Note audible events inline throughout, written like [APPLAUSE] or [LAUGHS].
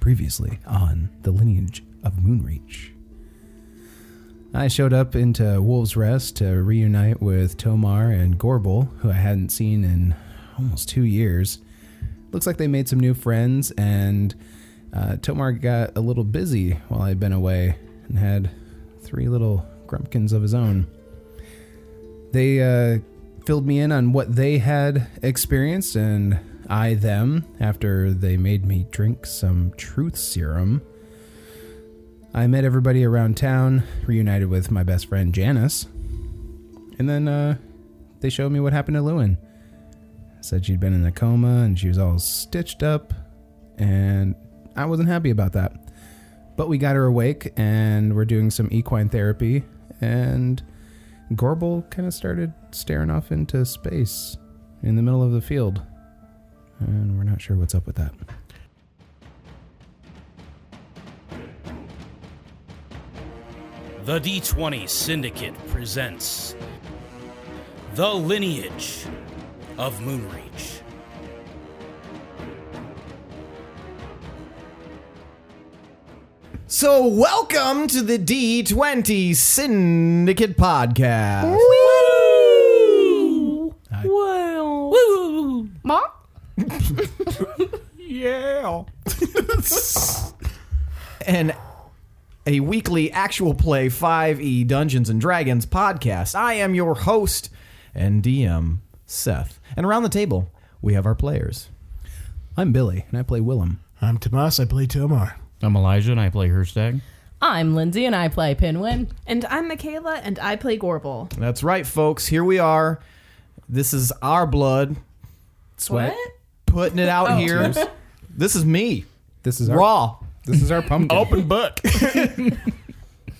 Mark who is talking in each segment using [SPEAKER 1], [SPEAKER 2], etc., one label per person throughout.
[SPEAKER 1] previously on the lineage of Moonreach. I showed up into Wolves Rest to reunite with Tomar and Gorbel, who I hadn't seen in almost two years. Looks like they made some new friends, and uh, Tomar got a little busy while I'd been away and had three little grumpkins of his own. They uh, filled me in on what they had experienced, and I them after they made me drink some truth serum. I met everybody around town, reunited with my best friend Janice, and then uh, they showed me what happened to Lewin. Said she'd been in a coma and she was all stitched up, and I wasn't happy about that. But we got her awake, and we're doing some equine therapy, and Gorbel kind of started staring off into space in the middle of the field, and we're not sure what's up with that.
[SPEAKER 2] The D20 Syndicate presents The Lineage of Moonreach.
[SPEAKER 3] So, welcome to the D20 Syndicate Podcast.
[SPEAKER 4] Mom?
[SPEAKER 3] Yeah. [LAUGHS] and a weekly actual play 5e Dungeons and Dragons podcast. I am your host and DM, Seth. And around the table, we have our players.
[SPEAKER 1] I'm Billy, and I play Willem.
[SPEAKER 5] I'm Tomas. I play Tomar.
[SPEAKER 6] I'm Elijah and I play Herstag.
[SPEAKER 4] I'm Lindsay and I play Pinwin.
[SPEAKER 7] And I'm Michaela, and I play Gorbel.
[SPEAKER 3] That's right, folks. Here we are. This is our blood,
[SPEAKER 1] Sweat.
[SPEAKER 3] putting
[SPEAKER 5] [LAUGHS]
[SPEAKER 3] it out here. This is me,
[SPEAKER 1] This is our
[SPEAKER 3] raw.
[SPEAKER 1] this is our pumpkin. [LAUGHS]
[SPEAKER 5] Open book.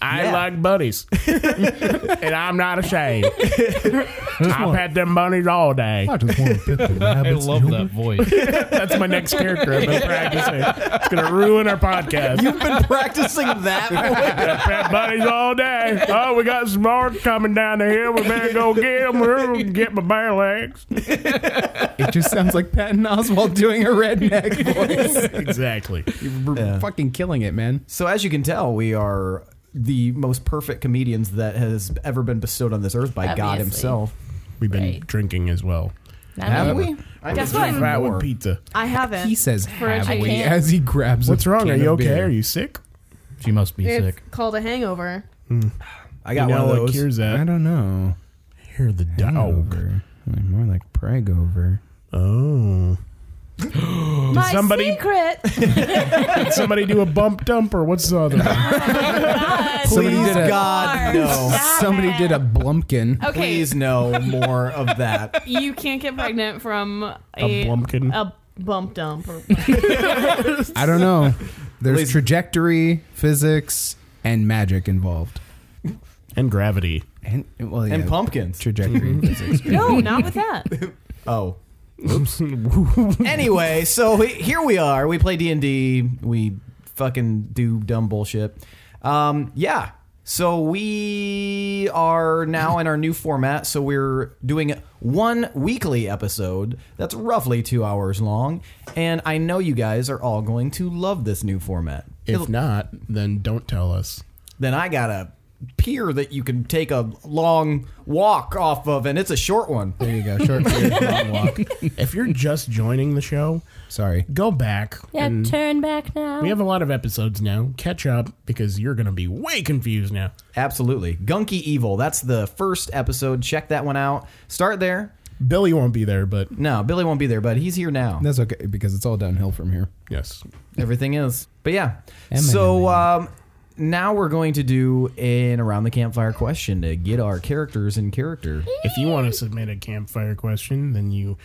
[SPEAKER 5] I
[SPEAKER 3] Yeah.
[SPEAKER 5] like bunnies, [LAUGHS] and I'm not ashamed. I've had them bunnies all day.
[SPEAKER 8] I just want to
[SPEAKER 5] [LAUGHS]
[SPEAKER 8] pet the
[SPEAKER 6] I
[SPEAKER 8] rabbits.
[SPEAKER 6] love that voice.
[SPEAKER 5] That's my next character. I've been practicing. It's gonna ruin our podcast.
[SPEAKER 3] You've been practicing that voice.
[SPEAKER 5] Pet bunnies all day. Oh, we got some more coming down the hill. We better go get them. We're gonna get my bare legs.
[SPEAKER 1] It just sounds like Patton Oswald doing a
[SPEAKER 3] [LAUGHS]
[SPEAKER 1] redneck voice.
[SPEAKER 5] Exactly.
[SPEAKER 1] We're fucking killing it, man.
[SPEAKER 3] So as you can tell, we are the most perfect comedians that has ever been bestowed on this earth by God
[SPEAKER 4] Obviously.
[SPEAKER 3] Himself.
[SPEAKER 5] We've been
[SPEAKER 4] Right.
[SPEAKER 5] drinking as well.
[SPEAKER 3] Have we?
[SPEAKER 7] Guess what?
[SPEAKER 5] That with pizza.
[SPEAKER 7] I haven't.
[SPEAKER 1] He says
[SPEAKER 7] a
[SPEAKER 1] have
[SPEAKER 7] chicken.
[SPEAKER 1] we as he grabs a
[SPEAKER 5] What's wrong?
[SPEAKER 1] can
[SPEAKER 5] Are you
[SPEAKER 1] of
[SPEAKER 5] okay?
[SPEAKER 1] beer.
[SPEAKER 5] Are you sick?
[SPEAKER 6] She must be
[SPEAKER 7] it's
[SPEAKER 6] sick.
[SPEAKER 7] called a hangover.
[SPEAKER 3] I got
[SPEAKER 5] you know
[SPEAKER 3] one of
[SPEAKER 5] what
[SPEAKER 3] those.
[SPEAKER 5] cures
[SPEAKER 1] I
[SPEAKER 5] that?
[SPEAKER 1] don't know.
[SPEAKER 5] Hear the dog.
[SPEAKER 1] Over. More like preg over.
[SPEAKER 5] Oh.
[SPEAKER 7] My
[SPEAKER 5] somebody-
[SPEAKER 3] [LAUGHS]
[SPEAKER 7] secret.
[SPEAKER 5] Did somebody do a bump dump or what's the other one?
[SPEAKER 1] Somebody
[SPEAKER 3] Please,
[SPEAKER 1] did a-
[SPEAKER 4] [LAUGHS]
[SPEAKER 3] God, no.
[SPEAKER 7] Stop
[SPEAKER 1] Somebody
[SPEAKER 7] it.
[SPEAKER 1] did a blumpkin.
[SPEAKER 7] Okay,
[SPEAKER 3] Please, no more of that.
[SPEAKER 7] you can't get pregnant from a,
[SPEAKER 5] A blumpkin.
[SPEAKER 7] a bump dump.
[SPEAKER 3] [LAUGHS]
[SPEAKER 7] Or,
[SPEAKER 1] I don't know. There's
[SPEAKER 3] Please.
[SPEAKER 1] trajectory, physics, and magic involved.
[SPEAKER 5] and gravity.
[SPEAKER 1] And well, yeah,
[SPEAKER 3] And pumpkins.
[SPEAKER 1] trajectory
[SPEAKER 3] [LAUGHS]
[SPEAKER 1] and physics.
[SPEAKER 7] no, not with that.
[SPEAKER 3] Oh. Oops. [LAUGHS] anyway, so he- here we are. We play D and D. We fucking do dumb bullshit. Um, yeah. So we are now in our new format. So we're doing one weekly episode that's roughly two hours long, and I know you guys are all going to love this new format.
[SPEAKER 5] If not, then don't tell us.
[SPEAKER 3] Then I got a pier that you can take a long walk off of, and it's a short one.
[SPEAKER 1] There you go. Short period, long walk.
[SPEAKER 5] If you're just joining the show,
[SPEAKER 1] Sorry.
[SPEAKER 5] go back.
[SPEAKER 4] Yeah,
[SPEAKER 3] Mm.
[SPEAKER 5] and
[SPEAKER 4] turn back now.
[SPEAKER 5] we have a lot of episodes now. Catch up because you're going to be way confused now.
[SPEAKER 3] Absolutely. Gunky Evil. That's the first episode. Check that one out. Start there.
[SPEAKER 5] Billy won't be there, but
[SPEAKER 3] No, Billy won't be there, but he's here now.
[SPEAKER 1] That's okay because it's all downhill from here.
[SPEAKER 5] yes.
[SPEAKER 3] Everything is. But yeah.
[SPEAKER 1] Emma,
[SPEAKER 3] so um, now we're going to do an around the campfire question to get our characters in character.
[SPEAKER 5] If you want to submit a campfire question, then you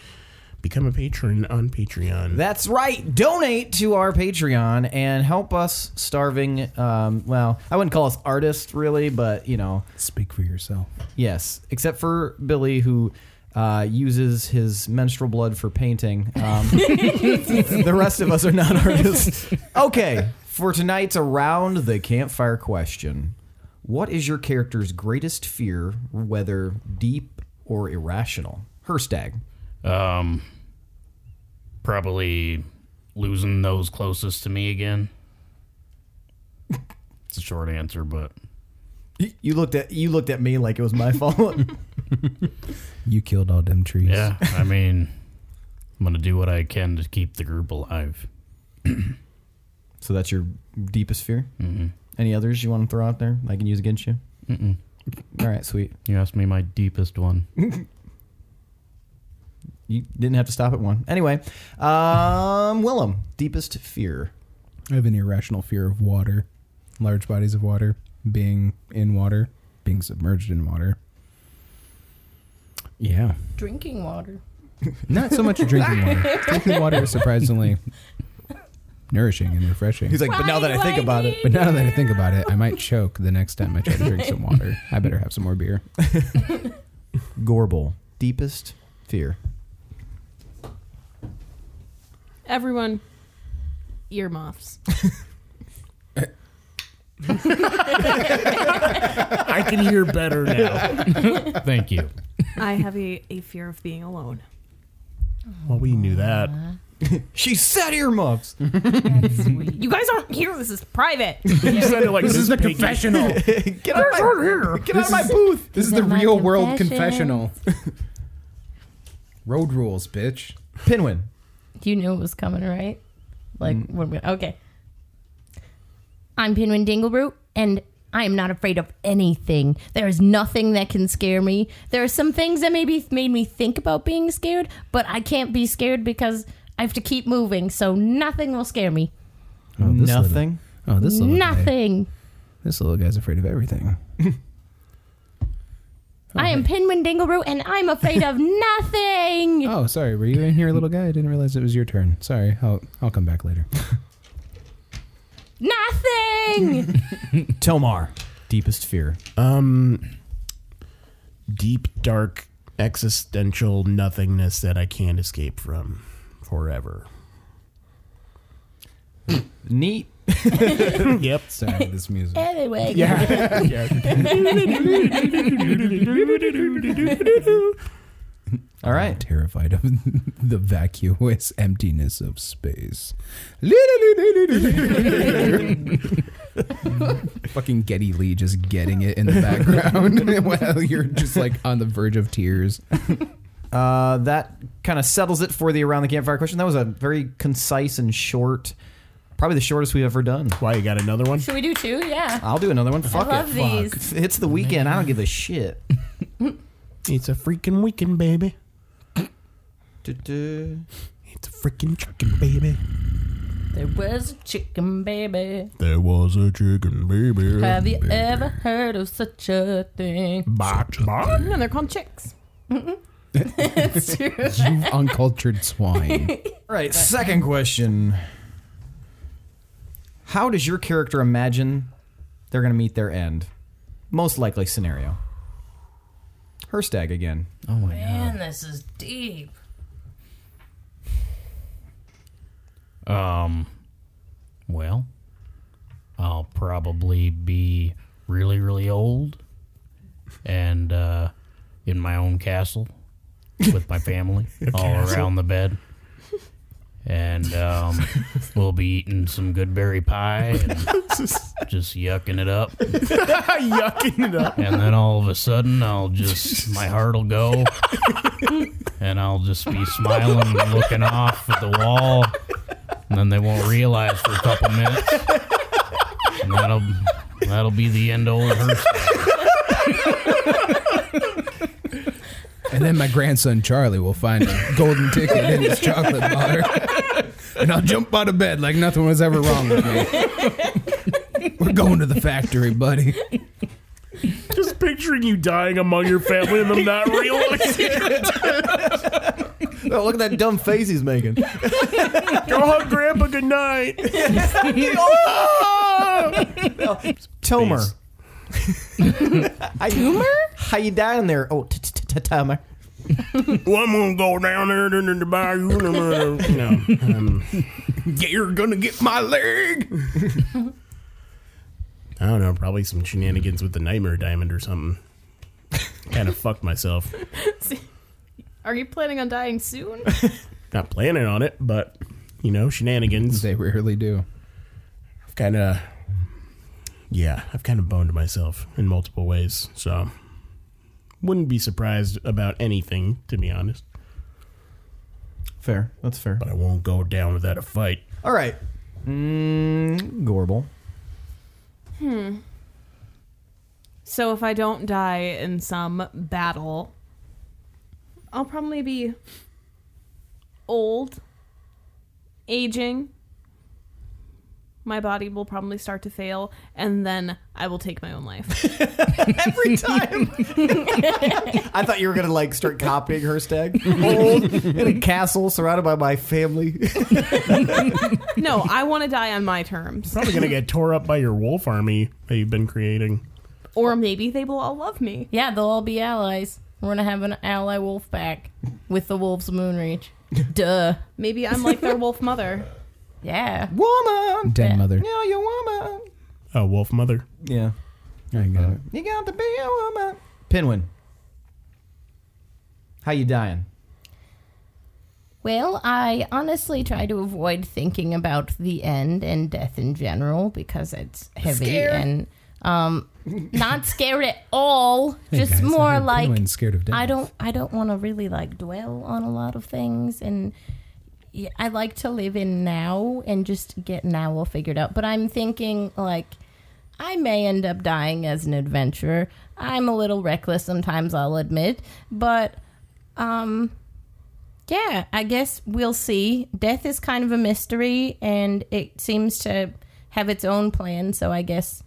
[SPEAKER 5] become a patron on Patreon.
[SPEAKER 3] That's right. Donate to our Patreon and help us starving. Um, well, I wouldn't call us artists really, but you know,
[SPEAKER 1] Speak for yourself.
[SPEAKER 3] Yes, except for Billy, who uh, uses his menstrual blood for painting. Um, the rest of us are not artists. Okay, for tonight's around the campfire question What is your character's greatest fear, whether deep or irrational? Herstag.
[SPEAKER 6] Um, probably losing those closest to me again? It's a short answer, but
[SPEAKER 3] You looked at you looked at me like it was my fault.
[SPEAKER 1] You killed all them trees.
[SPEAKER 6] yeah, I mean, I'm gonna do what I can to keep the group alive.
[SPEAKER 3] [LAUGHS] so that's your deepest fear. Any others you want to throw out there? I can use against you.
[SPEAKER 6] Mm-mm.
[SPEAKER 3] All right, sweet.
[SPEAKER 6] You asked me my deepest one.
[SPEAKER 3] You didn't have to stop at one. Anyway, um, Willem, deepest fear.
[SPEAKER 1] I have an irrational fear of water, large bodies of water, being in water, being submerged in water. Yeah.
[SPEAKER 4] Drinking water.
[SPEAKER 1] Not so much drinking [LAUGHS] water. drinking water is surprisingly nourishing and refreshing.
[SPEAKER 3] He's like, but now that I think about it,
[SPEAKER 1] but now that I think about it, I might choke the next time I try to drink some water. I better have some more beer.
[SPEAKER 3] Gorble, deepest fear.
[SPEAKER 7] Everyone, earmuffs.
[SPEAKER 5] I can hear better now.
[SPEAKER 6] Thank you.
[SPEAKER 7] [LAUGHS] I have a, a fear of being alone.
[SPEAKER 5] Well, we knew that.
[SPEAKER 3] She said earmuffs.
[SPEAKER 7] You guys aren't here. This is private. [LAUGHS]
[SPEAKER 5] You said it like this,
[SPEAKER 1] is the
[SPEAKER 5] piggy.
[SPEAKER 1] confessional.
[SPEAKER 3] Get out of my, get out of my booth.
[SPEAKER 1] This is the
[SPEAKER 4] Is that my
[SPEAKER 1] real world confessional.
[SPEAKER 4] confession?
[SPEAKER 1] Road rules, bitch.
[SPEAKER 3] Pinwin.
[SPEAKER 4] You knew it was coming, right? Like when we okay. I'm Pinwin Dinglebroot, and I am not afraid of anything. There is nothing that can scare me. There are some things that maybe made me think about being scared, but I can't be scared because I have to keep moving, so nothing will scare me.
[SPEAKER 1] Oh, this little-
[SPEAKER 3] Nothing.
[SPEAKER 1] oh, this little guy-
[SPEAKER 4] nothing.
[SPEAKER 1] this little guy's afraid of everything.
[SPEAKER 4] I am Pinwin Dinglebroot, and I'm afraid of nothing.
[SPEAKER 1] Oh, sorry. Were you in here, little guy? I didn't realize it was your turn. Sorry. I'll I'll come back later.
[SPEAKER 4] Nothing.
[SPEAKER 3] Tomar, deepest fear.
[SPEAKER 5] Um, deep, dark, existential nothingness that I can't escape from forever.
[SPEAKER 3] Neat.
[SPEAKER 5] yep.
[SPEAKER 1] Sorry, this music.
[SPEAKER 4] anyway,
[SPEAKER 3] All right.
[SPEAKER 1] terrified of [LAUGHS] the vacuous emptiness of space. [LAUGHS] Fucking Getty Lee just getting it in the background [LAUGHS] while you're just like on the verge of tears.
[SPEAKER 3] Uh, that kind of settles it for the around the campfire question. That was a very concise and short, probably the shortest we've ever done.
[SPEAKER 5] Why you got another one?
[SPEAKER 4] should we do two? Yeah.
[SPEAKER 3] I'll do another one. Fuck
[SPEAKER 4] love
[SPEAKER 3] it.
[SPEAKER 4] these.
[SPEAKER 3] Fuck. It's the weekend. I don't give a [LAUGHS] shit.
[SPEAKER 5] It's a freaking weekend, baby.
[SPEAKER 3] Du-du.
[SPEAKER 5] It's a freaking chicken, baby.
[SPEAKER 4] There was a chicken baby.
[SPEAKER 5] There was a chicken, baby.
[SPEAKER 4] Have you ever heard of such a thing?
[SPEAKER 5] Bok, bok.
[SPEAKER 7] No, they're called chicks.
[SPEAKER 4] It's true.
[SPEAKER 1] You uncultured swine.
[SPEAKER 3] All right. Second question. How does your character imagine they're going to meet their end? Most likely scenario. Herstag again.
[SPEAKER 6] Oh my
[SPEAKER 4] Man, this is deep.
[SPEAKER 6] Um, well, I'll probably be really, really old and uh, in my own castle with
[SPEAKER 5] [LAUGHS]
[SPEAKER 6] my family all around the bed. And um, we'll be eating some good berry pie
[SPEAKER 5] [LAUGHS]
[SPEAKER 6] and just yucking it up.
[SPEAKER 5] Yucking it up.
[SPEAKER 6] And then all of a sudden, I'll just, my heart
[SPEAKER 5] [LAUGHS]
[SPEAKER 6] will go. And I'll just be smiling and looking off at the wall. And then they won't realize for a couple minutes. And that'll, that'll be the end of old her.
[SPEAKER 1] and then my grandson Charlie will find a golden ticket in his chocolate bar. And I'll jump out of bed like nothing was ever wrong with me. We're going to the factory, buddy.
[SPEAKER 5] Just picturing you dying among your family and them not realizing.
[SPEAKER 3] Oh, look at that dumb face he's making.
[SPEAKER 5] Go hug grandpa, good night.
[SPEAKER 3] Tomer.
[SPEAKER 5] Face.
[SPEAKER 3] [LAUGHS] How you- How you down there? Oh, t- t- t- Tomer.
[SPEAKER 5] Well, I'm gonna go down there to the bayou. and I'm gonna- You know, um,
[SPEAKER 1] You're gonna get my leg.
[SPEAKER 5] I don't know, probably some shenanigans with the nightmare diamond or something. kind of fucked myself.
[SPEAKER 7] [LAUGHS] Are you planning on dying soon?
[SPEAKER 5] Not planning on it, but
[SPEAKER 8] you know, shenanigans.
[SPEAKER 1] They rarely do.
[SPEAKER 8] I've kind of, yeah, I've kind of boned myself in multiple ways. So, wouldn't be surprised about anything, to be honest.
[SPEAKER 3] Fair. That's fair.
[SPEAKER 8] But I won't go down without a fight.
[SPEAKER 3] All right. Mm, Gorble.
[SPEAKER 7] So if I don't die in some battle, I'll probably be old, aging. My body will probably start to fail, and then I will take my own life. [LAUGHS]
[SPEAKER 3] Every time. [LAUGHS] I thought you were gonna like start copying her [LAUGHS] stag. Old in a castle surrounded by my family.
[SPEAKER 7] no, I want to die on my terms.
[SPEAKER 8] Probably gonna get tore up by your wolf army that you've been creating.
[SPEAKER 7] Or maybe they will all love me.
[SPEAKER 4] Yeah, they'll all be allies. We're gonna have an ally wolf pack with the wolves of Moonreach. Duh.
[SPEAKER 7] Maybe I'm like their wolf [LAUGHS] mother.
[SPEAKER 4] Yeah.
[SPEAKER 3] woman.
[SPEAKER 1] Dead
[SPEAKER 4] Yeah.
[SPEAKER 1] mother.
[SPEAKER 3] Now you're woman.
[SPEAKER 8] Oh, wolf mother.
[SPEAKER 3] Yeah.
[SPEAKER 1] I got it.
[SPEAKER 3] You got to be a woman. Pinwin. How you dying?
[SPEAKER 4] Well, I honestly try to avoid thinking about the end and death in general because it's heavy and um, not scared at all. Just
[SPEAKER 1] guys, I
[SPEAKER 4] more
[SPEAKER 1] heard
[SPEAKER 4] like
[SPEAKER 1] Penguin's scared of death.
[SPEAKER 4] I don't I don't want to really like dwell on a lot of things and yeah, I like to live in now and just get now all figured out. But I'm thinking like I may end up dying as an adventurer. I'm a little reckless sometimes, I'll admit, but um yeah, I guess we'll see. Death is kind of a mystery and it seems to have its own plan, so I guess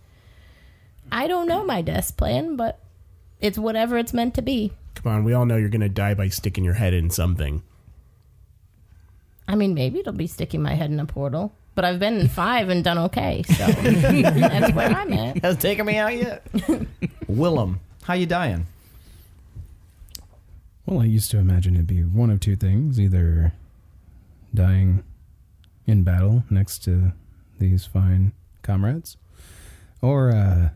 [SPEAKER 4] I don't know my death's plan, but it's whatever it's meant to be.
[SPEAKER 8] Come on, we all know you're gonna die by sticking your head in something.
[SPEAKER 4] I mean, maybe it'll be sticking my head in a portal, but I've been in five and done okay,
[SPEAKER 8] [LAUGHS]
[SPEAKER 4] so that's where I'm at.
[SPEAKER 3] Has taken me out yet? [LAUGHS] Willem, how you dying?
[SPEAKER 1] Well, I used to imagine it'd be one of two things either dying in battle next to these fine comrades, or uh,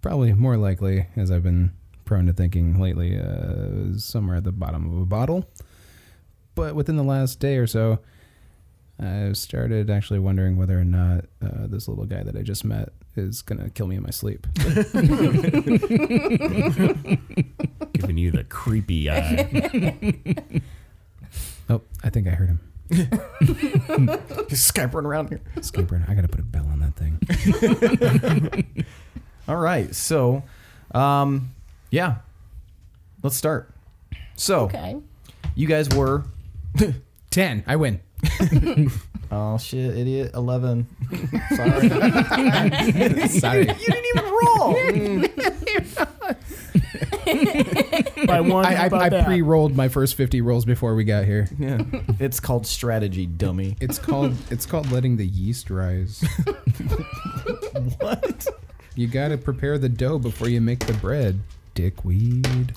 [SPEAKER 1] probably more likely, as I've been prone to thinking lately, uh, somewhere at the bottom of a bottle. But within the last day or so, I've started actually wondering whether or not uh, this little guy that I just met is going to kill me in my [LAUGHS] sleep.
[SPEAKER 8] Giving you the creepy eye.
[SPEAKER 1] oh, I think I heard him.
[SPEAKER 3] Just scampering around here.
[SPEAKER 1] Skipper, I got to put a bell on that [LAUGHS] thing.
[SPEAKER 3] All right, so, um, yeah, let's start. So
[SPEAKER 4] Okay.
[SPEAKER 3] you guys were
[SPEAKER 1] 10. I [LAUGHS] win.
[SPEAKER 3] oh shit, idiot, [LAUGHS] eleven. Sorry,
[SPEAKER 1] Sorry.
[SPEAKER 3] [LAUGHS] you didn't even roll. Mm. [LAUGHS]
[SPEAKER 8] by one,
[SPEAKER 1] I,
[SPEAKER 8] by
[SPEAKER 1] I, I
[SPEAKER 8] that.
[SPEAKER 1] pre-rolled my first 50 rolls before we got here.
[SPEAKER 3] yeah, it's called strategy, dummy.
[SPEAKER 1] It's
[SPEAKER 3] [LAUGHS]
[SPEAKER 1] called it's called letting the yeast rise.
[SPEAKER 3] What?
[SPEAKER 1] You got to prepare the dough before you make the bread.
[SPEAKER 3] [LAUGHS]
[SPEAKER 1] Dickweed.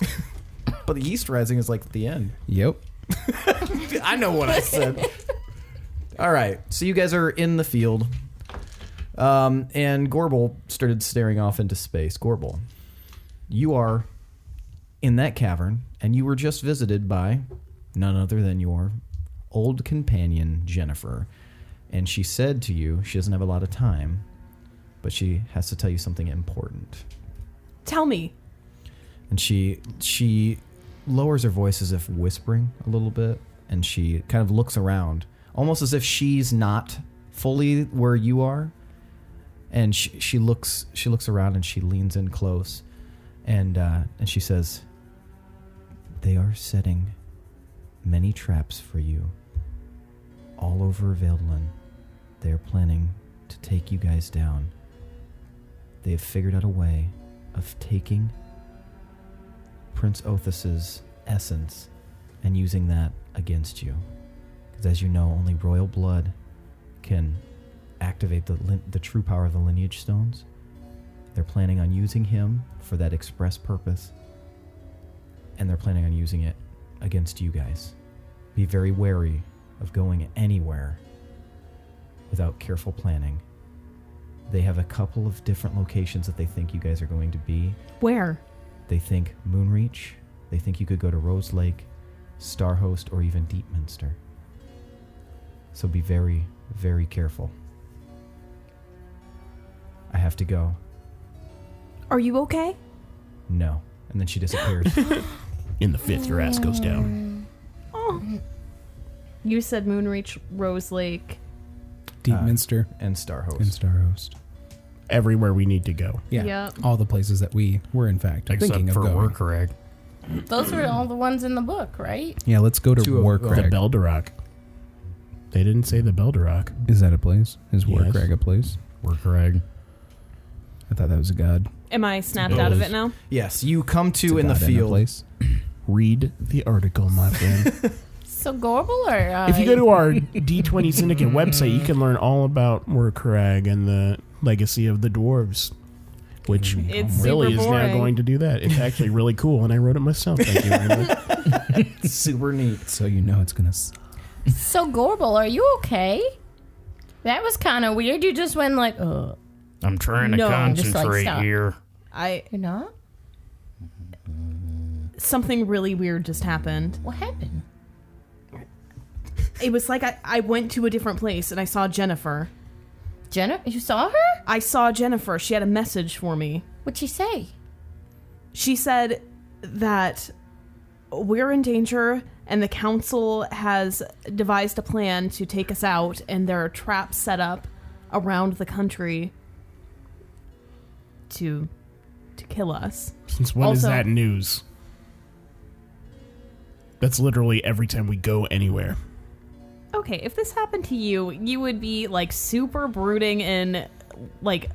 [SPEAKER 3] But the yeast rising is like the end.
[SPEAKER 1] Yep.
[SPEAKER 3] I know what I said. [LAUGHS] All right, so you guys are in the field, um, and Gorbel started staring off into space. Gorbel, you are in that cavern, and you were just visited by none other than your old companion Jennifer, and she said to you she doesn't have a lot of time, but she has to tell you something important
[SPEAKER 7] Tell me.
[SPEAKER 3] and she she lowers her voice as if whispering a little bit and she kind of looks around almost as if she's not fully where you are and she, she looks she looks around and she leans in close and uh, and she says they are setting many traps for you all over Veldlin. They're planning to take you guys down. They have figured out a way of taking Prince Othus's essence and using that against you. Because as you know, only royal blood can activate the, lin- the true power of the lineage stones. They're planning on using him for that express purpose, and they're planning on using it against you guys. Be very wary of going anywhere without careful planning. They have a couple of different locations that they think you guys are going to be.
[SPEAKER 7] Where?
[SPEAKER 3] They think Moonreach. They think you could go to Rose Lake, Starhost, or even Deepminster. So be very, very careful. I have to go.
[SPEAKER 7] Are you okay?
[SPEAKER 3] No. And then she disappears.
[SPEAKER 1] [LAUGHS]
[SPEAKER 8] In the fifth, your ass goes down.
[SPEAKER 7] You said Moonreach, Rose Lake.
[SPEAKER 1] Deep
[SPEAKER 3] Uh,
[SPEAKER 1] Minster
[SPEAKER 3] and Starhost.
[SPEAKER 1] and Starhost.
[SPEAKER 8] Everywhere we need to go.
[SPEAKER 1] Yeah.
[SPEAKER 7] Yep.
[SPEAKER 1] All the places that we were, in fact, thinking
[SPEAKER 6] Except
[SPEAKER 1] of
[SPEAKER 6] for
[SPEAKER 1] going.
[SPEAKER 6] Workrag.
[SPEAKER 4] Those were all the ones in the book, right?
[SPEAKER 1] Yeah, let's go to
[SPEAKER 3] Two of-
[SPEAKER 1] Warcrag.
[SPEAKER 8] The Belderock. They didn't say the Belderock.
[SPEAKER 1] Is that a place? Is
[SPEAKER 8] Yes.
[SPEAKER 1] Warcrag a place?
[SPEAKER 6] Workrag.
[SPEAKER 1] I thought that was a god.
[SPEAKER 7] Am I snapped out of it now?
[SPEAKER 3] yes, you come
[SPEAKER 1] It's
[SPEAKER 3] to
[SPEAKER 1] a
[SPEAKER 3] in the
[SPEAKER 1] god and a
[SPEAKER 3] field.
[SPEAKER 1] place.
[SPEAKER 8] Read the article, my friend.
[SPEAKER 4] [LAUGHS] So Gorble or uh,
[SPEAKER 8] if you go to our D20
[SPEAKER 4] [LAUGHS]
[SPEAKER 8] Syndicate website, you can learn all about Warcrag and the legacy of the dwarves, which
[SPEAKER 7] It's
[SPEAKER 8] really
[SPEAKER 7] super
[SPEAKER 8] is now
[SPEAKER 7] boring.
[SPEAKER 8] going to do that. It's actually really cool, and I wrote it myself. Thank you very much.
[SPEAKER 3] [LAUGHS] Super neat.
[SPEAKER 1] So you know it's gonna. s-
[SPEAKER 4] so Gorble, are you okay? That was kind of weird. You just went like, "Uh,
[SPEAKER 6] I'm trying to
[SPEAKER 7] No,
[SPEAKER 4] just, like,
[SPEAKER 6] concentrate
[SPEAKER 4] stop.
[SPEAKER 6] here.
[SPEAKER 7] I
[SPEAKER 4] you're not?
[SPEAKER 7] something really weird just happened.
[SPEAKER 4] What happened?"
[SPEAKER 7] It was like I, I went to a different place and I saw Jennifer.
[SPEAKER 4] Jennifer, you saw her?
[SPEAKER 7] I saw Jennifer. She had a message for me.
[SPEAKER 4] What'd she say?
[SPEAKER 7] She said that we're in danger and the council has devised a plan to take us out and there are traps set up around the country to to kill us.
[SPEAKER 8] Since when is
[SPEAKER 7] Also-
[SPEAKER 8] that news? That's literally every time we go anywhere.
[SPEAKER 7] Okay, if this happened to you, you would be like super brooding and like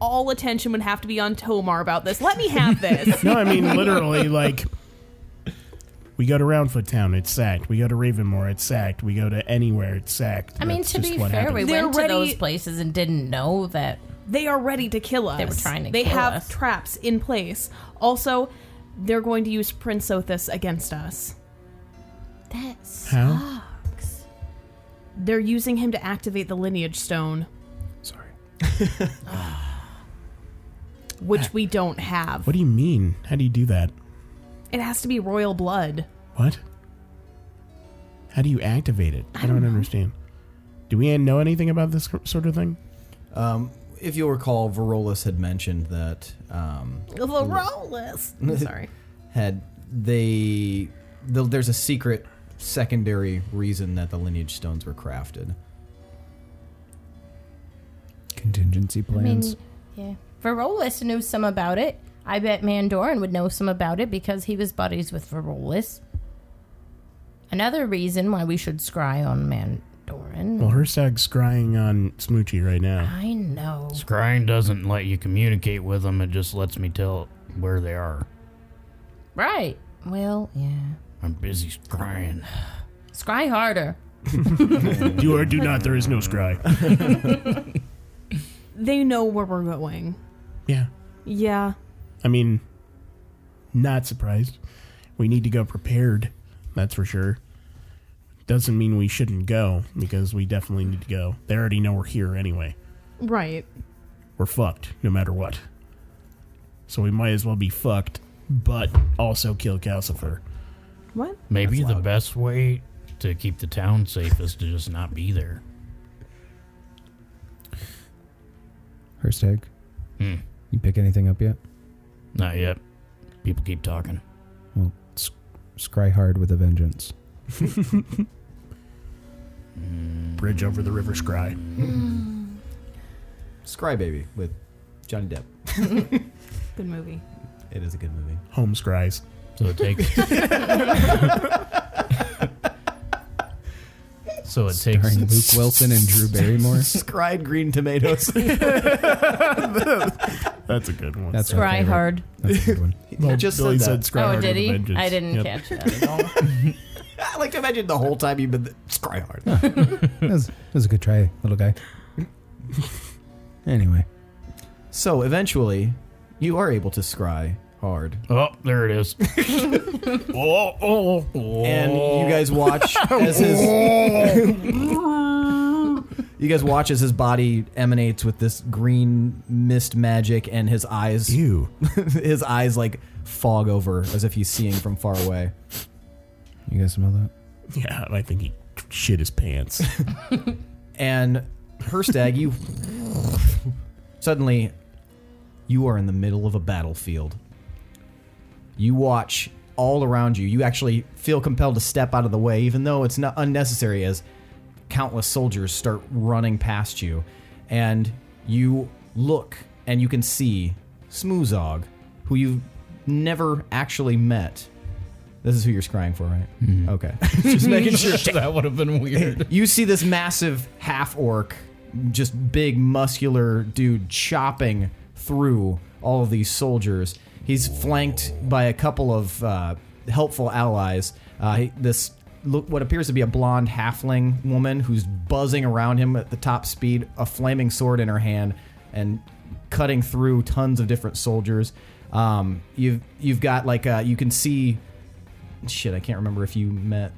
[SPEAKER 7] all attention would have to be on Tomar about this. Let me have
[SPEAKER 8] [LAUGHS]
[SPEAKER 7] this.
[SPEAKER 8] No, I mean literally like we go to Roundfoot Town, it's sacked. We go to Ravenmore, it's sacked. We go to anywhere, it's sacked.
[SPEAKER 4] I mean,
[SPEAKER 8] That's
[SPEAKER 4] to
[SPEAKER 8] just
[SPEAKER 4] be
[SPEAKER 8] what
[SPEAKER 4] fair,
[SPEAKER 8] happens.
[SPEAKER 4] we
[SPEAKER 7] They're
[SPEAKER 4] went to
[SPEAKER 7] ready-
[SPEAKER 4] those places and didn't know that.
[SPEAKER 7] they are ready to kill us.
[SPEAKER 4] were trying to
[SPEAKER 7] They
[SPEAKER 4] kill
[SPEAKER 7] have
[SPEAKER 4] us.
[SPEAKER 7] traps in place. Also, they're going to use Prince Othis against us.
[SPEAKER 4] That's [GASPS]
[SPEAKER 8] How?
[SPEAKER 7] They're using him to activate the lineage stone,
[SPEAKER 8] Sorry.
[SPEAKER 7] [SIGHS] which we don't have.
[SPEAKER 8] What do you mean? How do you do that?
[SPEAKER 7] It has to be royal blood.
[SPEAKER 8] What? How do you activate it? I don't, understand. Do we know anything about this sort of thing?
[SPEAKER 3] If you'll recall, Varolus had mentioned that um,
[SPEAKER 8] [LAUGHS]
[SPEAKER 7] Varolus. I'm sorry.
[SPEAKER 3] had they the, there's a secret secondary reason that the lineage stones were crafted.
[SPEAKER 1] Contingency
[SPEAKER 4] I mean,
[SPEAKER 1] plans.
[SPEAKER 4] yeah. Varolus knew some about it. I bet Mandoran would know some about it because he was buddies with Varolus. Another reason why we should scry on Mandoran.
[SPEAKER 8] Well, Herzog's scrying on Smoochie right [LAUGHS] now.
[SPEAKER 4] I know.
[SPEAKER 6] Scrying doesn't let you communicate with them. It just lets me tell where they are.
[SPEAKER 4] Right. Well, yeah.
[SPEAKER 6] I'm busy scrying.
[SPEAKER 4] Scry harder.
[SPEAKER 8] do or do not, there is no scry.
[SPEAKER 7] They know where we're going.
[SPEAKER 8] [LAUGHS] yeah.
[SPEAKER 7] Yeah.
[SPEAKER 8] I mean, not surprised. We need to go prepared, that's for sure. Doesn't mean we shouldn't go, because we definitely need to go. They already know we're here anyway.
[SPEAKER 7] Right.
[SPEAKER 8] We're fucked, no matter what. So we might as well be fucked, but also kill Calcifer.
[SPEAKER 7] What?
[SPEAKER 6] Maybe the best way to keep the town safe is to just not be there.
[SPEAKER 1] Herstag,
[SPEAKER 6] Hmm.
[SPEAKER 1] you pick anything up yet?
[SPEAKER 6] Not yet. People keep talking.
[SPEAKER 1] Well, sc- scry hard with a vengeance.
[SPEAKER 8] Bridge over the river scry.
[SPEAKER 3] Scrybaby with Johnny Depp.
[SPEAKER 7] Good movie.
[SPEAKER 3] It is a [LAUGHS] good movie.
[SPEAKER 8] Home scries.
[SPEAKER 6] So it takes. [LAUGHS] so it
[SPEAKER 1] [LAUGHS]
[SPEAKER 6] takes.
[SPEAKER 1] Starring Luke Wilson and Drew Barrymore.
[SPEAKER 3] Scried green tomatoes. [LAUGHS]
[SPEAKER 8] That's a good one.
[SPEAKER 1] That's my
[SPEAKER 4] Scry
[SPEAKER 1] favorite.
[SPEAKER 4] hard.
[SPEAKER 1] That's a good one.
[SPEAKER 8] well,
[SPEAKER 3] just
[SPEAKER 8] Billy said,
[SPEAKER 3] said that.
[SPEAKER 8] scry
[SPEAKER 4] Oh,
[SPEAKER 8] hard
[SPEAKER 4] did
[SPEAKER 8] with a
[SPEAKER 4] he?
[SPEAKER 8] vengeance.
[SPEAKER 4] I didn't
[SPEAKER 8] Yep.
[SPEAKER 4] catch that at all.
[SPEAKER 3] [LAUGHS] I like to imagine the whole time you've been th- scry hard.
[SPEAKER 1] [LAUGHS] That was, that was a good try, little [LAUGHS] guy. anyway,
[SPEAKER 3] So eventually, you are able to scry hard,
[SPEAKER 6] Oh, there it is. oh, oh, oh.
[SPEAKER 3] and you guys
[SPEAKER 8] [LAUGHS]
[SPEAKER 3] watch as his. [LAUGHS] you guys watch as his body emanates with this green mist magic, and his eyes, [LAUGHS]
[SPEAKER 8] Ew.
[SPEAKER 3] his eyes like fog over as if he's seeing from far away.
[SPEAKER 1] you guys smell that?
[SPEAKER 8] Yeah, I think he shit his [LAUGHS] pants.
[SPEAKER 3] and her stag, you suddenly you are in the middle of a battlefield. You watch all around you. You actually feel compelled to step out of the way, even though it's not unnecessary, as countless soldiers start running past you. And you look and you can see Smoozog, who you've never actually met. This is who you're scrying for, right? Okay. [LAUGHS] Just making sure
[SPEAKER 6] that would have been weird.
[SPEAKER 3] you see this massive half orc, just big muscular dude chopping through all of these soldiers. He's flanked by a couple of uh, helpful allies. Uh, he- this look what appears to be a blonde halfling woman who's buzzing around him at the top speed, a flaming sword in her hand, and cutting through tons of different soldiers. Um, you've you've got like uh, you can see shit, I can't remember if you met.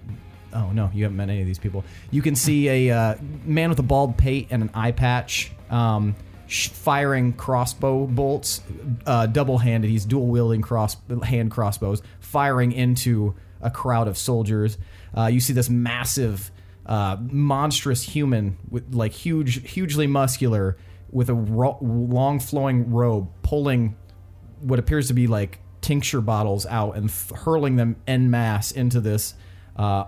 [SPEAKER 3] Oh no, you haven't met any of these people. You can see a uh, man with a bald pate and an eye patch, um, sh- firing crossbow bolts, uh, double-handed. He's dual wielding cross hand crossbows, firing into a crowd of soldiers. Uh, you see this massive, uh, monstrous human with like huge, hugely muscular, with a ro- long flowing robe, pulling what appears to be like tincture bottles out and th- hurling them en masse into this uh,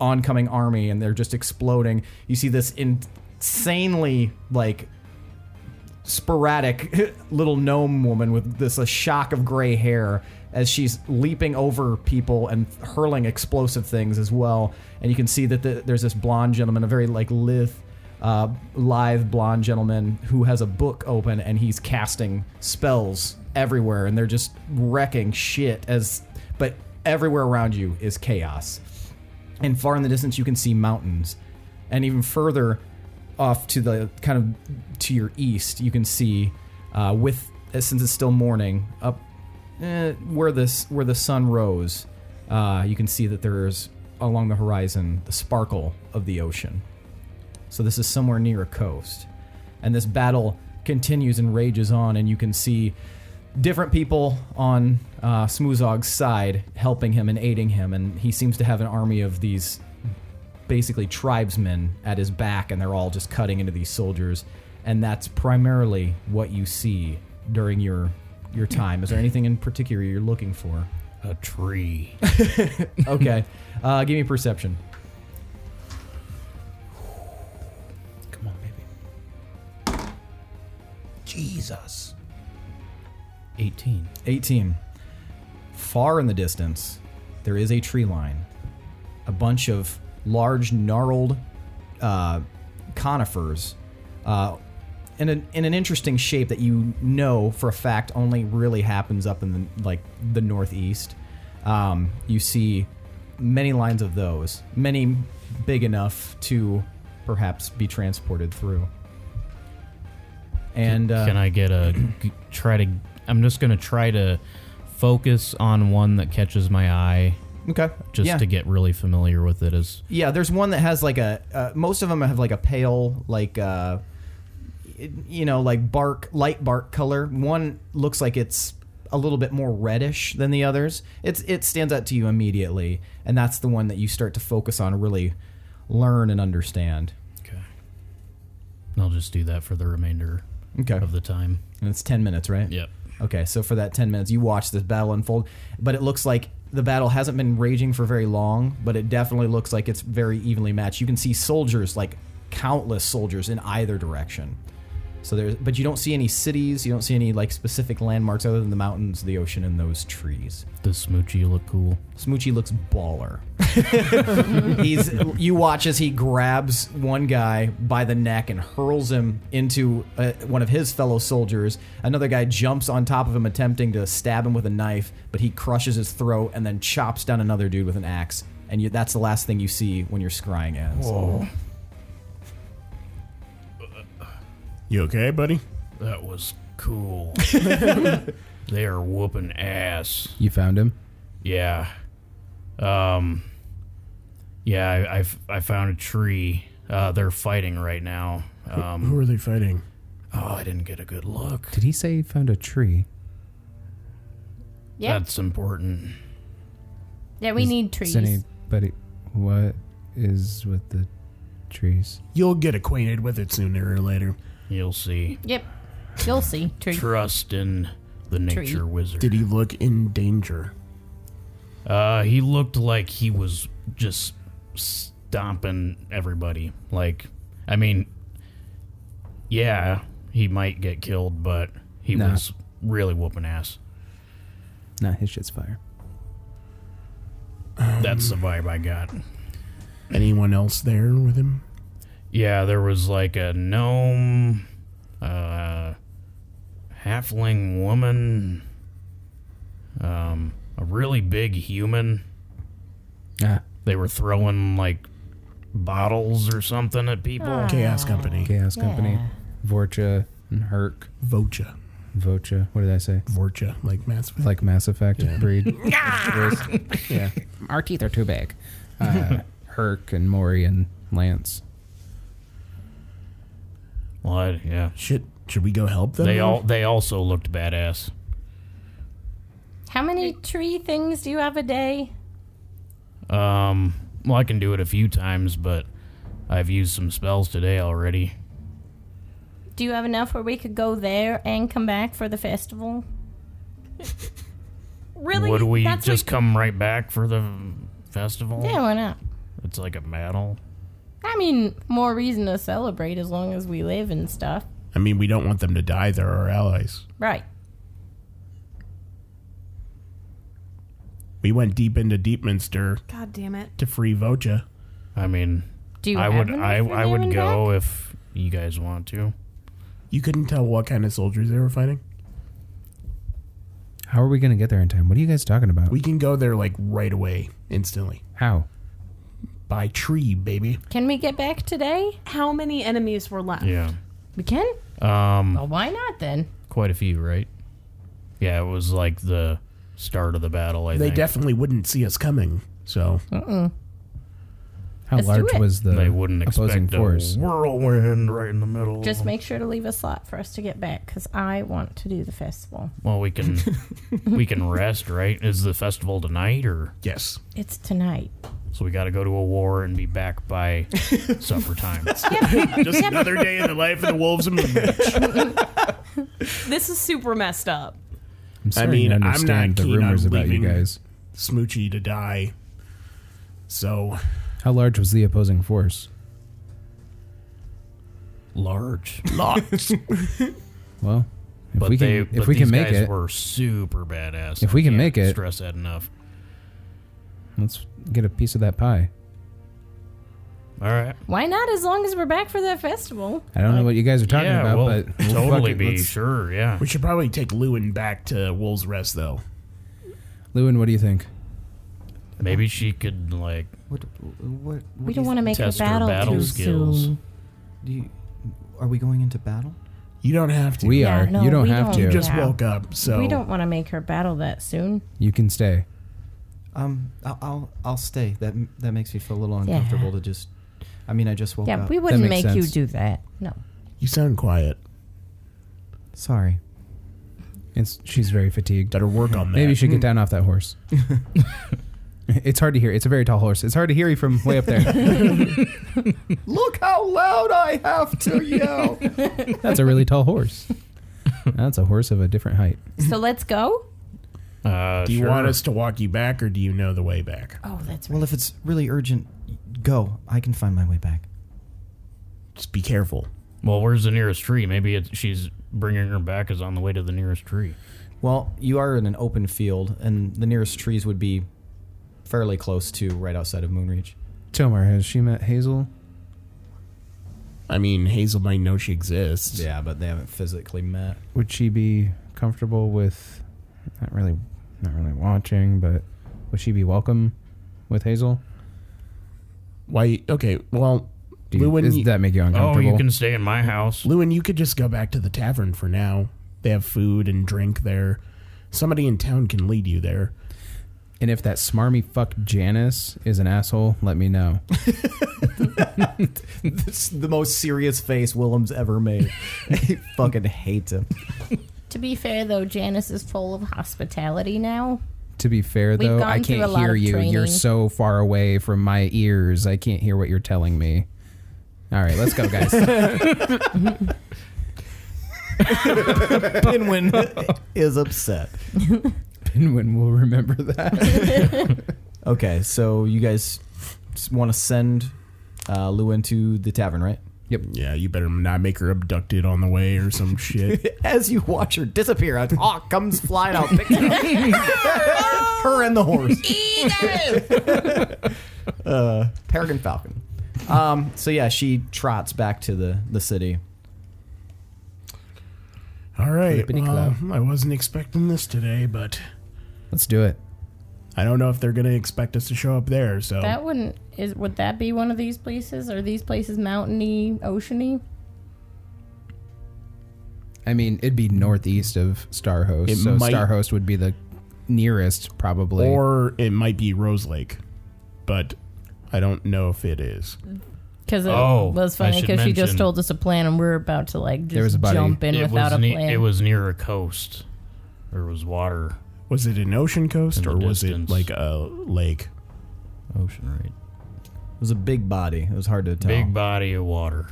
[SPEAKER 3] oncoming army, and they're just exploding. You see this insanely like sporadic [LAUGHS] little gnome woman with this a shock of gray hair as she's leaping over people and hurling explosive things as well. And you can see that the, there's this blonde gentleman, a very like lithe, uh, lithe blonde gentleman who has a book open and he's casting spells everywhere, and they're just wrecking shit as. But everywhere around you is chaos and far in the distance you can see mountains and even further off to the kind of to your east you can see uh, with since it's still morning up eh, where this where the sun rose uh, you can see that there's along the horizon the sparkle of the ocean so this is somewhere near a coast and this battle continues and rages on and you can see different people on uh, Smoozog's side helping him and aiding him, and he seems to have an army of these basically tribesmen at his back, and they're all just cutting into these soldiers, and that's primarily what you see during your your time. Is there anything in particular you're looking for?
[SPEAKER 6] A tree.
[SPEAKER 3] Okay, uh, give me perception.
[SPEAKER 6] Come on, baby. Jesus. 18.
[SPEAKER 3] 18. Far in the distance, there is a tree line. A bunch of large, gnarled uh, conifers uh, in, an, in an interesting shape that you know for a fact only really happens up in the, like the northeast. Um, you see many lines of those, many big enough to perhaps be transported through. And uh,
[SPEAKER 6] Can I get a g- try to? I'm just gonna try to focus on one that catches my eye,
[SPEAKER 3] okay,
[SPEAKER 6] just
[SPEAKER 3] yeah.
[SPEAKER 6] to get really familiar with it. As
[SPEAKER 3] Yeah, there's one that has like a. Uh, most of them have like a pale, like uh, it- you know, like bark, light bark color. One looks like it's a little bit more reddish than the others. It's it stands out to you immediately, and that's the one that you start to focus on, really learn and understand.
[SPEAKER 6] okay, I'll just do that for the remainder
[SPEAKER 3] Okay,
[SPEAKER 6] of the time.
[SPEAKER 3] and it's ten minutes, right?
[SPEAKER 6] Yep.
[SPEAKER 3] Okay, so for that 10 minutes, you watch this battle unfold, but it looks like the battle hasn't been raging for very long, but it definitely looks like it's very evenly matched. You can see soldiers, like countless soldiers in either direction. So there's, but you don't see any cities, you don't see any like specific landmarks other than the mountains, the ocean, and those trees.
[SPEAKER 6] Does Smoochie look cool?
[SPEAKER 3] Smoochie looks baller. [LAUGHS] He's you watch as he grabs one guy by the neck and hurls him into uh, one of his fellow soldiers. Another guy jumps on top of him attempting to stab him with a knife, but he crushes his throat and then chops down another dude with an axe. And you, that's the last thing you see when your scrying ends.
[SPEAKER 8] [LAUGHS] You okay, buddy?
[SPEAKER 6] That was
[SPEAKER 3] [LAUGHS]
[SPEAKER 6] cool. they are whooping ass.
[SPEAKER 1] You found him?
[SPEAKER 6] Yeah. Um. Yeah, I, I f- I found a tree. Uh, they're fighting right now. Um,
[SPEAKER 8] Who are they fighting?
[SPEAKER 6] oh, I didn't get a good look.
[SPEAKER 1] Did he say he found a tree?
[SPEAKER 4] Yeah,
[SPEAKER 6] That's important.
[SPEAKER 4] yeah, we need trees.
[SPEAKER 1] Is anybody. What is with the trees?
[SPEAKER 8] You'll get acquainted with it sooner or later.
[SPEAKER 6] You'll see.
[SPEAKER 4] Yep. You'll see. Tree.
[SPEAKER 6] Trust in the nature
[SPEAKER 4] Tree.
[SPEAKER 6] wizard.
[SPEAKER 8] Did he look in danger?
[SPEAKER 6] Uh, he looked like he was just stomping everybody. Like, I mean, yeah, he might get killed, but he
[SPEAKER 1] Nah.
[SPEAKER 6] was really whooping ass.
[SPEAKER 1] Nah, his shit's fire.
[SPEAKER 6] That's the vibe I got.
[SPEAKER 8] Anyone else there with him?
[SPEAKER 6] Yeah, there was like a gnome, uh, halfling woman, um, a really big human.
[SPEAKER 1] Ah,
[SPEAKER 6] They were throwing like bottles or something at people.
[SPEAKER 4] Ah.
[SPEAKER 8] Chaos Company.
[SPEAKER 1] Chaos Company,
[SPEAKER 4] Yeah.
[SPEAKER 1] Vorcha and Herc,
[SPEAKER 8] Vocha.
[SPEAKER 1] Vocha. What did I say?
[SPEAKER 8] Vorcha, like Mass Effect.
[SPEAKER 1] Like Mass Effect breed. Voice. [LAUGHS] yeah, [LAUGHS] our teeth are too big. Uh, [LAUGHS] Herc and Mori and Lance.
[SPEAKER 6] Well, I- yeah.
[SPEAKER 8] Shit, should we go help them?
[SPEAKER 6] They
[SPEAKER 4] Mm-hmm.
[SPEAKER 8] now?
[SPEAKER 6] all they also looked badass.
[SPEAKER 4] How many tree things do you have a day?
[SPEAKER 6] Um, well, I can do it a few times, but I've used some spells today already.
[SPEAKER 4] Do you have enough where we could go there and come back for the festival?
[SPEAKER 7] Really?
[SPEAKER 6] Would we
[SPEAKER 7] That's
[SPEAKER 6] just
[SPEAKER 7] like-
[SPEAKER 6] come right back for the festival?
[SPEAKER 4] Yeah, why not?
[SPEAKER 6] It's like a battle.
[SPEAKER 4] I mean, more reason to celebrate as long as we live and stuff.
[SPEAKER 8] I mean, we don't want them to die. They're our allies.
[SPEAKER 4] Right.
[SPEAKER 8] We went deep into Deepminster
[SPEAKER 7] God damn it.
[SPEAKER 8] to free Vocha.
[SPEAKER 6] I mean,
[SPEAKER 4] Do you
[SPEAKER 6] I
[SPEAKER 4] have
[SPEAKER 6] would
[SPEAKER 4] enough
[SPEAKER 6] I
[SPEAKER 4] for
[SPEAKER 6] I
[SPEAKER 4] there
[SPEAKER 6] would
[SPEAKER 4] and
[SPEAKER 6] go if you guys want to.
[SPEAKER 8] You couldn't tell what kind of soldiers they were fighting.
[SPEAKER 1] How are we gonna get there in time? What are you guys talking about?
[SPEAKER 8] We can go there like right away, instantly.
[SPEAKER 1] How?
[SPEAKER 8] By tree, baby.
[SPEAKER 4] back? Can we get back today?
[SPEAKER 7] How many enemies were left?
[SPEAKER 6] Yeah.
[SPEAKER 4] We can?
[SPEAKER 6] Um,
[SPEAKER 4] Well, why not then?
[SPEAKER 6] quite a few, right? Yeah, it was like the start of the battle. I
[SPEAKER 8] They
[SPEAKER 6] think
[SPEAKER 8] definitely wouldn't see us coming. So
[SPEAKER 1] How
[SPEAKER 4] Let's do
[SPEAKER 1] large
[SPEAKER 4] it.
[SPEAKER 1] was the
[SPEAKER 6] they wouldn't
[SPEAKER 1] opposing
[SPEAKER 6] expect a
[SPEAKER 1] force?
[SPEAKER 6] whirlwind right in the [LAUGHS] middle.
[SPEAKER 4] Just make sure to leave a slot for us to get back because I want to do the festival.
[SPEAKER 6] well,
[SPEAKER 4] [LAUGHS]
[SPEAKER 6] we can we can rest, right? Is the festival tonight or?
[SPEAKER 8] yes,
[SPEAKER 4] It's tonight.
[SPEAKER 6] So we got to go to a war and be
[SPEAKER 4] [LAUGHS]
[SPEAKER 6] back by supper time.
[SPEAKER 8] just another day in the life of the [LAUGHS] wolves and
[SPEAKER 7] This is super messed up.
[SPEAKER 1] I'm starting
[SPEAKER 8] mean,
[SPEAKER 1] to
[SPEAKER 8] I'm not
[SPEAKER 1] understand the
[SPEAKER 8] keen on
[SPEAKER 1] rumors about you
[SPEAKER 8] leaving.
[SPEAKER 1] guys.
[SPEAKER 8] Smoochie to die. So
[SPEAKER 1] How large was the opposing force?
[SPEAKER 6] Large,
[SPEAKER 8] lots.
[SPEAKER 1] Well, if
[SPEAKER 6] but
[SPEAKER 1] we can,
[SPEAKER 6] they,
[SPEAKER 1] if
[SPEAKER 6] but
[SPEAKER 1] we
[SPEAKER 6] these
[SPEAKER 1] can make
[SPEAKER 6] guys
[SPEAKER 1] it,
[SPEAKER 6] were super badass.
[SPEAKER 1] If we
[SPEAKER 6] I
[SPEAKER 1] can
[SPEAKER 6] can't
[SPEAKER 1] make it-
[SPEAKER 6] stress that enough.
[SPEAKER 1] let's get a piece of that pie.
[SPEAKER 6] All right,
[SPEAKER 4] Why not as long as we're back for that festival?
[SPEAKER 1] I don't know what you guys are talking
[SPEAKER 6] Uh, yeah,
[SPEAKER 1] about,
[SPEAKER 6] we'll
[SPEAKER 1] but we'll fuck
[SPEAKER 6] totally
[SPEAKER 1] it.
[SPEAKER 6] be
[SPEAKER 1] Let's-
[SPEAKER 6] sure. Yeah,
[SPEAKER 8] we should probably take Lewin back to Wolves Rest, though.
[SPEAKER 1] Lewin, what do you think?
[SPEAKER 6] maybe she could like
[SPEAKER 9] What, what, what
[SPEAKER 4] We
[SPEAKER 9] do
[SPEAKER 4] don't
[SPEAKER 9] you
[SPEAKER 4] want to make a
[SPEAKER 6] test her
[SPEAKER 4] battle,
[SPEAKER 6] battle
[SPEAKER 4] too
[SPEAKER 6] skills.
[SPEAKER 4] soon.
[SPEAKER 9] Do you, are we going into battle?
[SPEAKER 8] You don't have to.
[SPEAKER 1] We
[SPEAKER 4] Yeah,
[SPEAKER 1] are.
[SPEAKER 4] no,
[SPEAKER 1] you don't
[SPEAKER 4] we
[SPEAKER 1] have
[SPEAKER 4] don't.
[SPEAKER 1] to.
[SPEAKER 8] you just
[SPEAKER 4] Yeah.
[SPEAKER 8] woke up, so
[SPEAKER 4] We don't want to make her battle that soon.
[SPEAKER 1] You can stay.
[SPEAKER 9] Um, I'll I'll, I'll stay. That that makes me feel a little uncomfortable to just. I mean, I just woke
[SPEAKER 4] Yeah,
[SPEAKER 9] up.
[SPEAKER 4] we wouldn't
[SPEAKER 1] makes
[SPEAKER 4] make you
[SPEAKER 1] sense.
[SPEAKER 4] do that. No.
[SPEAKER 8] You sound quiet.
[SPEAKER 9] Sorry.
[SPEAKER 1] It's, she's very fatigued.
[SPEAKER 8] Better work on that.
[SPEAKER 1] Maybe you
[SPEAKER 6] Hmm.
[SPEAKER 1] should get down off that
[SPEAKER 6] [LAUGHS]
[SPEAKER 1] horse. it's hard to hear. It's a very tall horse. It's hard to hear you from way up
[SPEAKER 6] [LAUGHS]
[SPEAKER 1] there.
[SPEAKER 9] Look how loud I have to
[SPEAKER 3] [LAUGHS]
[SPEAKER 9] yell.
[SPEAKER 1] That's a really tall horse. That's a horse of a different height. [LAUGHS]
[SPEAKER 4] So let's go?
[SPEAKER 6] Uh,
[SPEAKER 8] Do you
[SPEAKER 6] sure.
[SPEAKER 8] want us to walk you back, or do you know the way back?
[SPEAKER 4] Oh, that's right.
[SPEAKER 9] well, if it's really urgent, go. I can find my way back.
[SPEAKER 8] Just be careful.
[SPEAKER 6] Well, where's the nearest tree? Maybe it, she's bringing her back is on the way to the nearest tree.
[SPEAKER 9] Well,
[SPEAKER 3] You are in an open field, and the nearest trees would be fairly close to right outside of Moonreach.
[SPEAKER 1] Tomar, has she met Hazel?
[SPEAKER 8] I mean, Hazel might know she exists.
[SPEAKER 3] Yeah, but they haven't physically met.
[SPEAKER 1] Would she be comfortable with not really not really watching, but would she be welcome with Hazel?
[SPEAKER 8] Why? Okay. Well,
[SPEAKER 1] Do you,
[SPEAKER 8] Lewin,
[SPEAKER 1] does
[SPEAKER 8] you,
[SPEAKER 1] that make you
[SPEAKER 6] Oh,
[SPEAKER 1] uncomfortable?
[SPEAKER 6] you can stay in my house.
[SPEAKER 8] Lewin, you could just go back to the tavern for now. They have food and drink there. Somebody in town can lead you there.
[SPEAKER 1] and if that smarmy fuck Janice is an asshole, let me know.
[SPEAKER 3] It's the most serious face Willem's ever made.
[SPEAKER 9] [LAUGHS]
[SPEAKER 3] I fucking hates him.
[SPEAKER 4] To be fair, though, Janice is full of hospitality now.
[SPEAKER 1] To be fair,
[SPEAKER 4] We've
[SPEAKER 1] though,
[SPEAKER 4] gone
[SPEAKER 1] I
[SPEAKER 4] through a
[SPEAKER 1] can't
[SPEAKER 4] lot
[SPEAKER 1] hear
[SPEAKER 4] of
[SPEAKER 1] you. You're
[SPEAKER 4] training.
[SPEAKER 1] so far away from my ears. I can't hear what you're telling me. All right, let's
[SPEAKER 4] [LAUGHS]
[SPEAKER 1] go, guys.
[SPEAKER 3] Pinwin is upset.
[SPEAKER 1] Pinwin will remember that.
[SPEAKER 3] Okay, so you guys want to send uh, Lewin to the tavern, right?
[SPEAKER 8] Yeah, you better not make her abducted on the way or some shit.
[SPEAKER 3] As you watch her disappear, a hawk comes flying out, picks her up. [LAUGHS] her and the horse. uh, Peregrine Falcon. Um, so yeah, she trots back to the, the city.
[SPEAKER 8] [LAUGHS] All right.
[SPEAKER 1] Flippity
[SPEAKER 8] well,
[SPEAKER 1] clap.
[SPEAKER 8] I wasn't expecting this today, but
[SPEAKER 1] Let's do it.
[SPEAKER 8] I don't know if they're going to expect us to show up there. So
[SPEAKER 4] [LAUGHS] That wouldn't is would that be one of these places? Are these places mountainy, oceany?
[SPEAKER 1] I mean, it'd be northeast of Starhost,
[SPEAKER 8] It
[SPEAKER 1] so
[SPEAKER 8] might-
[SPEAKER 1] Starhost would be the nearest, probably.
[SPEAKER 8] or it might be Rose Lake, but I don't know if it is.
[SPEAKER 4] Because it
[SPEAKER 6] Oh,
[SPEAKER 4] was
[SPEAKER 6] I
[SPEAKER 4] funny
[SPEAKER 6] should
[SPEAKER 4] because she just
[SPEAKER 6] mention-
[SPEAKER 4] told us a plan and we're about to like just
[SPEAKER 1] was a buddy.
[SPEAKER 4] jump in
[SPEAKER 6] it
[SPEAKER 4] without
[SPEAKER 6] was
[SPEAKER 4] a
[SPEAKER 6] ne-
[SPEAKER 4] plan.
[SPEAKER 6] it was near a coast. There was water,
[SPEAKER 8] Was it an ocean coast
[SPEAKER 6] In
[SPEAKER 8] or
[SPEAKER 6] the
[SPEAKER 8] was it
[SPEAKER 6] distance.
[SPEAKER 8] like a lake?
[SPEAKER 6] ocean, right?
[SPEAKER 3] It was a big body. It was hard to tell.
[SPEAKER 6] Big body of water.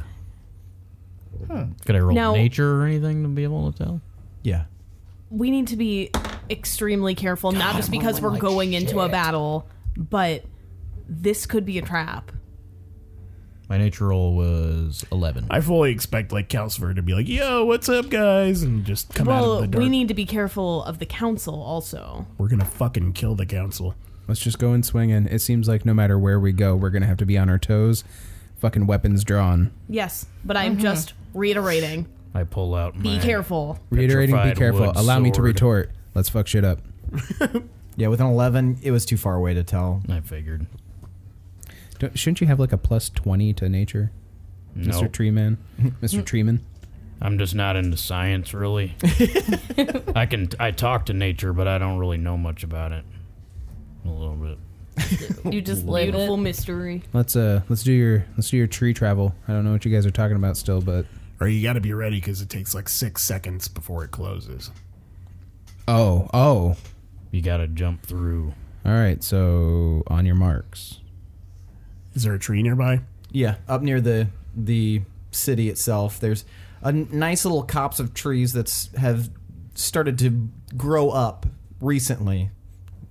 [SPEAKER 6] Could I roll
[SPEAKER 7] Now-
[SPEAKER 6] nature or anything to be able to tell?
[SPEAKER 3] yeah.
[SPEAKER 7] we need to be extremely careful, not just because we're going into a battle, but this could be a trap.
[SPEAKER 10] My nature roll was 11.
[SPEAKER 8] I fully expect like Calcifer to be like, "Yo, what's up, guys?" and just come out of
[SPEAKER 7] Well,
[SPEAKER 8] the dark.
[SPEAKER 7] we need to be careful of the council also.
[SPEAKER 8] We're gonna fucking kill the council.
[SPEAKER 1] Let's just go and swing in. It seems like no matter where we go, we're going to have to be on our toes. Fucking weapons drawn.
[SPEAKER 7] Yes, but I'm just reiterating
[SPEAKER 6] I pull out my
[SPEAKER 7] be careful.
[SPEAKER 1] Reiterating, be
[SPEAKER 6] Petrified
[SPEAKER 1] careful.
[SPEAKER 6] wood
[SPEAKER 1] Allow me to
[SPEAKER 6] sword.
[SPEAKER 1] retort. Let's fuck shit up.
[SPEAKER 3] Yeah, with an 11, it was too far away to tell.
[SPEAKER 6] I figured.
[SPEAKER 1] Don't, shouldn't you have like a plus 20 to nature,
[SPEAKER 6] No,
[SPEAKER 1] Mr.
[SPEAKER 6] [LAUGHS]
[SPEAKER 1] Treeman? Mr. Treeman?
[SPEAKER 6] I'm just not into science
[SPEAKER 7] [LAUGHS]
[SPEAKER 6] really. I can I talk to nature, but I don't really know much about it. A little bit.
[SPEAKER 4] you just live
[SPEAKER 7] Beautiful
[SPEAKER 4] it.
[SPEAKER 7] mystery.
[SPEAKER 1] Let's uh let's do your let's do your tree travel. I don't know what you guys are talking about still, but
[SPEAKER 8] Or you got to be ready because it takes like six seconds before it closes.
[SPEAKER 1] oh oh
[SPEAKER 6] You got to jump through.
[SPEAKER 1] all right. So on your marks,
[SPEAKER 8] Is there a tree nearby?
[SPEAKER 3] Yeah, up near the the city itself, there's a n- nice little copse of trees that's have started to grow up recently.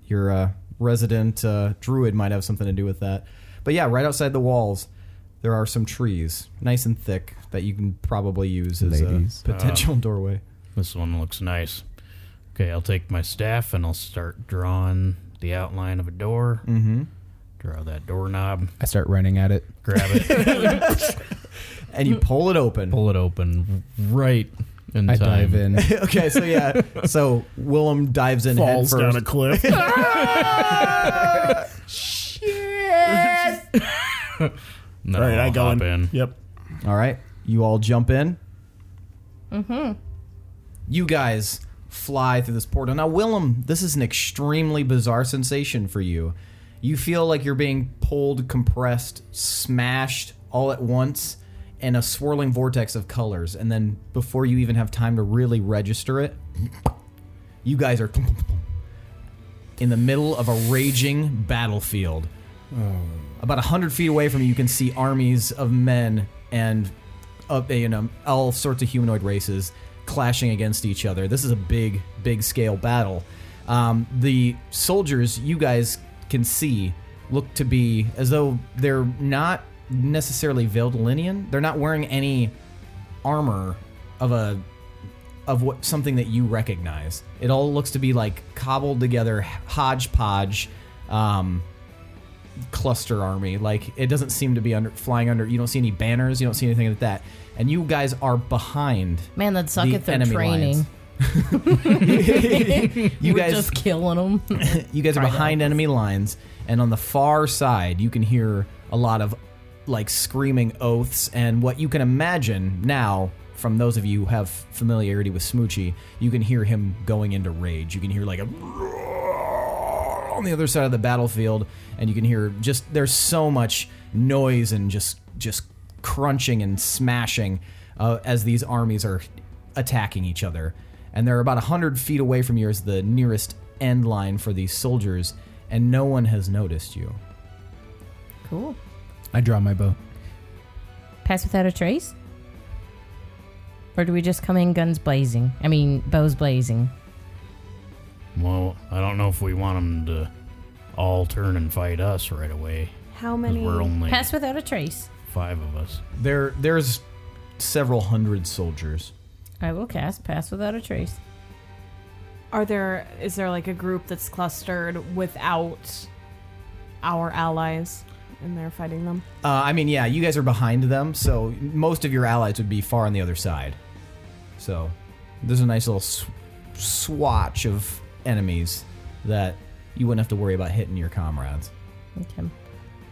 [SPEAKER 3] Your uh, resident uh, druid might have something to do with that. But yeah, right outside the walls, there are some trees, nice and thick, that you can probably use as
[SPEAKER 1] Ladies.
[SPEAKER 3] a [LAUGHS] Uh-huh. potential doorway.
[SPEAKER 6] This one looks nice. Okay, I'll take my staff and I'll start drawing the outline of a door. Mm-hmm. Draw that doorknob.
[SPEAKER 1] I start running at it.
[SPEAKER 6] Grab it.
[SPEAKER 3] And you pull it open.
[SPEAKER 10] Pull it open right in
[SPEAKER 1] I
[SPEAKER 10] time.
[SPEAKER 1] dive in. [LAUGHS]
[SPEAKER 3] [LAUGHS] okay, so [LAUGHS] yeah, so Willem dives in head
[SPEAKER 8] Falls
[SPEAKER 3] first.
[SPEAKER 8] down a cliff.
[SPEAKER 6] No,
[SPEAKER 8] All right, I go
[SPEAKER 6] hop
[SPEAKER 8] in.
[SPEAKER 6] in.
[SPEAKER 8] Yep.
[SPEAKER 3] All right, you all jump in. Mm-hmm. You guys fly through this portal. Now, Willem, this is an extremely bizarre sensation for you. You feel like you're being pulled, compressed, smashed all at once in a swirling vortex of colors. And then, before you even have time to really register it, you guys are in the middle of a raging battlefield. About a hundred feet away from you, you can see armies of men and of you know all sorts of humanoid races clashing against each other. This is a big, big scale battle. Um, the soldiers you guys can see look to be as though they're not necessarily veiled Linian. They're not wearing any armor of a of what something that you recognize. It all looks to be like cobbled together hodgepodge um, cluster army. Like it doesn't seem to be under flying under. You don't see any banners. You don't see anything like that. And you guys are behind.
[SPEAKER 4] Man, that'd suck
[SPEAKER 3] The
[SPEAKER 4] if they're
[SPEAKER 3] enemy
[SPEAKER 4] training. [LAUGHS]
[SPEAKER 3] lines. You
[SPEAKER 4] We're
[SPEAKER 3] guys,
[SPEAKER 4] just killing them.
[SPEAKER 3] you guys are behind enemy lines, and on the far side, you can hear a lot of like screaming oaths and what you can imagine now. From those of you who have familiarity with Smoochie, you can hear him going into rage. You can hear like a on the other side of the battlefield, and you can hear just there's so much noise and just just crunching and smashing uh, as these armies are attacking each other. and they're about 100 feet away from you is the nearest end line for these soldiers, and no one has noticed you.
[SPEAKER 4] Cool.
[SPEAKER 1] I draw my bow.
[SPEAKER 4] Pass without a trace? Or do we just come in guns blazing? I mean, bows blazing.
[SPEAKER 6] Well, I don't know if we want them to all turn and fight us right away. 'cause We're only
[SPEAKER 4] Pass without a trace.
[SPEAKER 6] five of us.
[SPEAKER 3] There, there's several hundred soldiers.
[SPEAKER 4] I will cast Pass Without a Trace.
[SPEAKER 7] Are there is there like a group that's clustered without our allies and they're fighting them?
[SPEAKER 3] Uh, I mean, yeah, you guys are behind them, so most of your allies would be far on the other side. So there's a nice little sw- swatch of enemies that you wouldn't have to worry about hitting your comrades.
[SPEAKER 4] Okay.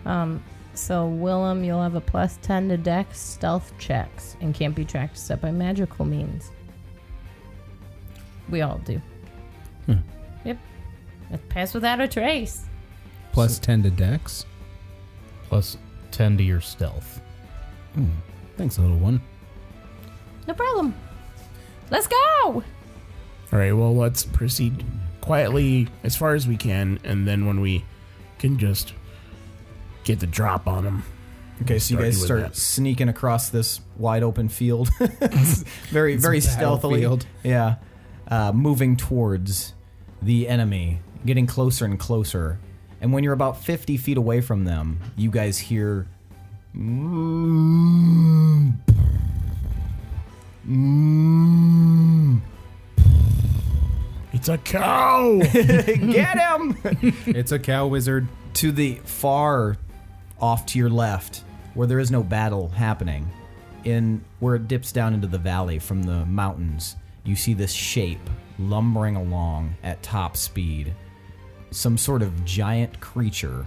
[SPEAKER 4] Um, so, Willem, you'll have a plus 10 to dex stealth checks and can't be tracked except by magical means. We all do.
[SPEAKER 1] Hmm.
[SPEAKER 4] Yep. Let's pass without a trace.
[SPEAKER 1] Plus 10 to dex.
[SPEAKER 10] Plus 10 to your stealth.
[SPEAKER 1] Hmm. Thanks, little one.
[SPEAKER 4] No problem. Let's go!
[SPEAKER 8] All right, well, let's proceed quietly as far as we can, and then when we can just get the drop on them.
[SPEAKER 3] Okay, so you guys start sneaking across this wide open field, [LAUGHS] very
[SPEAKER 1] It's a
[SPEAKER 3] very stealthily.
[SPEAKER 1] battlefield.
[SPEAKER 3] Yeah, uh, moving towards the enemy, getting closer and closer. And when you're about 50 feet away from them, you guys hear [LAUGHS]
[SPEAKER 8] It's a cow!
[SPEAKER 3] Get him!
[SPEAKER 1] [LAUGHS] it's a cow wizard.
[SPEAKER 3] To the far off to your left, where there is no battle happening, in where it dips down into the valley from the mountains, you see this shape lumbering along at top speed. Some sort of giant creature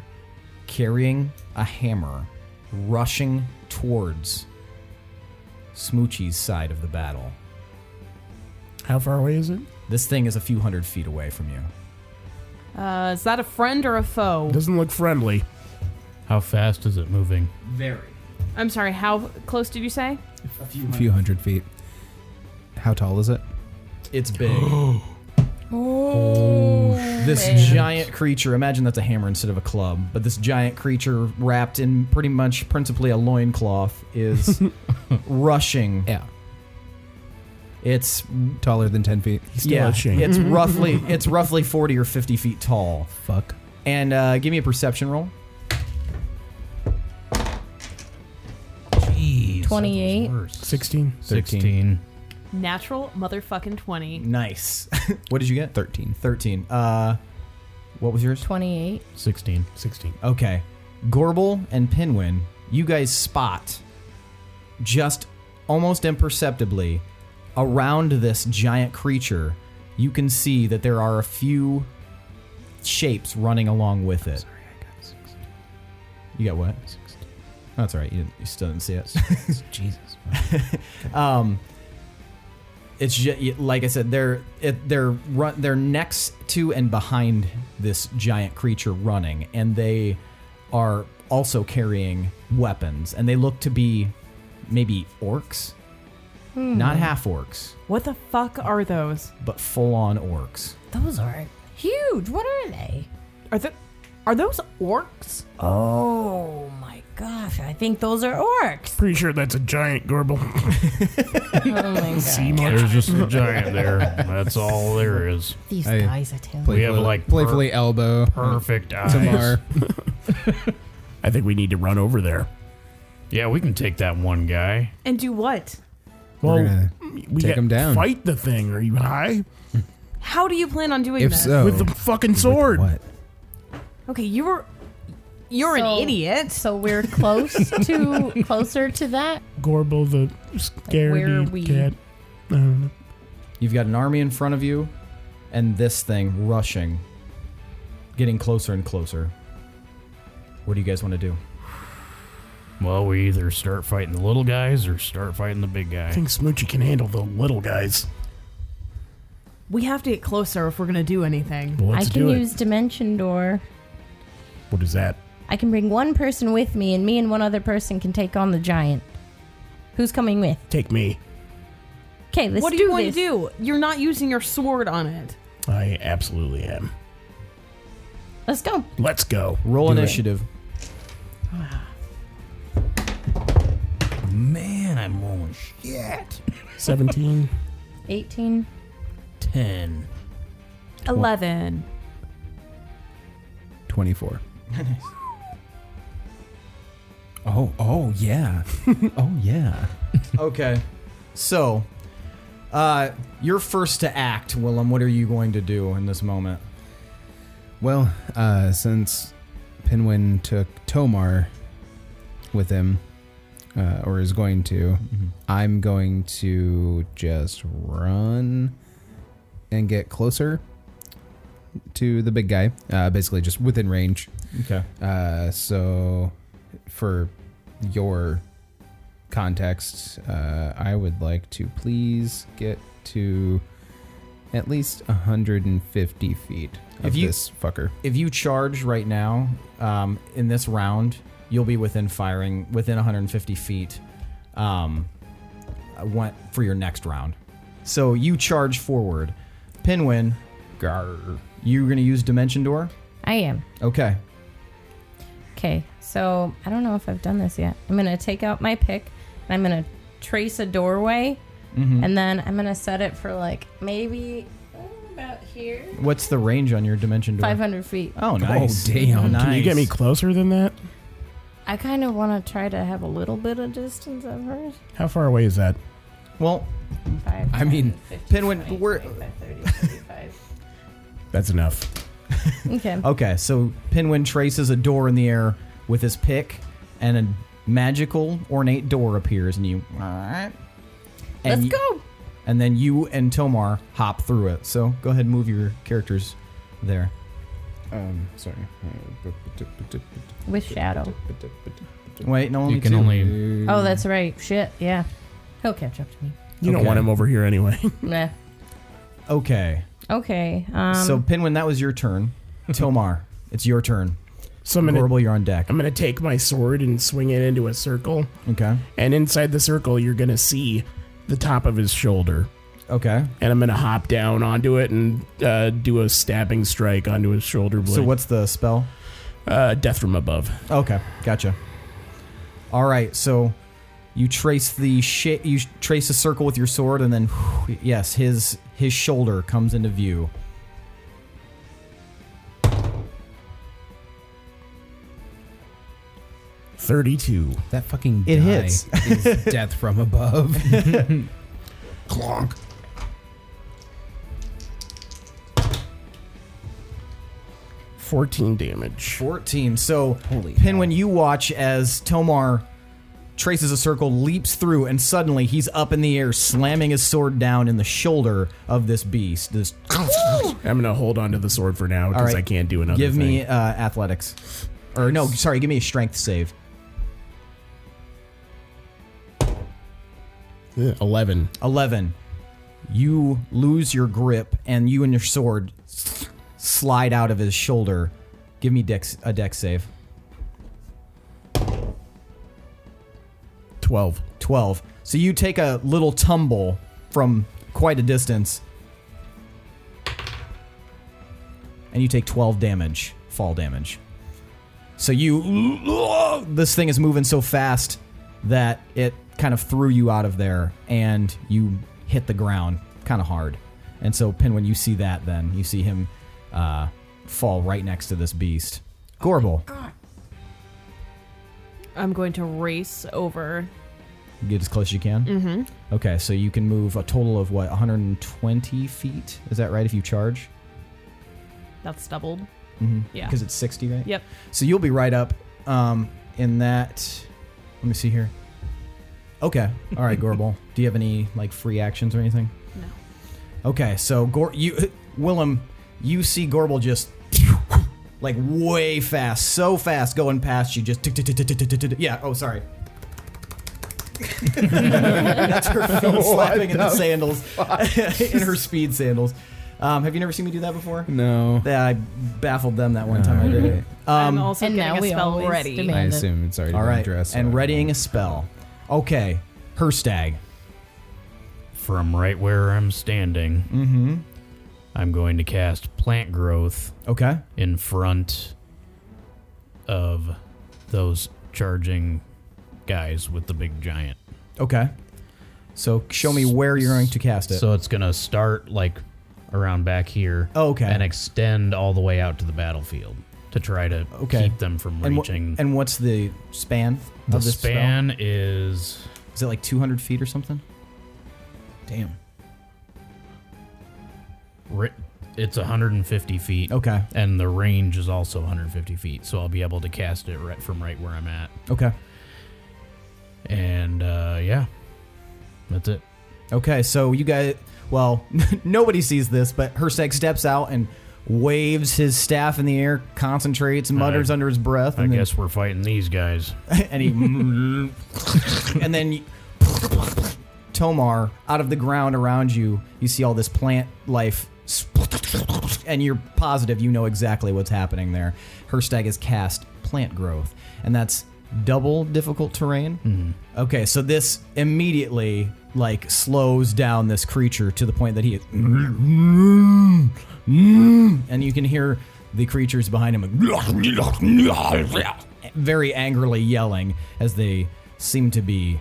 [SPEAKER 3] carrying a hammer rushing towards Smoochie's side of the battle.
[SPEAKER 8] How far away is it?
[SPEAKER 3] This thing is a few hundred feet away from you.
[SPEAKER 7] Uh, is that a friend or a foe?
[SPEAKER 8] Doesn't look friendly.
[SPEAKER 6] How fast is it moving?
[SPEAKER 3] Very.
[SPEAKER 7] I'm sorry, how close did you say?
[SPEAKER 3] A
[SPEAKER 1] A few hundred feet. How tall is it? [GASPS]
[SPEAKER 3] It's [GASPS] big.
[SPEAKER 4] Oh,
[SPEAKER 3] this giant creature imagine that's a hammer instead of a club but this giant creature wrapped in pretty much principally a loincloth is rushing
[SPEAKER 1] Yeah.
[SPEAKER 3] it's
[SPEAKER 1] Taller than 10 feet.
[SPEAKER 3] yeah
[SPEAKER 8] rushing.
[SPEAKER 3] it's roughly it's roughly 40 or 50 feet tall
[SPEAKER 1] Fuck.
[SPEAKER 3] and uh, give me a perception roll
[SPEAKER 4] 28.
[SPEAKER 8] 16.
[SPEAKER 6] 16.
[SPEAKER 7] Natural motherfucking 20.
[SPEAKER 3] nice [LAUGHS] what did you get
[SPEAKER 1] 13.
[SPEAKER 3] 13 uh what was yours
[SPEAKER 4] 28.
[SPEAKER 10] 16.
[SPEAKER 8] 16.
[SPEAKER 3] Okay. Gorbel and Pinwin, you guys spot just almost imperceptibly around this giant creature. You can see that there are a few shapes running along with it. You got what? That's all right. You, didn't, you still didn't see it.
[SPEAKER 1] Jesus.
[SPEAKER 3] Um, it's just, like I said, they're it, they're run, they're next to and behind this giant creature running, and they are also carrying weapons, and they look to be maybe orcs,
[SPEAKER 8] Hmm.
[SPEAKER 3] not half orcs,
[SPEAKER 7] What the fuck are those?
[SPEAKER 3] but full on orcs.
[SPEAKER 4] Those are huge. What are they?
[SPEAKER 7] Are the are those orcs?
[SPEAKER 4] Oh my gosh. I think those are orcs.
[SPEAKER 8] Pretty sure that's a
[SPEAKER 4] [LAUGHS]
[SPEAKER 8] giant [LAUGHS] gorble.
[SPEAKER 4] Oh my god.
[SPEAKER 6] There's
[SPEAKER 1] [LAUGHS]
[SPEAKER 6] just a giant there. That's all there is.
[SPEAKER 4] These
[SPEAKER 1] I-
[SPEAKER 4] guys are terrible.
[SPEAKER 6] We have, like,
[SPEAKER 1] playfully elbow
[SPEAKER 6] Perfect eyes.
[SPEAKER 1] Tamar.
[SPEAKER 8] I think we need to run over there.
[SPEAKER 6] Yeah, we can take that one guy.
[SPEAKER 7] And do what?
[SPEAKER 1] We're
[SPEAKER 8] Well,
[SPEAKER 1] gonna
[SPEAKER 8] we
[SPEAKER 1] take
[SPEAKER 8] got-
[SPEAKER 1] 'em down.
[SPEAKER 8] Fight the thing. Are you high?
[SPEAKER 7] How do you plan
[SPEAKER 10] [LAUGHS]
[SPEAKER 7] on doing
[SPEAKER 1] if
[SPEAKER 7] this?
[SPEAKER 1] so,
[SPEAKER 8] With the fucking sword.
[SPEAKER 1] Oh. what?
[SPEAKER 7] Okay, you were you're
[SPEAKER 4] So-
[SPEAKER 7] an idiot.
[SPEAKER 4] So we're
[SPEAKER 8] [LAUGHS]
[SPEAKER 4] close to closer to that.
[SPEAKER 8] Gorble the
[SPEAKER 4] where are
[SPEAKER 8] scaredy
[SPEAKER 4] we?
[SPEAKER 8] cat. I don't know.
[SPEAKER 3] You've got an army in front of you, and this thing rushing, getting closer and closer. What do you guys want to do?
[SPEAKER 6] Well, we either start fighting the little guys or start fighting the big
[SPEAKER 8] I
[SPEAKER 6] guy.
[SPEAKER 8] think Smoochie can handle the little guys.
[SPEAKER 7] [LAUGHS] We have to get closer if we're gonna do anything.
[SPEAKER 8] Well, let's
[SPEAKER 4] I can
[SPEAKER 8] do
[SPEAKER 4] use Dimension Door.
[SPEAKER 8] it. What is that?
[SPEAKER 4] I can bring one person with me, and me and one other person can take on the giant. Who's coming with?
[SPEAKER 8] Take me.
[SPEAKER 4] Okay, let's
[SPEAKER 7] what do,
[SPEAKER 4] do
[SPEAKER 7] you want
[SPEAKER 4] this.
[SPEAKER 7] to do? You're not using your sword on it.
[SPEAKER 8] I absolutely am.
[SPEAKER 4] Let's go. [LAUGHS]
[SPEAKER 8] Let's go.
[SPEAKER 3] Roll
[SPEAKER 8] Do it.
[SPEAKER 3] initiative.
[SPEAKER 6] Man, I'm rolling shit.
[SPEAKER 8] 17.
[SPEAKER 4] 18.
[SPEAKER 6] 10.
[SPEAKER 7] 11.
[SPEAKER 1] 24. Oh, oh yeah. oh yeah.
[SPEAKER 3] okay. So, uh, you're first to act, Willem. What are you going to do in this moment?
[SPEAKER 1] Well, uh, since Pinwin took Tomar with him, uh, or is going to,
[SPEAKER 3] Mm-hmm.
[SPEAKER 1] I'm going to just run and get closer to the big guy, uh, basically just within range.
[SPEAKER 3] Okay.
[SPEAKER 1] Uh, so, for your context, uh, I would like to please get to at least 150 feet of
[SPEAKER 3] If you-
[SPEAKER 1] this fucker.
[SPEAKER 3] If you charge right now, um, in this round, you'll be within firing within 150 feet. Um, I want for your next round. So you charge forward, Pinwin. Gar. You're gonna use Dimension Door.
[SPEAKER 4] I am.
[SPEAKER 3] Okay.
[SPEAKER 4] Okay, so I don't know if I've done this yet. I'm going to take out my pick and I'm going to trace a doorway
[SPEAKER 3] Mhm.
[SPEAKER 4] and then I'm going to set it for like maybe uh, about here.
[SPEAKER 3] What's the range on your Dimension Door?
[SPEAKER 4] 500 feet.
[SPEAKER 3] Oh, nice.
[SPEAKER 1] damn.
[SPEAKER 3] Nice.
[SPEAKER 8] Can you get me closer than that?
[SPEAKER 4] I kind of want to try to have a little bit of distance at first.
[SPEAKER 8] How far away is that?
[SPEAKER 3] Well,
[SPEAKER 4] Five,
[SPEAKER 1] I mean,
[SPEAKER 4] 50,
[SPEAKER 3] Pinwin,
[SPEAKER 4] 20,
[SPEAKER 3] we're-
[SPEAKER 4] 25, 30,
[SPEAKER 3] [LAUGHS]
[SPEAKER 4] 35.
[SPEAKER 8] That's enough.
[SPEAKER 4] okay.
[SPEAKER 3] Okay, so Pinwin traces a door in the air with his pick, and a magical, ornate door appears, and you. And
[SPEAKER 4] Let's
[SPEAKER 3] you-
[SPEAKER 4] go.
[SPEAKER 3] And then you and Tomar hop through it. So go ahead and move your characters there.
[SPEAKER 1] Um, sorry.
[SPEAKER 4] With Shadow.
[SPEAKER 3] Wait, no, only
[SPEAKER 6] You can
[SPEAKER 3] two.
[SPEAKER 6] only.
[SPEAKER 4] Oh, that's right. Shit, yeah. He'll catch up to me.
[SPEAKER 8] You don't
[SPEAKER 3] Okay.
[SPEAKER 8] want him over here anyway. [LAUGHS]
[SPEAKER 4] Nah.
[SPEAKER 3] Okay,
[SPEAKER 4] Okay. Um,
[SPEAKER 3] so Pinwin, that was your
[SPEAKER 6] [LAUGHS]
[SPEAKER 3] turn. Tomar, it's your turn.
[SPEAKER 8] So I'm gonna,
[SPEAKER 3] Horrible, you're on deck.
[SPEAKER 8] I'm gonna take my sword and swing it into a circle,
[SPEAKER 3] Okay,
[SPEAKER 8] and inside the circle you're gonna see the top of his shoulder,
[SPEAKER 3] okay.
[SPEAKER 8] and I'm gonna hop down onto it and uh, do a stabbing strike onto his shoulder blade.
[SPEAKER 3] So what's the spell?
[SPEAKER 8] Uh, death from above.
[SPEAKER 3] Okay, gotcha. All right, so you trace the shit. You trace a circle with your sword, and then whew, yes, his his shoulder comes into view.
[SPEAKER 8] Thirty-two.
[SPEAKER 1] That fucking
[SPEAKER 3] It
[SPEAKER 1] die
[SPEAKER 3] hits.
[SPEAKER 1] is death from above.
[SPEAKER 8] Clonk. Fourteen damage.
[SPEAKER 3] Fourteen. So
[SPEAKER 1] Holy
[SPEAKER 3] Pinwin, you watch as Tomar traces a circle, leaps through, and suddenly he's up in the air, slamming his sword down in the shoulder of this beast. This.
[SPEAKER 8] I'm gonna hold on to the sword for now
[SPEAKER 3] All
[SPEAKER 8] because
[SPEAKER 3] right.
[SPEAKER 8] I can't do another.
[SPEAKER 3] Give
[SPEAKER 8] thing.
[SPEAKER 3] me uh, athletics, or no, sorry, give me a strength save.
[SPEAKER 8] Ugh, eleven.
[SPEAKER 3] 11 you lose your grip and you and your sword slide out of his shoulder give me dex a dex save
[SPEAKER 8] 12.
[SPEAKER 3] 12 so you take a little tumble from quite a distance and you take 12 damage fall damage so you this thing is moving so fast that it kind of threw you out of there and you hit the ground kind of hard and so Pinwin, you see that then you see him uh, fall right next to this beast Gorbel
[SPEAKER 7] I'm going to race over.
[SPEAKER 3] get as close as you can
[SPEAKER 7] Mm-hmm.
[SPEAKER 3] Okay, so you can move a total of what 120 feet? Is that right? If you charge,
[SPEAKER 7] That's doubled.
[SPEAKER 3] mm-hmm.
[SPEAKER 7] Yeah.
[SPEAKER 3] because it's 60, right?
[SPEAKER 7] Yep.
[SPEAKER 3] So you'll be right up um, in that. Let me see here. Okay, all right,
[SPEAKER 7] [LAUGHS]
[SPEAKER 3] Gorbel. Do you have any like free actions or anything?
[SPEAKER 7] No.
[SPEAKER 3] Okay, so Gor- you, [LAUGHS] Willem, you see Gorbel just [LAUGHS] like way fast, so fast going past you, just [LAUGHS] tick, tick, tick, tick, tick, tick, tick, tick. yeah. Oh, sorry. [LAUGHS] That's her feet slapping in the sandals, [LAUGHS] in her speed sandals. Um, have you never seen me do that before?
[SPEAKER 1] [LAUGHS] no.
[SPEAKER 3] Yeah, I baffled them that one time I did [LAUGHS] it.
[SPEAKER 7] I'm
[SPEAKER 3] Um,
[SPEAKER 7] also
[SPEAKER 4] and now
[SPEAKER 7] getting a
[SPEAKER 4] we
[SPEAKER 7] spell
[SPEAKER 4] always
[SPEAKER 7] ready.
[SPEAKER 4] demand-
[SPEAKER 1] I assume it's already
[SPEAKER 3] all
[SPEAKER 1] been
[SPEAKER 3] right,
[SPEAKER 1] addressed.
[SPEAKER 3] and readying a spell. Okay, her stag.
[SPEAKER 6] From right where I'm standing,
[SPEAKER 3] Mm-hmm.
[SPEAKER 6] I'm going to cast plant growth
[SPEAKER 3] Okay.
[SPEAKER 6] in front of those charging guys with the big giant.
[SPEAKER 3] Okay. So show me where you're going to cast it.
[SPEAKER 6] So it's gonna start like around back here.
[SPEAKER 3] Oh, okay.
[SPEAKER 6] And extend all the way out to the battlefield to try to
[SPEAKER 3] okay.
[SPEAKER 6] keep them from
[SPEAKER 3] And wha-
[SPEAKER 6] reaching.
[SPEAKER 3] and what's the span?
[SPEAKER 6] the
[SPEAKER 3] of this spell?
[SPEAKER 6] span is
[SPEAKER 3] Is it like 200 feet or something? Damn.
[SPEAKER 6] ri- it's 150 feet.
[SPEAKER 3] Okay.
[SPEAKER 6] And the range is also 150 feet, so I'll be able to cast it right from right where I'm at.
[SPEAKER 3] Okay.
[SPEAKER 6] And uh, yeah, that's it.
[SPEAKER 3] Okay, so you guys, well, [LAUGHS] nobody sees this, but Herseg steps out and waves his staff in the air, concentrates, mutters
[SPEAKER 6] I-
[SPEAKER 3] under his breath,
[SPEAKER 6] I
[SPEAKER 3] and
[SPEAKER 6] guess we're fighting these guys.
[SPEAKER 3] then, [LAUGHS] and he, and then Tomar out of the ground around you, you see all this plant life, [LAUGHS] and you're positive you know exactly what's happening there. Herstag has cast plant growth, and that's double difficult terrain. Okay, so this immediately like slows down this creature to the point that [LAUGHS] he, and you can hear the creatures behind [LAUGHS] him very angrily yelling as they seem to be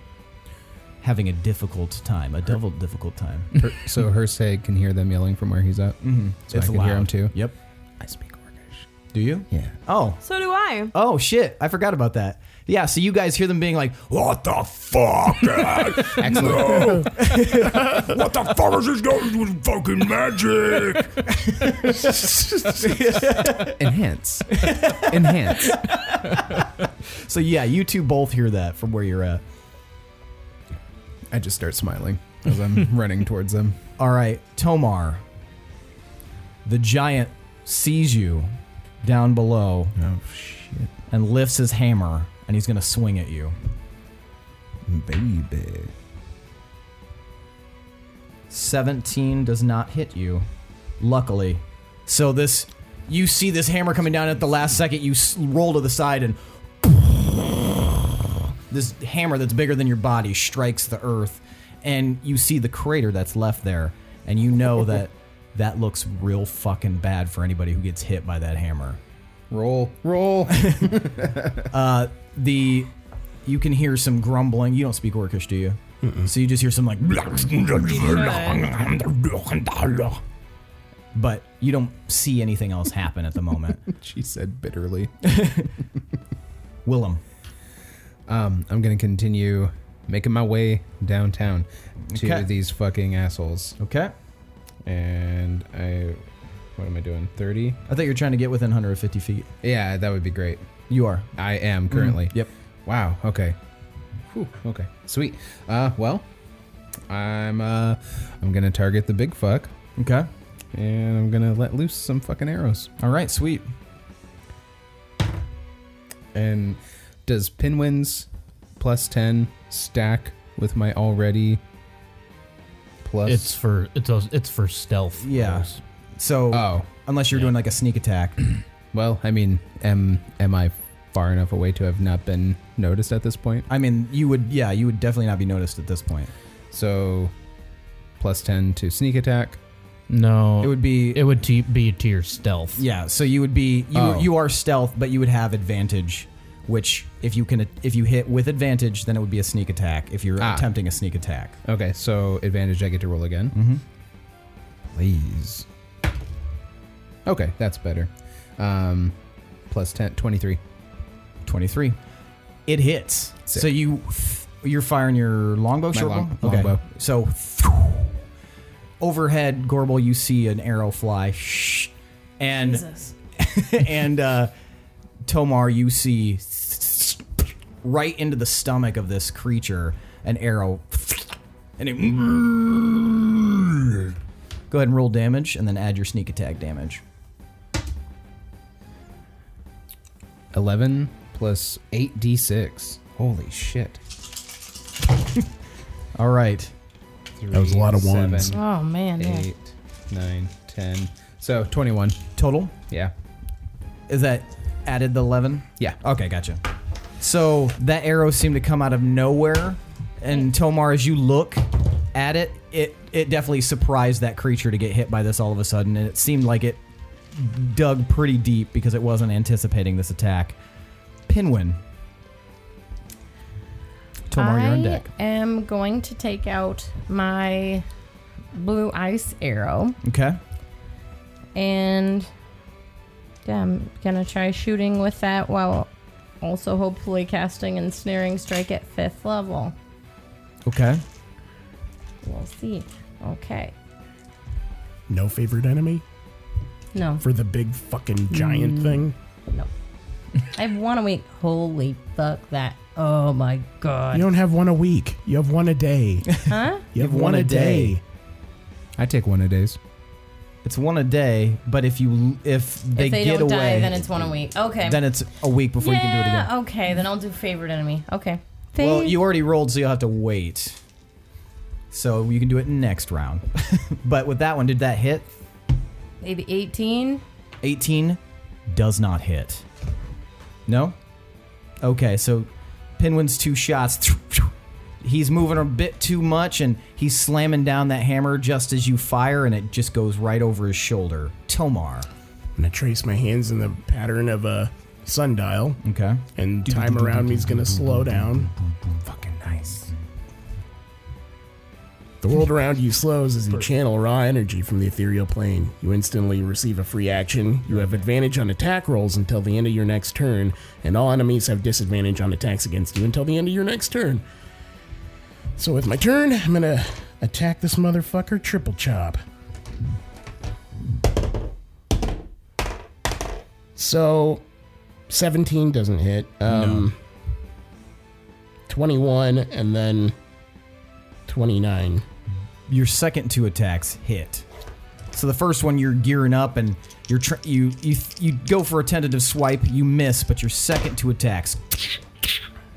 [SPEAKER 3] having a difficult time, a double difficult time.
[SPEAKER 1] Her, so Herseg can hear them yelling from where he's at. Mm-hmm. So
[SPEAKER 3] It's
[SPEAKER 1] I can hear him
[SPEAKER 3] loud.
[SPEAKER 1] too.
[SPEAKER 3] Yep.
[SPEAKER 1] I speak Orcish.
[SPEAKER 3] Do you?
[SPEAKER 1] Yeah.
[SPEAKER 3] Oh,
[SPEAKER 7] So do I.
[SPEAKER 3] oh shit! I forgot about that. Yeah, so you guys hear them being like, "What
[SPEAKER 5] [LAUGHS]
[SPEAKER 3] the fuck?
[SPEAKER 1] Excellent.
[SPEAKER 5] What the fuck is this going with fucking magic?
[SPEAKER 1] [LAUGHS] Enhance. Enhance.
[SPEAKER 3] So yeah, you two both hear that from where you're at.
[SPEAKER 1] I just start smiling as I'm [LAUGHS] running towards them.
[SPEAKER 3] All right, Tomar. The giant sees you down below
[SPEAKER 1] Oh shit,
[SPEAKER 3] and lifts his hammer, and he's gonna swing at you.
[SPEAKER 1] baby.
[SPEAKER 3] 17 does not hit you, luckily. So this, you see this hammer coming down at the last second. You s- roll to the side and [LAUGHS] this hammer that's bigger than your body strikes the earth, and you see the crater that's left there, and you know that that looks real fucking bad for anybody who gets hit by that hammer.
[SPEAKER 1] Roll, roll. [LAUGHS]
[SPEAKER 3] The you can hear some grumbling. You don't speak Orcish, do you? So you just
[SPEAKER 1] [LAUGHS]
[SPEAKER 3] hear some like, but you don't see anything else happen at the moment.
[SPEAKER 1] [LAUGHS] she said bitterly.
[SPEAKER 3] [LAUGHS] Willem.
[SPEAKER 1] Um, I'm gonna continue making my way downtown to
[SPEAKER 3] Okay.
[SPEAKER 1] these fucking assholes.
[SPEAKER 3] Okay.
[SPEAKER 1] And I, what am I doing? Thirty?
[SPEAKER 3] I thought you were trying to get within 150 feet.
[SPEAKER 1] Yeah, that would be great.
[SPEAKER 3] You are.
[SPEAKER 1] I am currently.
[SPEAKER 3] Yep.
[SPEAKER 1] Wow. Okay. Whew, okay. Sweet. Uh, well, I'm uh, I'm gonna target the big fuck,
[SPEAKER 3] Okay.
[SPEAKER 1] and I'm gonna let loose some fucking arrows.
[SPEAKER 3] All right. Sweet.
[SPEAKER 1] And does pinwins plus ten stack with my already plus?
[SPEAKER 6] It's for it's a, it's for stealth.
[SPEAKER 3] Yeah.
[SPEAKER 6] rolls.
[SPEAKER 3] So
[SPEAKER 1] oh.
[SPEAKER 3] unless you're
[SPEAKER 6] Yeah.
[SPEAKER 3] doing like a sneak attack,
[SPEAKER 1] Well, I mean, am am I far enough away to have not been noticed at this point?
[SPEAKER 3] I mean, you would. Yeah, you would definitely not be noticed at this point.
[SPEAKER 1] So, plus ten to sneak attack.
[SPEAKER 6] No,
[SPEAKER 3] It would be.
[SPEAKER 6] it would t- be to your stealth.
[SPEAKER 3] yeah. So you would be. You
[SPEAKER 1] Oh.
[SPEAKER 3] you are stealth, but you would have advantage. Which, if you can, if you hit with advantage, then it would be a sneak attack. If you're
[SPEAKER 1] Ah.
[SPEAKER 3] attempting a sneak attack,
[SPEAKER 1] Okay, so advantage. I get to roll again.
[SPEAKER 8] Mm-hmm.
[SPEAKER 3] Mhm.
[SPEAKER 1] Please. Okay, that's better. Um, plus 10, 23.
[SPEAKER 3] 23, it hits.
[SPEAKER 1] Sick.
[SPEAKER 3] So you, you're firing your longbow,
[SPEAKER 1] My
[SPEAKER 3] shortbow.
[SPEAKER 1] long- longbow.
[SPEAKER 3] So overhead, Gorbel, you see an arrow fly, shh, and
[SPEAKER 7] Jesus.
[SPEAKER 3] [LAUGHS] and uh, Tomar, you see right into the stomach of this creature an arrow, and it. Go ahead and roll damage, and then add your sneak attack damage.
[SPEAKER 1] 11 plus 8d6. Holy shit.
[SPEAKER 3] All right,
[SPEAKER 1] Three,
[SPEAKER 8] That was a lot of ones.
[SPEAKER 1] seven,
[SPEAKER 4] Oh man, yeah.
[SPEAKER 1] eight, nine, 10. So 21.
[SPEAKER 3] total
[SPEAKER 1] Yeah.
[SPEAKER 3] is that added the eleven?
[SPEAKER 1] Yeah.
[SPEAKER 3] Okay, gotcha. So that arrow seemed to come out of nowhere, and Tomar, as you look, at it, it it definitely surprised that creature to get hit by this all of a sudden, and it seemed like it dug pretty deep because it wasn't anticipating this attack. Pinwin. Tomar, you're on deck.
[SPEAKER 4] I am going to take out my blue ice arrow
[SPEAKER 3] Okay.
[SPEAKER 4] and yeah, I'm gonna try shooting with that while also hopefully casting and snaring strike at fifth level.
[SPEAKER 3] Okay.
[SPEAKER 4] We'll see. Okay.
[SPEAKER 8] No favorite enemy
[SPEAKER 4] No.
[SPEAKER 8] for the big fucking giant thing.
[SPEAKER 4] No. I have one a week. Holy fuck that. Oh my god.
[SPEAKER 8] You don't have one a week. You have one a day.
[SPEAKER 4] Huh?
[SPEAKER 8] You have one a day.
[SPEAKER 1] I take one a days.
[SPEAKER 3] It's one a day, but if you if they,
[SPEAKER 4] if they
[SPEAKER 3] get
[SPEAKER 4] don't
[SPEAKER 3] away,
[SPEAKER 4] die, then it's one a week. Okay.
[SPEAKER 3] then it's a week before
[SPEAKER 4] yeah,
[SPEAKER 3] you can do it again.
[SPEAKER 4] Okay, then I'll do favorite enemy. Okay.
[SPEAKER 3] Well, you already rolled, so you'll have to wait. So you can do it next round. [LAUGHS] but with that one, did that hit?
[SPEAKER 4] Maybe 18.
[SPEAKER 3] 18 does not hit. No? Okay, so Pinwin's two shots. [LAUGHS] He's moving a bit too much and he's slamming down that hammer just as you fire, and it just goes right over his shoulder. Tomar.
[SPEAKER 8] I'm gonna trace my hands in the pattern of a sundial,
[SPEAKER 3] Okay.
[SPEAKER 8] and time around me is gonna slow down.
[SPEAKER 3] Fucking nice.
[SPEAKER 8] The world around you slows as you channel raw energy from the ethereal plane. You instantly receive a free action. You have advantage on attack rolls until the end of your next turn, and all enemies have disadvantage on attacks against you until the end of your next turn. So, with my turn, I'm gonna attack this motherfucker triple chop. So, 17 doesn't hit. Um, 21, and then 29.
[SPEAKER 3] your second two attacks hit. So the first one you're gearing up and you're tr- you you you go for a tentative swipe, you miss, but your second two attacks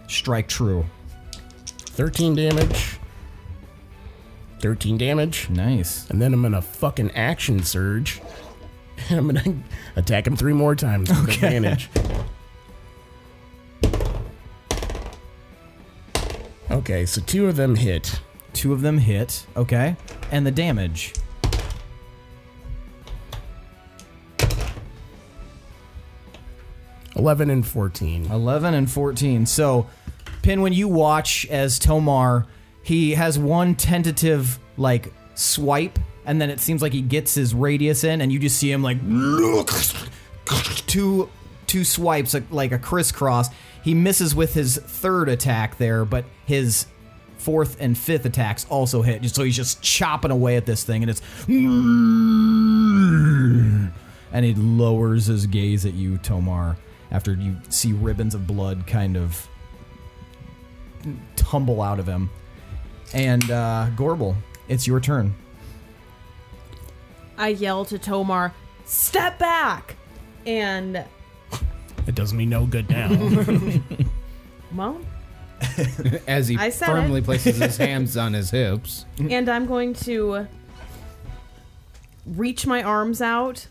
[SPEAKER 3] strike true.
[SPEAKER 8] 13 damage. 13 damage.
[SPEAKER 3] Nice.
[SPEAKER 8] And then I'm going to fucking action surge. [LAUGHS] And I'm going to attack him three more times with advantage. Okay, so two of them hit.
[SPEAKER 3] Two of them hit, okay? And the damage.
[SPEAKER 8] Eleven and fourteen.
[SPEAKER 3] 11 and 14. So, Pin, when you watch as Tomar, he has one tentative, like, swipe, and then it seems like he gets his radius in, and you just see him, like, look, two, two swipes, like- like a crisscross. He misses with his third attack there, but his fourth and fifth attacks also hit. So he's just chopping away at this thing, and it's. And he lowers his gaze at you, Tomar, after you see ribbons of blood kind of tumble out of him. And uh, Gorbel, it's your turn.
[SPEAKER 7] I yell to Tomar, "Step back!" And
[SPEAKER 8] It does me no good now.
[SPEAKER 7] well,
[SPEAKER 10] As he
[SPEAKER 7] I said
[SPEAKER 10] firmly
[SPEAKER 7] it.
[SPEAKER 10] places his hands on his hips.
[SPEAKER 7] and I'm going to reach my arms out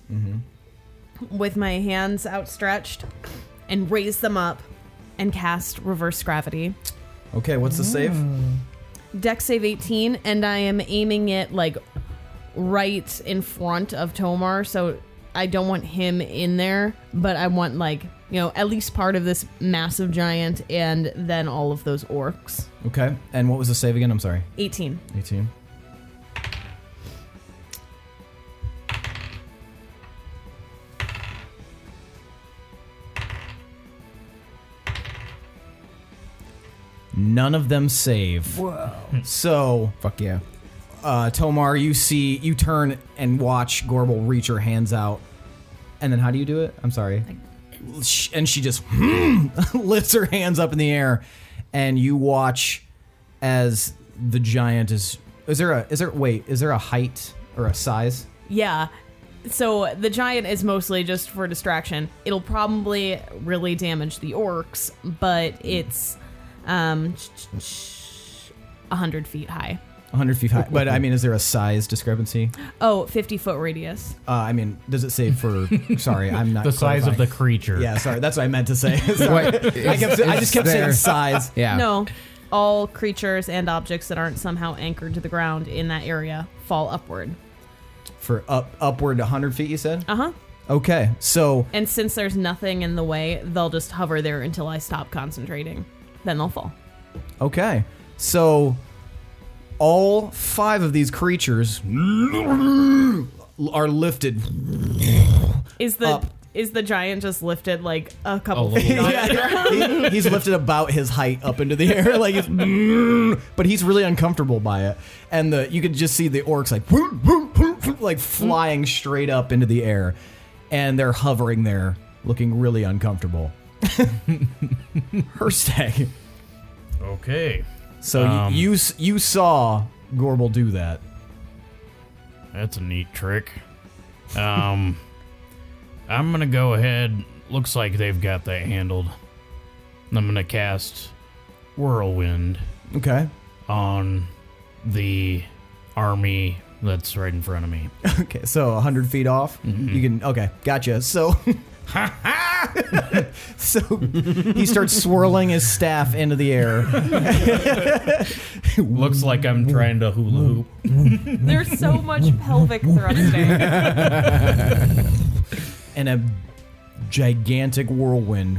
[SPEAKER 7] with my hands outstretched and raise them up and cast reverse gravity.
[SPEAKER 3] Okay, what's the save?
[SPEAKER 7] Deck save 18, and I am aiming it like right in front of Tomar, so I don't want him in there, but I want like, you know, at least part of this massive giant and then all of those orcs.
[SPEAKER 3] Okay, and what was the save again? I'm sorry.
[SPEAKER 7] 18.
[SPEAKER 3] 18. None of them save. Whoa. So
[SPEAKER 1] Fuck yeah.
[SPEAKER 3] uh, Tomar, you see, you turn and watch Gorbel reach her hands out, and then how do you do it? I'm sorry. Sh- And she just hmm, [LAUGHS] lifts her hands up in the air, and you watch as the giant is. Is there a? Is there wait? Is there a height or a size?
[SPEAKER 7] Yeah. So the giant is mostly just for distraction. It'll probably really damage the orcs, but it's um a hundred feet high.
[SPEAKER 3] 100 feet high. But I mean, is there a size discrepancy?
[SPEAKER 7] Oh, 50 foot radius.
[SPEAKER 3] Uh, I mean, does it say for? sorry, I'm not
[SPEAKER 6] The size of the
[SPEAKER 3] clarifying.
[SPEAKER 6] creature.
[SPEAKER 3] Yeah, [LAUGHS] sorry, that's what I meant to say. Sorry.
[SPEAKER 10] What?
[SPEAKER 3] I, kept, I just kept saying size.
[SPEAKER 10] Yeah.
[SPEAKER 7] No. all creatures and objects that aren't somehow anchored to the ground in that area fall upward.
[SPEAKER 3] For up upward 100 feet, you said?
[SPEAKER 7] Uh huh.
[SPEAKER 3] Okay, so
[SPEAKER 7] And since there's nothing in the way, they'll just hover there until I stop concentrating. Then they'll fall.
[SPEAKER 3] Okay. So all five of these creatures are lifted.
[SPEAKER 7] Is the is the giant just lifted like a couple
[SPEAKER 3] little
[SPEAKER 7] feet? off
[SPEAKER 3] bit.
[SPEAKER 7] the ground?
[SPEAKER 3] He- he's lifted about his height up into the air like it's but he's really uncomfortable by it. And the you could just see the orcs like like flying straight up into the air and they're hovering there looking really uncomfortable. Herstag.
[SPEAKER 6] Okay.
[SPEAKER 3] So
[SPEAKER 6] Um,
[SPEAKER 3] you, you s- you saw Gorbel do that.
[SPEAKER 6] That's a neat trick. Um, [LAUGHS] I'm gonna go ahead. Looks like they've got that handled. I'm gonna cast whirlwind
[SPEAKER 3] Okay.
[SPEAKER 6] on the army that's right in front of me.
[SPEAKER 3] Okay, so 100 feet off. You can, okay, gotcha. So, [LAUGHS] so he starts swirling his staff into the air.
[SPEAKER 6] Looks like I'm trying to hula hoop.
[SPEAKER 7] There's so much pelvic thrusting.
[SPEAKER 3] and a gigantic whirlwind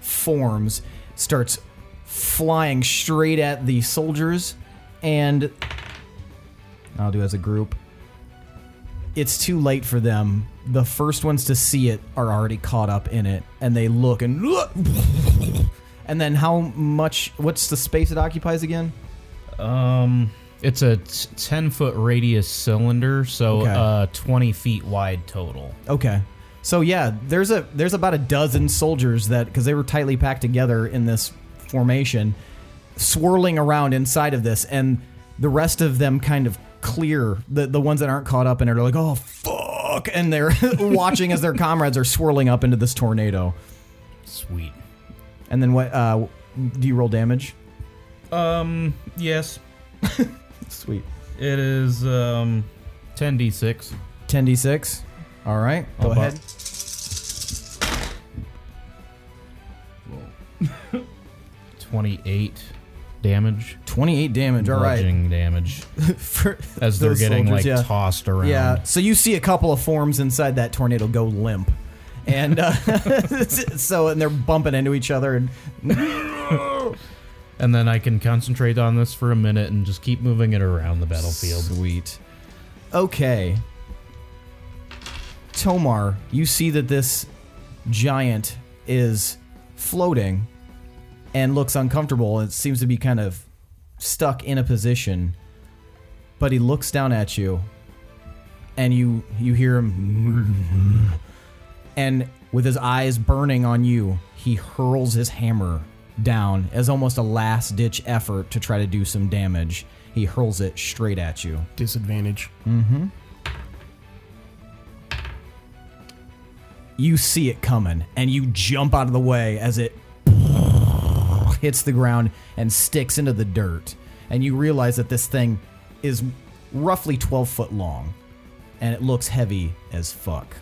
[SPEAKER 3] forms, starts flying straight at the soldiers, and I'll do as a group. It's too late for them. The first ones to see it are already caught up in it, and they look and [LAUGHS] look. And then how much? What's the space it occupies again?
[SPEAKER 10] Um, it's a t- ten foot radius cylinder, so
[SPEAKER 3] Okay.
[SPEAKER 10] uh, twenty feet wide total.
[SPEAKER 3] Okay. So yeah, there's a there's about a dozen soldiers that because they were tightly packed together in this formation, swirling around inside of this, and the rest of them kind of clear the the ones that aren't caught up in it are like oh fuck, and they're [LAUGHS] watching as their comrades are swirling up into this tornado.
[SPEAKER 6] Sweet.
[SPEAKER 3] And then what? Uh, do you roll damage?
[SPEAKER 10] Um, yes, [LAUGHS]
[SPEAKER 3] Sweet.
[SPEAKER 10] it is. Um, ten d six.
[SPEAKER 3] Ten d six. All right. Go
[SPEAKER 10] I'll bu-
[SPEAKER 3] ahead.
[SPEAKER 10] Twenty eight damage.
[SPEAKER 3] Twenty eight damage. All right.
[SPEAKER 10] Bludgeoning damage.
[SPEAKER 3] [LAUGHS] For
[SPEAKER 10] As they're
[SPEAKER 3] those
[SPEAKER 10] getting
[SPEAKER 3] soldiers,
[SPEAKER 10] like
[SPEAKER 3] yeah.
[SPEAKER 10] tossed around.
[SPEAKER 3] Yeah. So you see a couple of forms inside that tornado go limp, and uh, [LAUGHS] so and they're bumping into each other. And
[SPEAKER 10] And then I can concentrate on this for a minute and just keep moving it around the battlefield.
[SPEAKER 3] Sweet. okay, Tomar, you see that this giant is floating and looks uncomfortable. It seems to be kind of stuck in a position, but he looks down at you, and you you hear him, and with his eyes burning on you, he hurls his hammer down as almost a last ditch effort to try to do some damage. He hurls it straight at you.
[SPEAKER 8] [LAUGHS] Disadvantage.
[SPEAKER 3] Mm-hmm. You see it coming, and you jump out of the way as it [LAUGHS] hits the ground and sticks into the dirt. And you realize that this thing is roughly 12 foot long, and it looks heavy as fuck.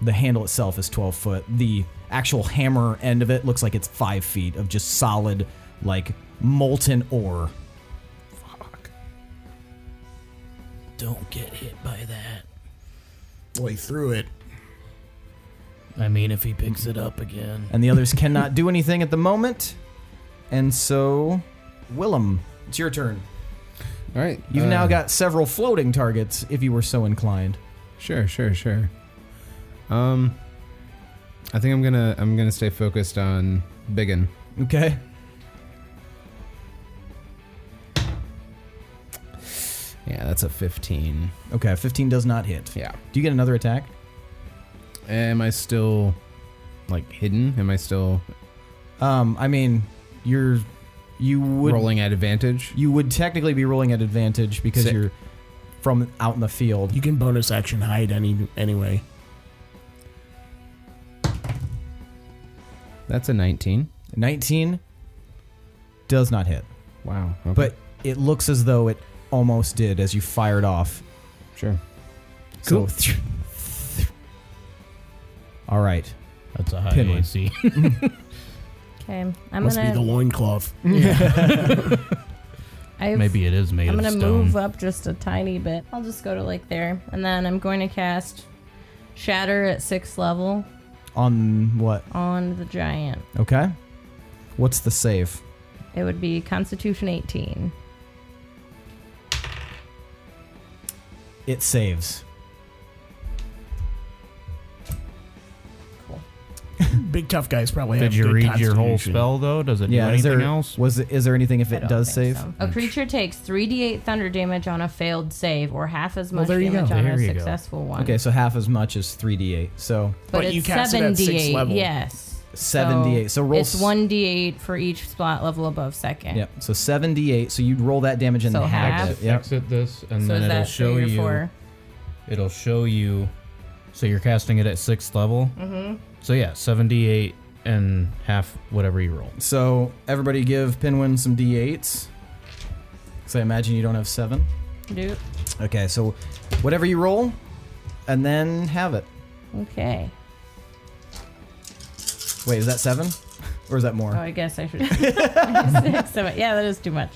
[SPEAKER 3] The handle itself is 12 foot. The actual hammer end of it looks like it's five feet of just solid, like molten ore.
[SPEAKER 6] Don't get hit by that.
[SPEAKER 8] Boy, through it.
[SPEAKER 6] I mean, if he picks it up again.
[SPEAKER 3] and the others cannot do anything at the moment. And so, Willem, it's your turn.
[SPEAKER 1] All right.
[SPEAKER 3] You've now
[SPEAKER 1] uh,
[SPEAKER 3] got several floating targets if you were so inclined.
[SPEAKER 1] Sure, sure, sure. Um, I think I'm gonna I'm gonna stay focused on Biggin.
[SPEAKER 3] Okay.
[SPEAKER 1] Yeah, that's a 15.
[SPEAKER 3] Okay, 15 does not hit.
[SPEAKER 1] Yeah.
[SPEAKER 3] Do you get another attack?
[SPEAKER 1] Am I still like hidden? Am I still
[SPEAKER 3] Um, I mean, you're you would
[SPEAKER 1] rolling at advantage?
[SPEAKER 3] you would technically be rolling at advantage because
[SPEAKER 1] Sick.
[SPEAKER 3] you're from out in the field.
[SPEAKER 8] You can bonus action hide any anyway.
[SPEAKER 1] That's a 19.
[SPEAKER 3] 19 does not hit,
[SPEAKER 1] Wow. okay.
[SPEAKER 3] but it looks as though it almost did as you fired off.
[SPEAKER 1] sure.
[SPEAKER 3] So, all right.
[SPEAKER 6] That's a high
[SPEAKER 10] Pinwin.
[SPEAKER 6] AC.
[SPEAKER 4] Okay, I'm
[SPEAKER 8] Must
[SPEAKER 4] gonna.
[SPEAKER 8] be the loincloth.
[SPEAKER 10] [LAUGHS]
[SPEAKER 4] I've-
[SPEAKER 6] Maybe it is made
[SPEAKER 4] I'm
[SPEAKER 6] of
[SPEAKER 4] gonna
[SPEAKER 6] stone.
[SPEAKER 4] move uh, up just a tiny bit. I'll just go to like there, and then I'm going to cast Shatter at sixth level
[SPEAKER 3] On what?
[SPEAKER 4] on the giant.
[SPEAKER 3] Okay. What's the save?
[SPEAKER 4] It would be Constitution 18.
[SPEAKER 3] It saves.
[SPEAKER 8] Big tough guys probably have
[SPEAKER 6] Did you
[SPEAKER 8] good
[SPEAKER 6] read your whole
[SPEAKER 8] constitution.
[SPEAKER 6] spell though? Does it
[SPEAKER 3] yeah.
[SPEAKER 6] do
[SPEAKER 3] Is
[SPEAKER 6] anything
[SPEAKER 3] there
[SPEAKER 6] else?
[SPEAKER 3] was it- is there anything if
[SPEAKER 4] I
[SPEAKER 3] it
[SPEAKER 4] don't
[SPEAKER 3] does
[SPEAKER 4] think
[SPEAKER 3] save?
[SPEAKER 4] so. A creature takes 3d8 thunder damage on a failed save, or half as
[SPEAKER 3] Well,
[SPEAKER 4] much
[SPEAKER 3] there you
[SPEAKER 4] damage
[SPEAKER 3] go.
[SPEAKER 4] on
[SPEAKER 3] There
[SPEAKER 4] a
[SPEAKER 3] you go.
[SPEAKER 4] successful one.
[SPEAKER 3] Okay, so half as much as three d eight. So
[SPEAKER 4] but,
[SPEAKER 8] But
[SPEAKER 4] it's
[SPEAKER 8] you cast it at sixth
[SPEAKER 4] 7d8.
[SPEAKER 8] level.
[SPEAKER 4] Yes.
[SPEAKER 3] Seven
[SPEAKER 4] So
[SPEAKER 3] d eight. So roll.
[SPEAKER 4] It's
[SPEAKER 3] s-
[SPEAKER 4] 1d8 for each spot level above second.
[SPEAKER 3] Yep. So seven d eight. So you'd roll that damage and
[SPEAKER 4] So
[SPEAKER 3] half.
[SPEAKER 4] half.
[SPEAKER 3] it. Yep.
[SPEAKER 10] Exit this, and
[SPEAKER 4] So
[SPEAKER 10] then
[SPEAKER 4] is
[SPEAKER 10] it'll
[SPEAKER 4] that
[SPEAKER 10] show
[SPEAKER 4] three or
[SPEAKER 10] you.
[SPEAKER 4] four?
[SPEAKER 10] It'll show you. So you're casting it at sixth level. Mm-hmm. So yeah, seventy-eight and half whatever you roll.
[SPEAKER 3] So everybody give Pinwin some d eights. So I imagine you don't have seven.
[SPEAKER 4] Nope.
[SPEAKER 3] Okay, so whatever you roll, and then have it.
[SPEAKER 4] Okay.
[SPEAKER 3] Wait, is that seven, or is that more?
[SPEAKER 4] Oh, I guess I should. [LAUGHS] Six, seven. Yeah, that is too
[SPEAKER 7] [LAUGHS]
[SPEAKER 4] much.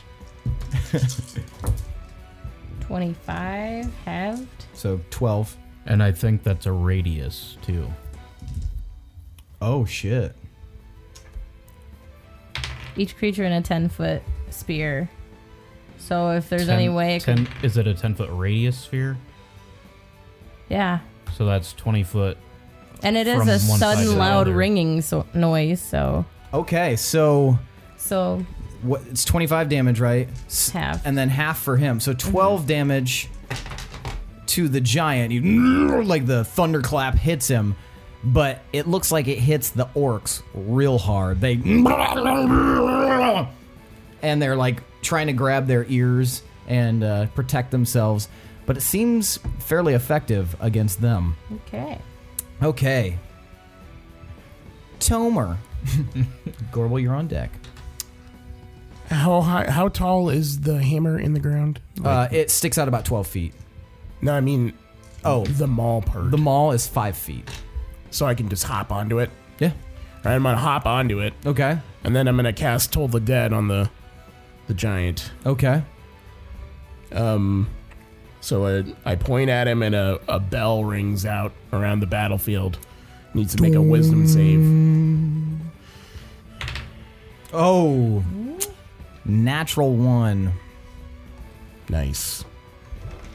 [SPEAKER 4] 25 halved.
[SPEAKER 3] So twelve.
[SPEAKER 10] And I think that's a radius too.
[SPEAKER 3] Oh shit.
[SPEAKER 4] Each creature in a 10 foot spear. So if there's any way. It
[SPEAKER 10] ten,
[SPEAKER 4] could,
[SPEAKER 10] is it a ten foot radius sphere?
[SPEAKER 4] yeah.
[SPEAKER 10] So that's twenty foot.
[SPEAKER 4] And it is
[SPEAKER 10] From
[SPEAKER 4] a
[SPEAKER 10] one side to
[SPEAKER 4] sudden
[SPEAKER 10] the
[SPEAKER 4] loud
[SPEAKER 10] other.
[SPEAKER 4] ringing so- noise. So.
[SPEAKER 3] Okay, so
[SPEAKER 4] So
[SPEAKER 3] what? It's twenty-five damage, right? S-
[SPEAKER 4] half.
[SPEAKER 3] and then half for him. So 12 damage to the giant. You like the thunderclap hits him, but it looks like it hits the orcs real hard. They and they're like trying to grab their ears and uh, protect themselves, but it seems fairly effective against them.
[SPEAKER 4] Okay.
[SPEAKER 3] Okay. [LAUGHS] Tomer. Gorbel, you're on deck.
[SPEAKER 8] How high, how tall is the hammer in the ground?
[SPEAKER 3] Uh, it sticks out about 12 feet.
[SPEAKER 8] no, I mean,
[SPEAKER 3] Oh,
[SPEAKER 8] the mall part.
[SPEAKER 3] the maul is five feet.
[SPEAKER 8] so I can just hop onto it.
[SPEAKER 3] Yeah.
[SPEAKER 8] All right, I'm gonna hop onto it,
[SPEAKER 3] Okay.
[SPEAKER 8] and then I'm gonna cast Toll the Dead on the the giant.
[SPEAKER 3] Okay.
[SPEAKER 8] Um, so I, I point at him, and a, a bell rings out around the battlefield. Needs to make a Wisdom save.
[SPEAKER 3] Oh. Natural one.
[SPEAKER 8] Nice.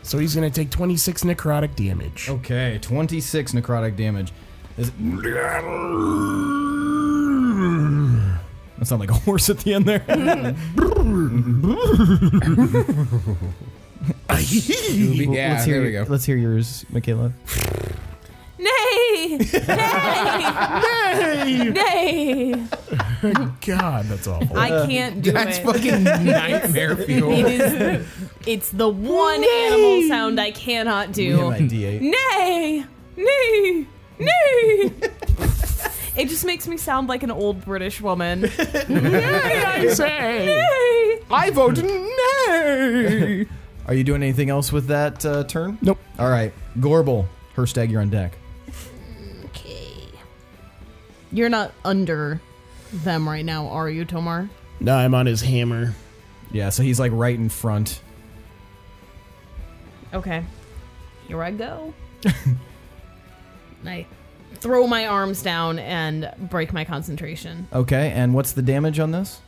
[SPEAKER 8] So he's gonna take 26 necrotic damage.
[SPEAKER 3] Okay, 26 necrotic damage. Is- That sounded like a [LAUGHS] horse at the end there.
[SPEAKER 9] Yeah,
[SPEAKER 3] let's hear
[SPEAKER 9] there we
[SPEAKER 3] your-
[SPEAKER 9] go.
[SPEAKER 3] Let's hear yours, Michaela.
[SPEAKER 4] [LAUGHS]
[SPEAKER 7] Nay! Nay! Nay!
[SPEAKER 8] God, that's awful.
[SPEAKER 7] I can't do [LAUGHS] it.
[SPEAKER 9] fucking nightmare fuel.
[SPEAKER 7] It is. [LAUGHS] It's the one animal sound I cannot do.
[SPEAKER 3] D8.
[SPEAKER 7] Nay, nay, nay. it just makes me sound like an old British woman. nay, I say. Nay.
[SPEAKER 3] I vote nay. Are you doing anything else with that uh, turn?
[SPEAKER 8] Nope.
[SPEAKER 3] All right, Gorbel, Herstag, you're on deck.
[SPEAKER 7] Okay. You're not under them right now, are you, Tomar?
[SPEAKER 8] No, I'm on his hammer.
[SPEAKER 3] Yeah, so he's like right in front.
[SPEAKER 7] Okay. Here I go. I throw my arms down and break my concentration.
[SPEAKER 3] Okay, and what's the damage on this?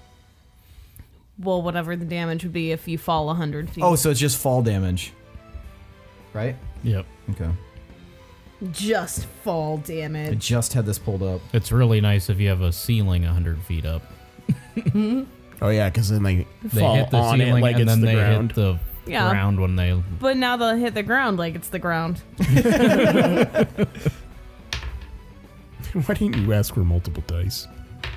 [SPEAKER 7] Well, whatever the damage would be if you fall 100 feet.
[SPEAKER 3] Oh, so it's just fall damage. Right?
[SPEAKER 6] Yep.
[SPEAKER 3] Okay.
[SPEAKER 7] just fall
[SPEAKER 3] I
[SPEAKER 7] damage.
[SPEAKER 3] just had this pulled up.
[SPEAKER 6] It's really nice if you have a ceiling hundred feet up.
[SPEAKER 8] Oh yeah, because then they,
[SPEAKER 6] They
[SPEAKER 8] fall
[SPEAKER 6] hit the
[SPEAKER 8] on
[SPEAKER 6] ceiling
[SPEAKER 8] it like
[SPEAKER 6] and
[SPEAKER 8] it's
[SPEAKER 6] then
[SPEAKER 8] the
[SPEAKER 6] they
[SPEAKER 8] ground.
[SPEAKER 6] hit the
[SPEAKER 7] Yeah.
[SPEAKER 6] ground when they.
[SPEAKER 7] But now they'll hit the ground like it's the ground.
[SPEAKER 8] Why didn't you ask for multiple dice?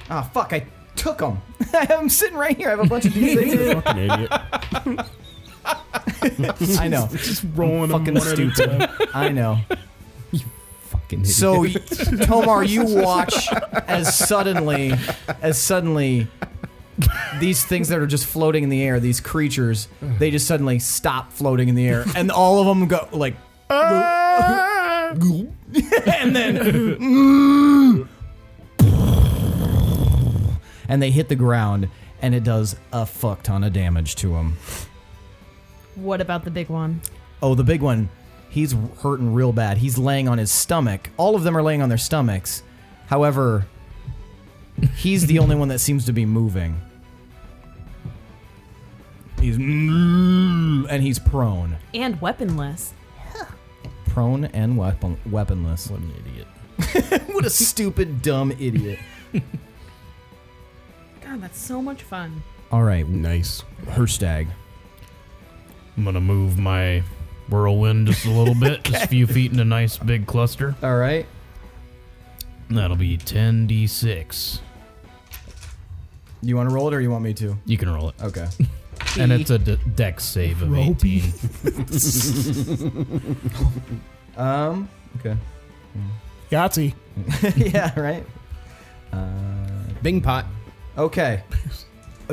[SPEAKER 3] Ah, fuck, I took them. [LAUGHS] I'm sitting right here. I have a bunch of these.
[SPEAKER 8] Fucking [LAUGHS] idiot.
[SPEAKER 3] [LAUGHS] I know.
[SPEAKER 8] Just rolling
[SPEAKER 3] Fucking
[SPEAKER 8] them one at a
[SPEAKER 3] stupid.
[SPEAKER 8] time.
[SPEAKER 3] I know.
[SPEAKER 10] Fucking
[SPEAKER 3] So, y- Tomar, you watch as suddenly, as suddenly, these things that are just floating in the air, these creatures, they just suddenly stop floating in the air, and all of them go [LAUGHS] like, and then, and they hit the ground, and it does a fuck ton of damage to them.
[SPEAKER 7] What about the big one?
[SPEAKER 3] Oh, the big one. He's hurting real bad. He's laying on his stomach. All of them are laying on their stomachs. However, he's the [LAUGHS] only one that seems to be moving. He's and he's prone,
[SPEAKER 7] And weaponless.
[SPEAKER 3] prone and weapon, weaponless. What an idiot! [LAUGHS] what a stupid, dumb idiot!
[SPEAKER 7] God, that's so much fun.
[SPEAKER 3] All right, nice. Herstag.
[SPEAKER 6] I'm gonna move my whirlwind just a little bit,
[SPEAKER 4] [LAUGHS]
[SPEAKER 6] just a few feet in a nice big cluster.
[SPEAKER 3] All right.
[SPEAKER 6] That'll be 10d6.
[SPEAKER 3] You want to roll it, or you want me to?
[SPEAKER 6] You can roll it.
[SPEAKER 3] [LAUGHS] Okay.
[SPEAKER 6] And it's a d- dex save of 18.
[SPEAKER 3] um. [LAUGHS] Okay.
[SPEAKER 8] Yahtzee.
[SPEAKER 3] yeah, right? Uh, Bing pot. Okay.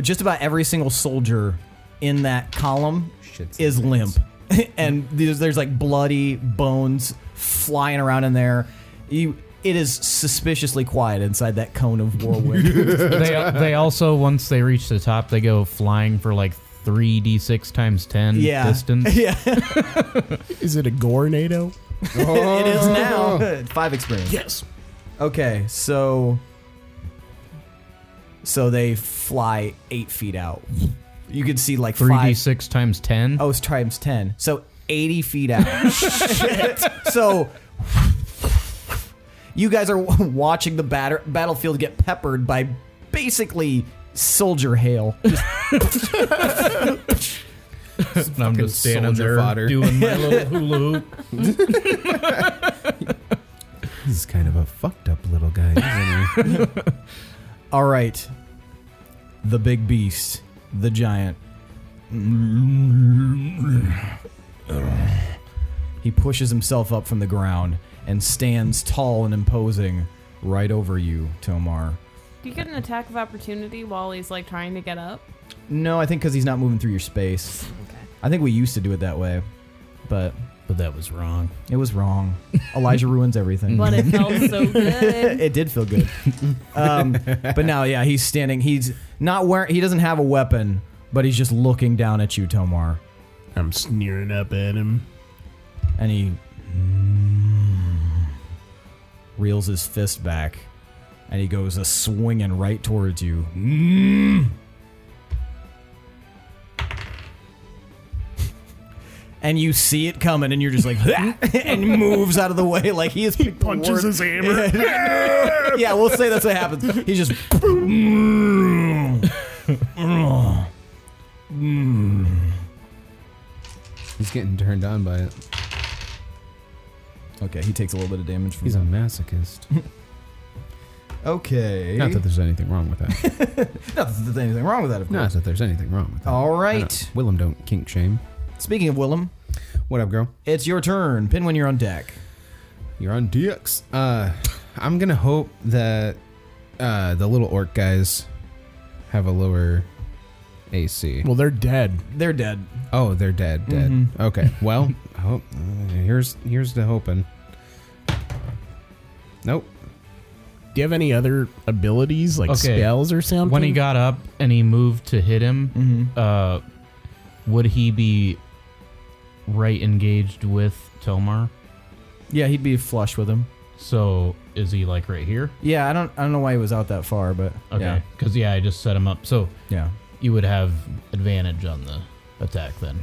[SPEAKER 3] Just about every single soldier in that column is limp. [LAUGHS] and there's, there's like bloody bones flying around in there. You, it is suspiciously quiet inside that cone of whirlwind.
[SPEAKER 6] they, they also, once they reach the top, they go flying for like 3d6 times 10
[SPEAKER 3] Yeah. [LAUGHS]
[SPEAKER 6] distance.
[SPEAKER 3] Yeah.
[SPEAKER 8] Is it a Gornado?
[SPEAKER 3] it is now. Five experience.
[SPEAKER 8] Yes.
[SPEAKER 3] Okay, so so they fly eight feet out. You could see like five
[SPEAKER 6] 3d6 times 10.
[SPEAKER 3] Oh, it's times 10. So 80 feet out. so you guys are [LAUGHS] watching the batter- battlefield get peppered by basically soldier hail.
[SPEAKER 6] and I'm just standing
[SPEAKER 1] soldier
[SPEAKER 6] there
[SPEAKER 1] fodder.
[SPEAKER 6] doing [LAUGHS] my little hula hoop.
[SPEAKER 1] This is kind of a fucked up little guy, isn't he?
[SPEAKER 3] All right. The big beast, the giant. He pushes himself up from the ground and stands tall and imposing right over you, Tomar.
[SPEAKER 7] Do you get an attack of opportunity while he's like trying to get up?
[SPEAKER 3] No, I think because he's not moving through your space. I think we used to do it that way, but
[SPEAKER 6] But that was wrong.
[SPEAKER 3] it was wrong. Elijah ruins everything.
[SPEAKER 7] But it felt
[SPEAKER 10] [LAUGHS]
[SPEAKER 7] so good.
[SPEAKER 3] it did feel good. Um, but now, yeah, he's standing. He's not wearing. He doesn't have a weapon, but he's just looking down at you, Tomar.
[SPEAKER 8] I'm sneering up at him.
[SPEAKER 3] And he reels his fist back, and he goes a swinging right towards you. And you see it coming, and you're just like, [LAUGHS] and moves out of the way like he is. He
[SPEAKER 5] Punches
[SPEAKER 8] [LAUGHS]
[SPEAKER 5] his hammer.
[SPEAKER 3] yeah, we'll say that's what happens. He just. [LAUGHS]
[SPEAKER 1] He's getting turned on by it.
[SPEAKER 3] Okay, he takes a little bit of damage from
[SPEAKER 1] He's a
[SPEAKER 3] that.
[SPEAKER 1] masochist.
[SPEAKER 3] Okay.
[SPEAKER 1] Not that there's anything wrong with [LAUGHS] that.
[SPEAKER 3] Not that there's anything wrong with that, of course.
[SPEAKER 1] Not that there's anything wrong with that.
[SPEAKER 3] All
[SPEAKER 1] I
[SPEAKER 3] right.
[SPEAKER 1] don't- Willem don't kink shame.
[SPEAKER 3] Speaking of Willem,
[SPEAKER 1] What up, girl?
[SPEAKER 3] it's your turn. Pin when you're on deck.
[SPEAKER 1] You're on DX. Uh, I'm gonna hope that uh, the little orc guys have a lower AC.
[SPEAKER 8] Well, they're dead.
[SPEAKER 3] They're dead.
[SPEAKER 1] Oh, they're dead. Dead.
[SPEAKER 3] Mhm.
[SPEAKER 1] Okay. Well, I hope uh, here's here's the hoping. Nope.
[SPEAKER 8] Do you have any other abilities like
[SPEAKER 6] Okay.
[SPEAKER 8] spells or something?
[SPEAKER 6] When he got up and he moved to hit him,
[SPEAKER 3] Mm-hmm.
[SPEAKER 6] uh, would he be right engaged with Tomar?
[SPEAKER 3] Yeah, he'd be flush with him.
[SPEAKER 6] So is he like right here?
[SPEAKER 3] Yeah, I don't. I don't know why he was out that far, but yeah,
[SPEAKER 6] Okay. Because yeah. I just set him up. So
[SPEAKER 3] yeah.
[SPEAKER 6] you would have advantage on the attack then.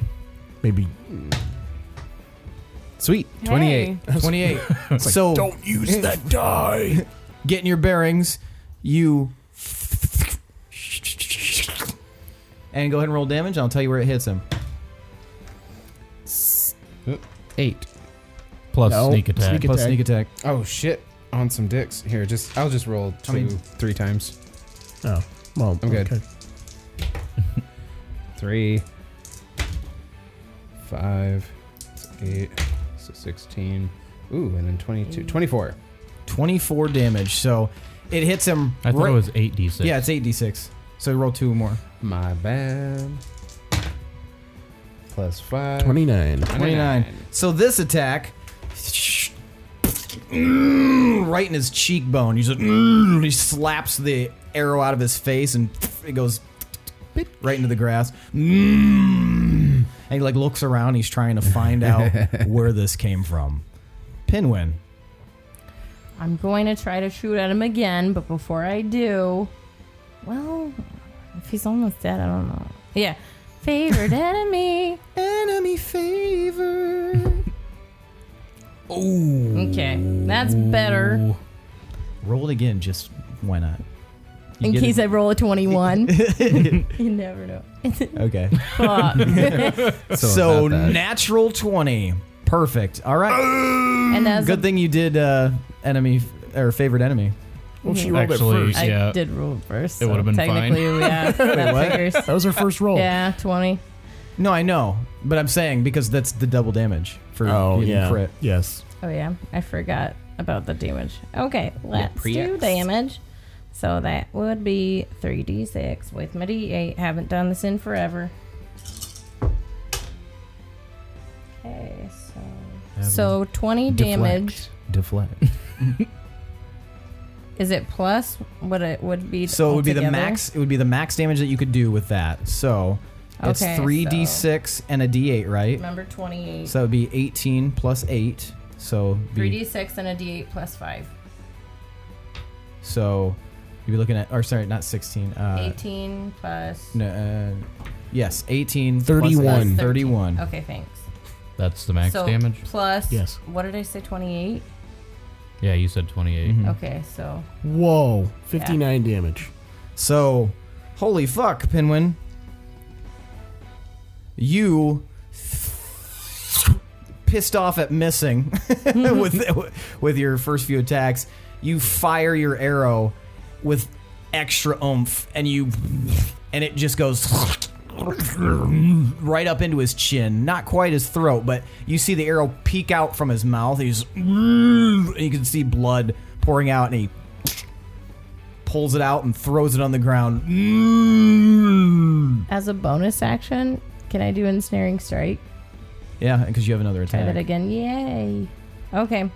[SPEAKER 8] maybe
[SPEAKER 1] Sweet. Twenty-eight.
[SPEAKER 6] [LAUGHS]
[SPEAKER 7] Hey.
[SPEAKER 3] Twenty-eight. so
[SPEAKER 8] use that die.
[SPEAKER 3] getting your bearings, you and go ahead and roll damage. And I'll tell you where it hits him.
[SPEAKER 1] Eight.
[SPEAKER 6] Plus
[SPEAKER 8] No,
[SPEAKER 6] sneak attack.
[SPEAKER 8] sneak
[SPEAKER 3] Plus
[SPEAKER 8] attack.
[SPEAKER 3] sneak attack.
[SPEAKER 1] Oh shit. On some dicks. Here, just I'll just roll two,
[SPEAKER 3] How many-
[SPEAKER 1] three times.
[SPEAKER 8] Oh, well,
[SPEAKER 1] I'm good.
[SPEAKER 8] okay.
[SPEAKER 1] Three. Five. that's Eight. So sixteen. Ooh, and then twenty-two. Twenty-four.
[SPEAKER 3] Twenty-four damage. So it hits him.
[SPEAKER 6] I thought
[SPEAKER 3] right-
[SPEAKER 6] it was eight d six.
[SPEAKER 3] Yeah, it's eight d six. So roll two more.
[SPEAKER 1] My bad. Plus five.
[SPEAKER 8] 29.
[SPEAKER 3] 29. So this attack "Mm," right in his cheekbone. He just "Mm," he slaps the arrow out of his face, and it goes right into the grass. "Mm." And he like looks around. He's trying to find [LAUGHS] out where this came from. Pinwin.
[SPEAKER 4] I'm going to try to shoot at him again, but before I do, well, if he's almost dead, I don't know. Yeah.
[SPEAKER 3] [LAUGHS]
[SPEAKER 4] Favorite enemy.
[SPEAKER 3] Enemy favor.
[SPEAKER 4] Okay. That's better
[SPEAKER 3] Roll it again. Just why not? You
[SPEAKER 4] in
[SPEAKER 3] get
[SPEAKER 4] case
[SPEAKER 3] it.
[SPEAKER 4] I roll a
[SPEAKER 3] [LAUGHS]
[SPEAKER 4] 21. you never know.
[SPEAKER 3] Okay.
[SPEAKER 4] Fuck.
[SPEAKER 3] [LAUGHS] So,
[SPEAKER 1] not bad.
[SPEAKER 3] natural twenty. Perfect. All right.
[SPEAKER 4] and that's
[SPEAKER 3] Good thing you did uh, enemy or favorite enemy.
[SPEAKER 8] Well, she rolled it
[SPEAKER 10] Actually,
[SPEAKER 8] first.
[SPEAKER 4] I
[SPEAKER 10] Yeah.
[SPEAKER 4] did roll it first.
[SPEAKER 10] It
[SPEAKER 4] so
[SPEAKER 10] would've been fine.
[SPEAKER 4] technically,
[SPEAKER 3] [LAUGHS]
[SPEAKER 4] yeah, that
[SPEAKER 3] what? Oh.
[SPEAKER 4] figures.
[SPEAKER 8] That was her first roll.
[SPEAKER 4] Yeah, 20.
[SPEAKER 3] No, I know, but I'm saying because that's the double damage for
[SPEAKER 8] Oh
[SPEAKER 3] getting
[SPEAKER 8] yeah.
[SPEAKER 3] crit.
[SPEAKER 8] Yes.
[SPEAKER 4] Oh yeah, I forgot about the damage. Okay, let's do
[SPEAKER 10] pre-X.
[SPEAKER 4] damage. So that would be 3d6 with my d8. Haven't done this in forever. Okay, so so 20 damage.
[SPEAKER 1] Deflect.
[SPEAKER 4] Is it plus what it would be?
[SPEAKER 3] So it would be the
[SPEAKER 4] altogether?
[SPEAKER 3] max. It would be the max damage that you could do with that. So it's
[SPEAKER 4] Okay,
[SPEAKER 3] three
[SPEAKER 4] so-
[SPEAKER 3] d six and a d eight, right?
[SPEAKER 4] Remember 28.
[SPEAKER 3] So it would be eighteen plus eight. So it'd be-
[SPEAKER 4] 3d6 and a d8 plus 5.
[SPEAKER 3] so you'd be looking at or sorry, not sixteen. Uh,
[SPEAKER 4] 18 plus.
[SPEAKER 3] no, uh, yes, eighteen. uh,
[SPEAKER 4] plus
[SPEAKER 8] 31.
[SPEAKER 4] 13.
[SPEAKER 3] Thirty one.
[SPEAKER 4] Okay, thanks.
[SPEAKER 10] That's the max
[SPEAKER 4] so
[SPEAKER 10] damage.
[SPEAKER 4] plus.
[SPEAKER 8] Yes.
[SPEAKER 4] What did I say? 28.
[SPEAKER 10] Yeah, you said 28.
[SPEAKER 3] Mm-hmm. Hmm.
[SPEAKER 4] Okay, so
[SPEAKER 8] Whoa. Fifty nine damage.
[SPEAKER 3] So, holy fuck, Pinwin. You pissed off at missing [LAUGHS] with with your first few attacks. You fire your arrow with extra oomph and you and it just goes right up into his chin, not quite his throat, but you see the arrow peek out from his mouth. He's and you can see blood pouring out and he pulls it out and throws it on the ground.
[SPEAKER 4] as a bonus action, can I do ensnaring strike?
[SPEAKER 3] Yeah, because you have another
[SPEAKER 4] Try that
[SPEAKER 3] attack.
[SPEAKER 4] again. Yay. Okay,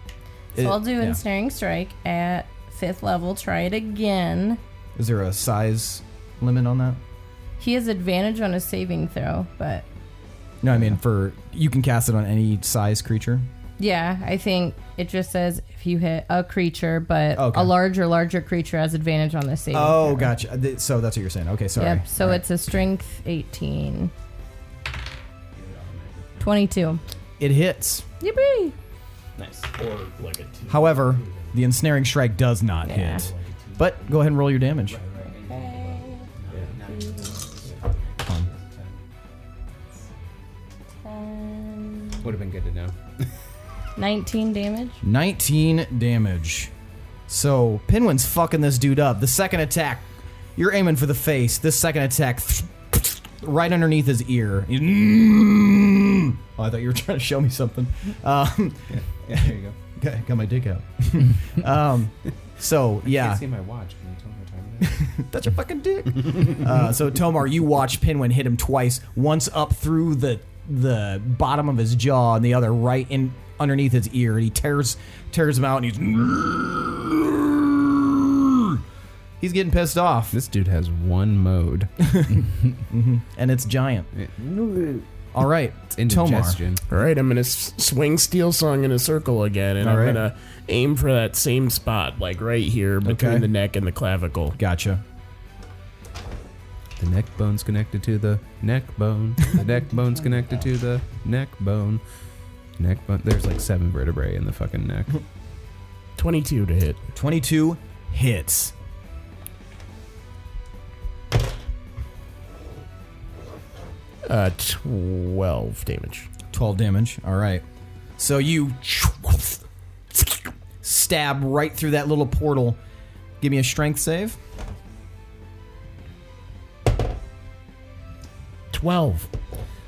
[SPEAKER 4] so
[SPEAKER 3] It-
[SPEAKER 4] I'll do
[SPEAKER 3] yeah.
[SPEAKER 4] ensnaring strike at fifth level. Try it again.
[SPEAKER 3] Is there a size limit on that?
[SPEAKER 4] He has advantage on a saving throw, but
[SPEAKER 3] No, I mean for you can cast it on any size creature.
[SPEAKER 4] yeah, I think it just says if you hit a creature, but
[SPEAKER 3] Okay.
[SPEAKER 4] a larger, larger creature has advantage on the saving.
[SPEAKER 3] Oh,
[SPEAKER 4] throw.
[SPEAKER 3] gotcha. Th- So that's what you're saying. Okay, sorry.
[SPEAKER 4] Yep. So it's a strength 18. 22.
[SPEAKER 3] it hits.
[SPEAKER 4] Yippee!
[SPEAKER 3] However, the ensnaring strike does not
[SPEAKER 4] Yeah.
[SPEAKER 3] hit. But go ahead and roll your damage.
[SPEAKER 10] Would have been good to know.
[SPEAKER 4] 19 damage.
[SPEAKER 3] 19 damage. So Pinwin's fucking this dude up. The second attack, you're aiming for the face. This second attack, [SNIFFS] right underneath his ear. [SNIFFS] You- Oh, I thought you were trying to show me something. [LAUGHS] Um,
[SPEAKER 9] there you go.
[SPEAKER 3] got, got my dick [LAUGHS] out. um, so yeah,
[SPEAKER 9] my watch. Can you tell me what time it is?
[SPEAKER 3] that's your fucking dick. [LAUGHS] uh, so Tomar, you watch Pinwin hit him twice. Once up through the the bottom of his jaw, and the other right in underneath his ear. And he tears tears him out, and he's he's getting pissed off,
[SPEAKER 1] This dude has one mode.
[SPEAKER 3] and it's giant.
[SPEAKER 1] uh,
[SPEAKER 3] All right,
[SPEAKER 1] It's
[SPEAKER 3] Tomar.
[SPEAKER 1] indigestion.
[SPEAKER 8] All right, I'm gonna s- swing steel song in a circle again, and
[SPEAKER 3] All
[SPEAKER 8] I'm
[SPEAKER 3] right.
[SPEAKER 8] gonna aim for that same spot, like right here between
[SPEAKER 3] Okay.
[SPEAKER 8] the neck and the clavicle.
[SPEAKER 3] [LAUGHS] Gotcha.
[SPEAKER 1] The neck bone's connected to the neck bone. The neck bone's connected to the neck bone. Neck bone. There's like seven vertebrae in the fucking neck.
[SPEAKER 8] Twenty-two to hit.
[SPEAKER 3] Twenty-two hits.
[SPEAKER 8] Uh, twelve damage.
[SPEAKER 3] 12 damage. All right. So you stab right through that little portal. Give me a strength save.
[SPEAKER 8] Twelve.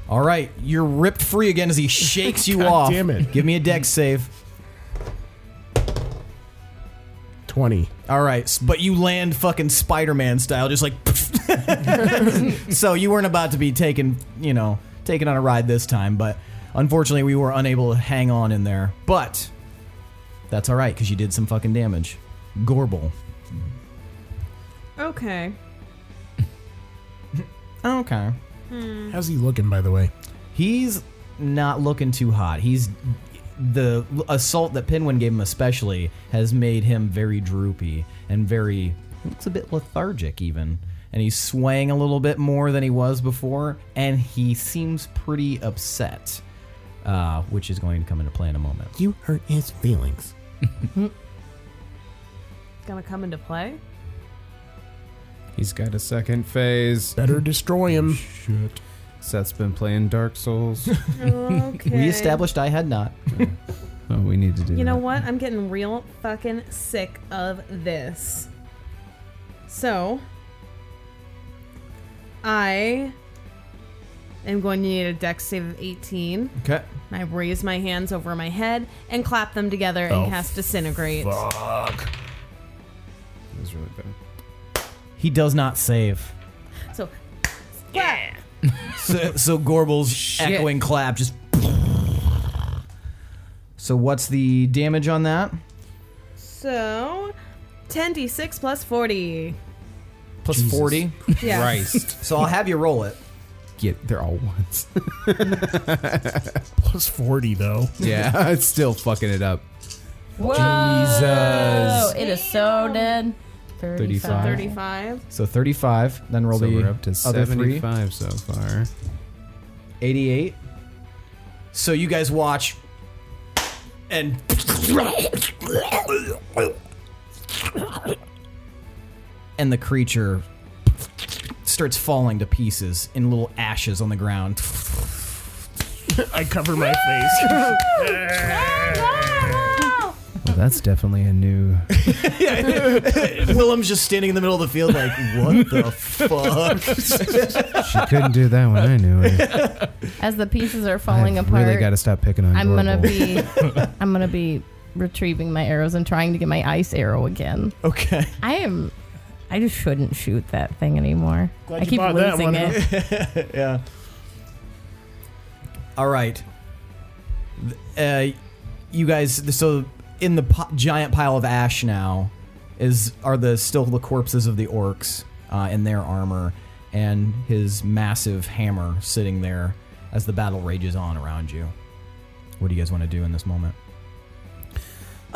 [SPEAKER 3] All right. You're ripped free again as he shakes
[SPEAKER 8] [LAUGHS]
[SPEAKER 3] you
[SPEAKER 8] God
[SPEAKER 3] off.
[SPEAKER 8] damn it.
[SPEAKER 3] Give me a dex save.
[SPEAKER 8] Twenty.
[SPEAKER 3] All right. s- But you land fucking Spider Man style, just like. [LAUGHS] so you weren't about to be taken, you know, taken on a ride this time, but unfortunately we were unable to hang on in there. But That's all right because you did some fucking damage. Gorble.
[SPEAKER 7] Okay.
[SPEAKER 3] Okay.
[SPEAKER 7] Hmm.
[SPEAKER 8] How's he looking, by the way?
[SPEAKER 3] He's not looking too hot. He's the assault that Pinwin gave him, especially, has made him very droopy and very he looks a bit lethargic even. And he's swaying a little bit more than he was before, and he seems pretty upset, uh, which is going to come into play in a moment.
[SPEAKER 8] You hurt his feelings.
[SPEAKER 7] Gonna come into play?
[SPEAKER 1] He's got a second phase.
[SPEAKER 8] Better destroy him.
[SPEAKER 1] Shit. Seth's been playing Dark Souls.
[SPEAKER 7] Okay.
[SPEAKER 3] We established I had not.
[SPEAKER 1] [LAUGHS] oh, we need to do
[SPEAKER 7] You know
[SPEAKER 1] that.
[SPEAKER 7] what? I'm getting real fucking sick of this. So, I am going to need a dex save of 18.
[SPEAKER 3] Okay.
[SPEAKER 7] I raise my hands over my head and clap them together and
[SPEAKER 8] Oh,
[SPEAKER 7] cast disintegrate.
[SPEAKER 8] Fuck.
[SPEAKER 1] It was really bad.
[SPEAKER 3] He does not save.
[SPEAKER 7] So, yeah.
[SPEAKER 3] So, so Gorbel's echoing clap just. So what's the damage on that?
[SPEAKER 7] So, 10d6 plus 40.
[SPEAKER 3] Plus forty.
[SPEAKER 1] [LAUGHS]
[SPEAKER 7] Yeah.
[SPEAKER 1] Christ.
[SPEAKER 3] So I'll have you roll it.
[SPEAKER 1] Get they're all ones.
[SPEAKER 8] Plus 40, though.
[SPEAKER 1] [LAUGHS]
[SPEAKER 8] [LAUGHS]
[SPEAKER 1] yeah, it's still fucking it up.
[SPEAKER 4] Whoa, Jesus. It is so dead.
[SPEAKER 1] 35.
[SPEAKER 7] 35.
[SPEAKER 3] So thirty-five. Then roll
[SPEAKER 1] so
[SPEAKER 3] the
[SPEAKER 1] we're up to
[SPEAKER 3] other three.
[SPEAKER 1] 75 so far.
[SPEAKER 3] 88. So you guys watch and and the creature starts falling to pieces in little ashes on the ground.
[SPEAKER 8] I cover my
[SPEAKER 4] [LAUGHS]
[SPEAKER 8] face. [LAUGHS]
[SPEAKER 1] Well, that's definitely a new.
[SPEAKER 3] [LAUGHS] Willem's just standing in the middle of the field like,
[SPEAKER 1] [LAUGHS]
[SPEAKER 3] "What the fuck?"
[SPEAKER 1] She couldn't do that when I knew her.
[SPEAKER 4] As the pieces are
[SPEAKER 1] I
[SPEAKER 4] [LAUGHS] falling apart,
[SPEAKER 1] really got to stop picking on.
[SPEAKER 4] I'm gonna
[SPEAKER 1] Gorbel.
[SPEAKER 4] be I'm gonna be retrieving my arrows and trying to get my ice arrow again.
[SPEAKER 3] Okay.
[SPEAKER 4] I am I just shouldn't shoot that thing anymore.
[SPEAKER 8] Glad
[SPEAKER 4] I
[SPEAKER 8] you
[SPEAKER 4] keep
[SPEAKER 8] bought that
[SPEAKER 4] losing
[SPEAKER 8] one, [LAUGHS]
[SPEAKER 4] it.
[SPEAKER 3] yeah. All right. Th- Uh, you guys, so in the po- giant pile of ash now is are the still the corpses of the orcs uh, in their armor and his massive hammer sitting there as the battle rages on around you. What do you guys want to do in this moment?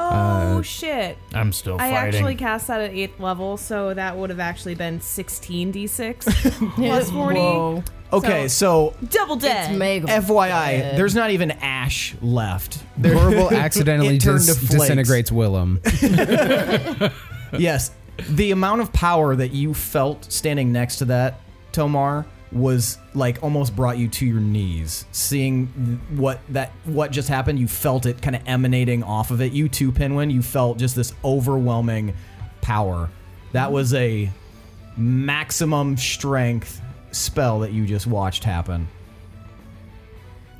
[SPEAKER 7] Oh, shit.
[SPEAKER 6] I'm still
[SPEAKER 7] I
[SPEAKER 6] fighting.
[SPEAKER 7] actually cast that at 8th level, so that would have actually been 16d6 plus 40.
[SPEAKER 4] Whoa.
[SPEAKER 3] Okay, so,
[SPEAKER 7] [LAUGHS] Double dead.
[SPEAKER 4] It's mega
[SPEAKER 3] FYI,
[SPEAKER 4] dead.
[SPEAKER 3] there's not even ash left.
[SPEAKER 1] Gorbel accidentally
[SPEAKER 3] [LAUGHS] It turned
[SPEAKER 1] dis-
[SPEAKER 3] to flakes.
[SPEAKER 1] disintegrates Willem.
[SPEAKER 8] [LAUGHS]
[SPEAKER 3] yes. The amount of power that you felt standing next to that, Tomar, was like almost brought you to your knees. Seeing what that what just happened, you felt it kind of emanating off of it. You too, Pinwin, you felt just this overwhelming power. That was a maximum strength spell that you just watched happen.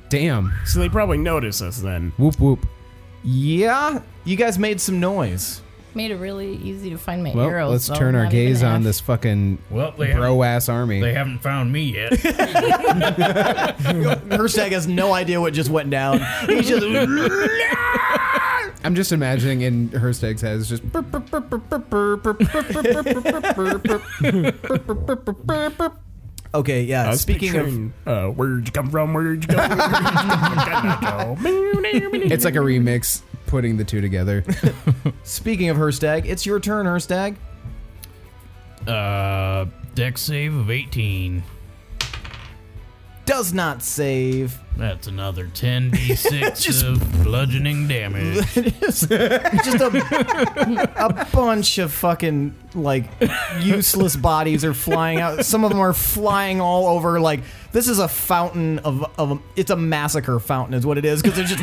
[SPEAKER 1] Damn.
[SPEAKER 8] so they probably notice us then.
[SPEAKER 1] Whoop whoop.
[SPEAKER 3] Yeah, you guys made some noise.
[SPEAKER 4] Made it really easy to find my
[SPEAKER 1] Well,
[SPEAKER 4] arrows.
[SPEAKER 1] let's
[SPEAKER 4] so
[SPEAKER 1] turn our
[SPEAKER 4] not even
[SPEAKER 1] gaze on
[SPEAKER 4] ash.
[SPEAKER 1] this fucking
[SPEAKER 6] Well, they
[SPEAKER 1] bro ass army.
[SPEAKER 6] They haven't found me yet.
[SPEAKER 3] Herstag has no idea what just went down. He's just
[SPEAKER 1] I'm just imagining in Herstag's head, it's just.
[SPEAKER 3] [LAUGHS] Okay, yeah.
[SPEAKER 8] I was
[SPEAKER 3] Speaking of
[SPEAKER 8] picturing, uh, where'd you come from? Where'd you come from?
[SPEAKER 3] [LAUGHS]
[SPEAKER 8] Where'd you come from?
[SPEAKER 1] It's like a remix putting the two together.
[SPEAKER 3] Speaking of Herstag, it's your turn, Herstag.
[SPEAKER 6] uh, deck save of 18.
[SPEAKER 3] Does not save.
[SPEAKER 6] That's another
[SPEAKER 3] [LAUGHS]
[SPEAKER 6] 10d6 of bludgeoning damage.
[SPEAKER 3] Just a, a [LAUGHS] bunch of fucking like useless bodies are flying out. Some of them are flying all over. Like this is a fountain of, of it's a massacre fountain is what it is because
[SPEAKER 1] [LAUGHS]
[SPEAKER 3] they're just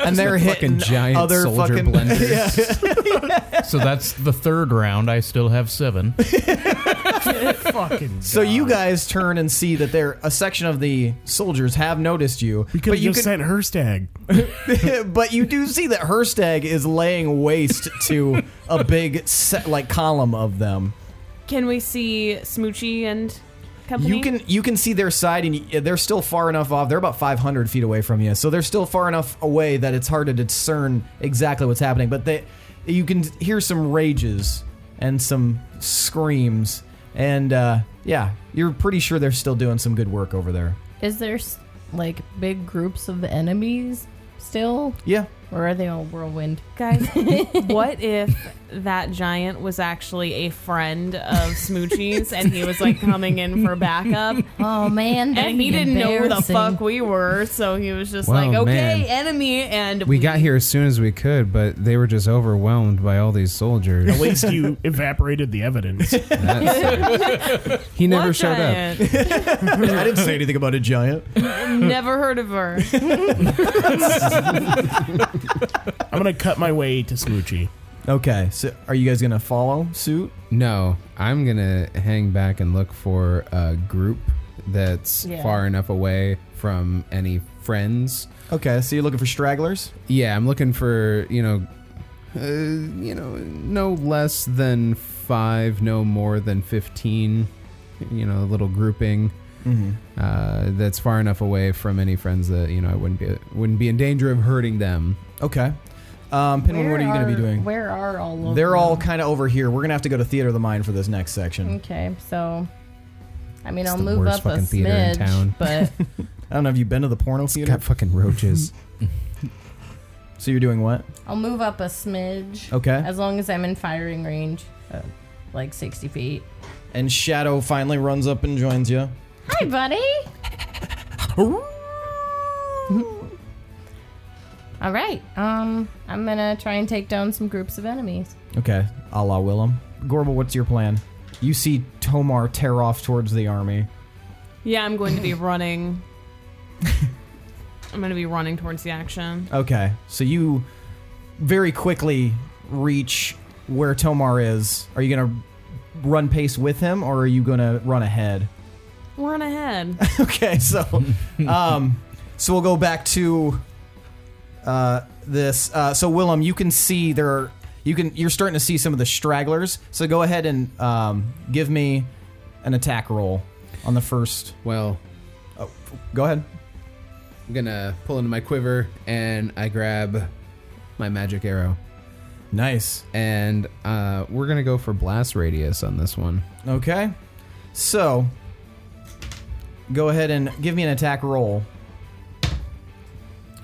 [SPEAKER 3] and they're hitting
[SPEAKER 1] fucking giant
[SPEAKER 3] other
[SPEAKER 1] soldier
[SPEAKER 3] fucking [LAUGHS]
[SPEAKER 1] blenders.
[SPEAKER 6] so that's the third round. I still have seven.
[SPEAKER 8] Fucking
[SPEAKER 3] So you
[SPEAKER 8] God.
[SPEAKER 3] guys turn and see that there a section of the soldiers have noticed you,
[SPEAKER 8] Because
[SPEAKER 3] but
[SPEAKER 8] you
[SPEAKER 3] you
[SPEAKER 8] just
[SPEAKER 3] can
[SPEAKER 8] sent her stag.
[SPEAKER 3] [LAUGHS] but you do see that Herstag is laying waste to a big set, like column of them.
[SPEAKER 7] Can we see Smoochie and company?
[SPEAKER 3] You can you can see their side, and y- they're still far enough off. They're about 500 feet away from you, so they're still far enough away that it's hard to discern exactly what's happening. But they, you can hear some rages and some screams, and uh, yeah, you're pretty sure they're still doing some good work over there.
[SPEAKER 4] Is there s- like big groups of enemies still?
[SPEAKER 3] Yeah.
[SPEAKER 4] Or are they all whirlwind?
[SPEAKER 1] [LAUGHS]
[SPEAKER 7] Guys, what if that giant was actually a friend of Smoochie's and he was like coming in for [LAUGHS] backup?
[SPEAKER 4] Oh man, that'd
[SPEAKER 7] And he
[SPEAKER 4] be
[SPEAKER 7] didn't know who the
[SPEAKER 4] embarrassing.
[SPEAKER 7] fuck we were, so he was just
[SPEAKER 1] Wow,
[SPEAKER 7] like, okay,
[SPEAKER 1] man.
[SPEAKER 7] enemy. And
[SPEAKER 1] We got here as soon as we could, but they were just overwhelmed by all these soldiers.
[SPEAKER 4] [LAUGHS]
[SPEAKER 8] At least you
[SPEAKER 3] [LAUGHS]
[SPEAKER 8] evaporated the evidence.
[SPEAKER 1] He never showed up.
[SPEAKER 7] giant.
[SPEAKER 3] [LAUGHS] I didn't say anything about a giant.
[SPEAKER 1] [LAUGHS]
[SPEAKER 7] Never heard of her.
[SPEAKER 8] I'm gonna cut my way to Smoochie.
[SPEAKER 3] Okay, so are you guys gonna follow suit?
[SPEAKER 1] No, I'm gonna hang back and look for a group that's
[SPEAKER 4] Yeah.
[SPEAKER 1] far enough away from any friends.
[SPEAKER 3] Okay, so you're looking for stragglers.
[SPEAKER 1] Yeah, I'm looking for you know, uh, you know, no less than five, no more than fifteen. You know, a little grouping
[SPEAKER 3] Mm-hmm.
[SPEAKER 1] uh, that's far enough away from any friends that you know I wouldn't be wouldn't be in danger of hurting them.
[SPEAKER 3] Okay, um, Pinwin,
[SPEAKER 4] Where
[SPEAKER 3] what are you gonna be
[SPEAKER 4] are-
[SPEAKER 3] doing?
[SPEAKER 4] Where are all of
[SPEAKER 3] They're all
[SPEAKER 4] them?
[SPEAKER 3] kind of over here. We're gonna have to go to theater of the mind for this next section.
[SPEAKER 4] Okay, so I mean,
[SPEAKER 1] It's
[SPEAKER 4] I'll
[SPEAKER 1] the
[SPEAKER 4] move
[SPEAKER 1] worst
[SPEAKER 4] up a
[SPEAKER 1] fucking theater in
[SPEAKER 4] smidge,
[SPEAKER 1] town.
[SPEAKER 3] [LAUGHS]
[SPEAKER 4] but
[SPEAKER 3] I don't know if you've been to the porno theater.
[SPEAKER 1] Got fucking roaches.
[SPEAKER 3] So you're doing what?
[SPEAKER 4] I'll move up a smidge
[SPEAKER 3] Okay.
[SPEAKER 4] as long as I'm in firing range, of like sixty feet.
[SPEAKER 3] And Shadow finally runs up and joins you.
[SPEAKER 4] Hi,
[SPEAKER 3] [LAUGHS]
[SPEAKER 4] buddy. All right. Um, I'm gonna try and take down some groups of enemies.
[SPEAKER 3] Okay. A la Willem. Gorbel, what's your plan? You see Tomar tear off towards the army.
[SPEAKER 7] Yeah, I'm going to be running. I'm going to be running towards the action.
[SPEAKER 3] Okay. So you very quickly reach where Tomar is. Are you going to run pace with him or are you going to run ahead?
[SPEAKER 7] We're on ahead.
[SPEAKER 3] [LAUGHS] okay, so um so we'll go back to uh this uh so Willem, you can see there are you can you're starting to see some of the stragglers. So go ahead and um give me an attack roll on the first.
[SPEAKER 1] [LAUGHS] well,
[SPEAKER 3] Go ahead.
[SPEAKER 1] I'm gonna pull into my quiver and I grab my magic arrow.
[SPEAKER 3] Nice.
[SPEAKER 1] And uh, we're gonna go for blast radius on this one. [LAUGHS]
[SPEAKER 3] Okay. So go ahead and give me an attack roll.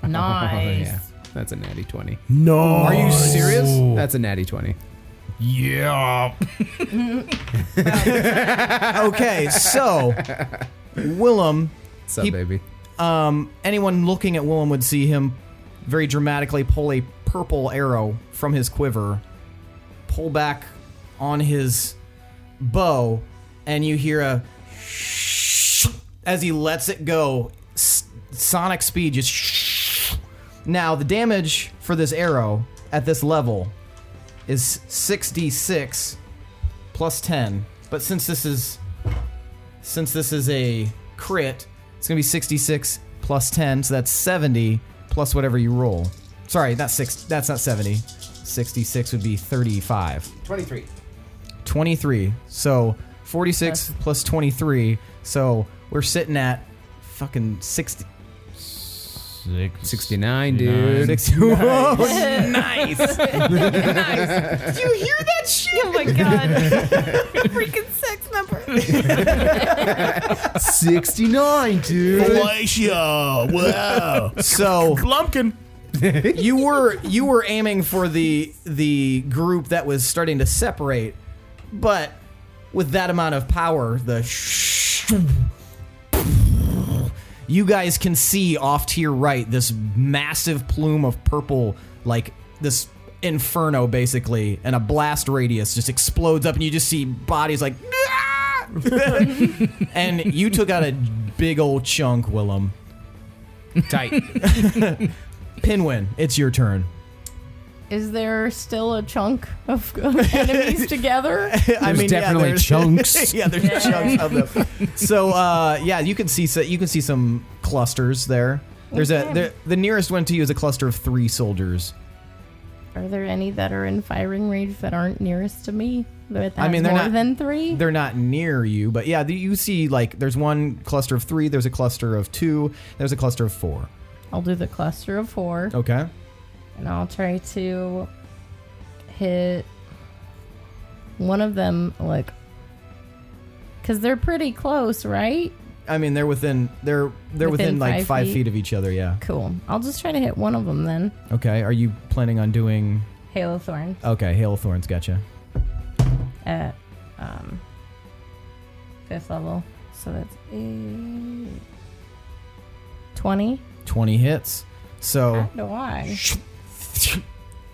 [SPEAKER 3] Oh,
[SPEAKER 4] Nice.
[SPEAKER 1] yeah, that's a natty twenty.
[SPEAKER 8] No,
[SPEAKER 3] Are you serious?
[SPEAKER 1] That's a natty twenty.
[SPEAKER 3] [LAUGHS]
[SPEAKER 6] Yeah.
[SPEAKER 3] okay, so Willem
[SPEAKER 1] What's up,
[SPEAKER 3] He-
[SPEAKER 1] baby?
[SPEAKER 3] um, anyone looking at Willem would see him very dramatically pull a purple arrow from his quiver, pull back on his bow, and you hear a [LAUGHS] as he lets it go. S- sonic speed just. [LAUGHS] Now the damage for this arrow at this level is 6d6 plus 10, but since this is since this is a crit, it's gonna be 66 plus 10, so that's 70 plus whatever you roll. Sorry, not six. That's not 70. 66 would be 35.
[SPEAKER 1] 23.
[SPEAKER 3] 23. So 46 plus 23. So we're sitting at fucking 60.
[SPEAKER 6] Six.
[SPEAKER 1] 69, dude.
[SPEAKER 3] 60 [LAUGHS] Whoa.
[SPEAKER 7] nice. nice. Did you hear that shit? Oh my
[SPEAKER 1] [LAUGHS]
[SPEAKER 7] god. Freaking sex number.
[SPEAKER 1] 69, dude.
[SPEAKER 8] Felicia? Wow,
[SPEAKER 3] So
[SPEAKER 8] Blumpkin.
[SPEAKER 3] you were you were aiming for the the group that was starting to separate, but with that amount of power, the [LAUGHS] sh- you guys can see off to your right this massive plume of purple, like this inferno basically, and a blast radius just explodes up, and you just see bodies like. [LAUGHS] "Ah!" and you took out a big old chunk, Willem.
[SPEAKER 1] Tight.
[SPEAKER 3] Pinwin, it's your turn.
[SPEAKER 4] Is there still a chunk of
[SPEAKER 3] [LAUGHS]
[SPEAKER 4] enemies together?
[SPEAKER 3] I
[SPEAKER 1] There's
[SPEAKER 3] mean,
[SPEAKER 1] definitely
[SPEAKER 3] yeah, there's, [LAUGHS]
[SPEAKER 1] chunks.
[SPEAKER 3] yeah, there's chunks of them. So uh, yeah, you can see so you can see some clusters there. There's a
[SPEAKER 4] Okay.
[SPEAKER 3] there, the nearest one to you is a cluster of three soldiers.
[SPEAKER 4] Are there any that are in firing range that aren't nearest to me? That
[SPEAKER 3] I
[SPEAKER 4] has
[SPEAKER 3] mean, they're
[SPEAKER 4] more
[SPEAKER 3] not
[SPEAKER 4] than three.
[SPEAKER 3] They're not near you, but yeah, you see like there's one cluster of three, there's a cluster of two, there's a cluster of four.
[SPEAKER 4] I'll do the cluster of four,
[SPEAKER 3] Okay.
[SPEAKER 4] and I'll try to hit one of them, like, because they're pretty close, right?
[SPEAKER 3] I mean, they're within they're they're within,
[SPEAKER 4] Within
[SPEAKER 3] like
[SPEAKER 4] five
[SPEAKER 3] five
[SPEAKER 4] feet.
[SPEAKER 3] feet of each other. Yeah.
[SPEAKER 4] Cool. I'll just try to hit one of them then.
[SPEAKER 3] Okay. Are you planning on doing?
[SPEAKER 4] Halo Thorn
[SPEAKER 3] Okay, hail thorns. Gotcha.
[SPEAKER 4] at um, fifth level. So that's eight. 20.
[SPEAKER 3] Twenty hits. So
[SPEAKER 4] How do I?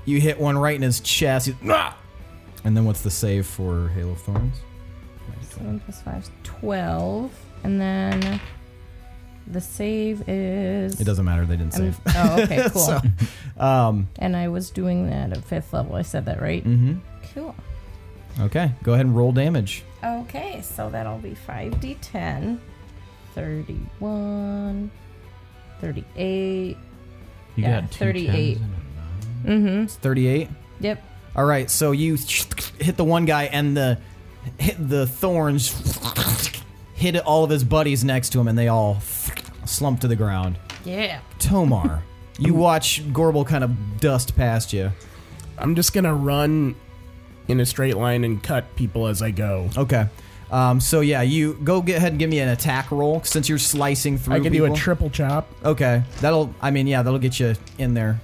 [SPEAKER 3] you hit one right in his chest. He's, "Ah!" And then what's the save for hail thorns?
[SPEAKER 4] 7 plus 5 is 12. And then the save is.
[SPEAKER 3] It doesn't matter. They didn't
[SPEAKER 4] I'm-
[SPEAKER 3] save.
[SPEAKER 4] Oh, [LAUGHS]
[SPEAKER 3] [LAUGHS]
[SPEAKER 4] okay, cool.
[SPEAKER 3] So, um.
[SPEAKER 4] And I was doing that at fifth level. I said that right.
[SPEAKER 3] hmm
[SPEAKER 4] Cool.
[SPEAKER 3] Okay. Go ahead and roll damage.
[SPEAKER 4] Okay, so that'll be 5d10, 31,
[SPEAKER 10] You
[SPEAKER 4] 38. yeah,
[SPEAKER 10] got two
[SPEAKER 4] 38.
[SPEAKER 10] tens
[SPEAKER 4] Mm
[SPEAKER 3] It's thirty-eight.
[SPEAKER 4] hmm. Yep.
[SPEAKER 3] All right, so you hit the one guy, and the hit the thorns hit all of his buddies next to him, and they all slump to the ground.
[SPEAKER 4] Yeah.
[SPEAKER 3] Tomar, you watch Gorbel kind of dust past you.
[SPEAKER 8] I'm just gonna run in a straight line and cut people as I go.
[SPEAKER 3] Okay, um, so yeah, you go get ahead and give me an attack roll since you're slicing through.
[SPEAKER 8] I can do
[SPEAKER 3] people.
[SPEAKER 8] a triple chop.
[SPEAKER 3] Okay, that'll. I mean, yeah, that'll get you in there.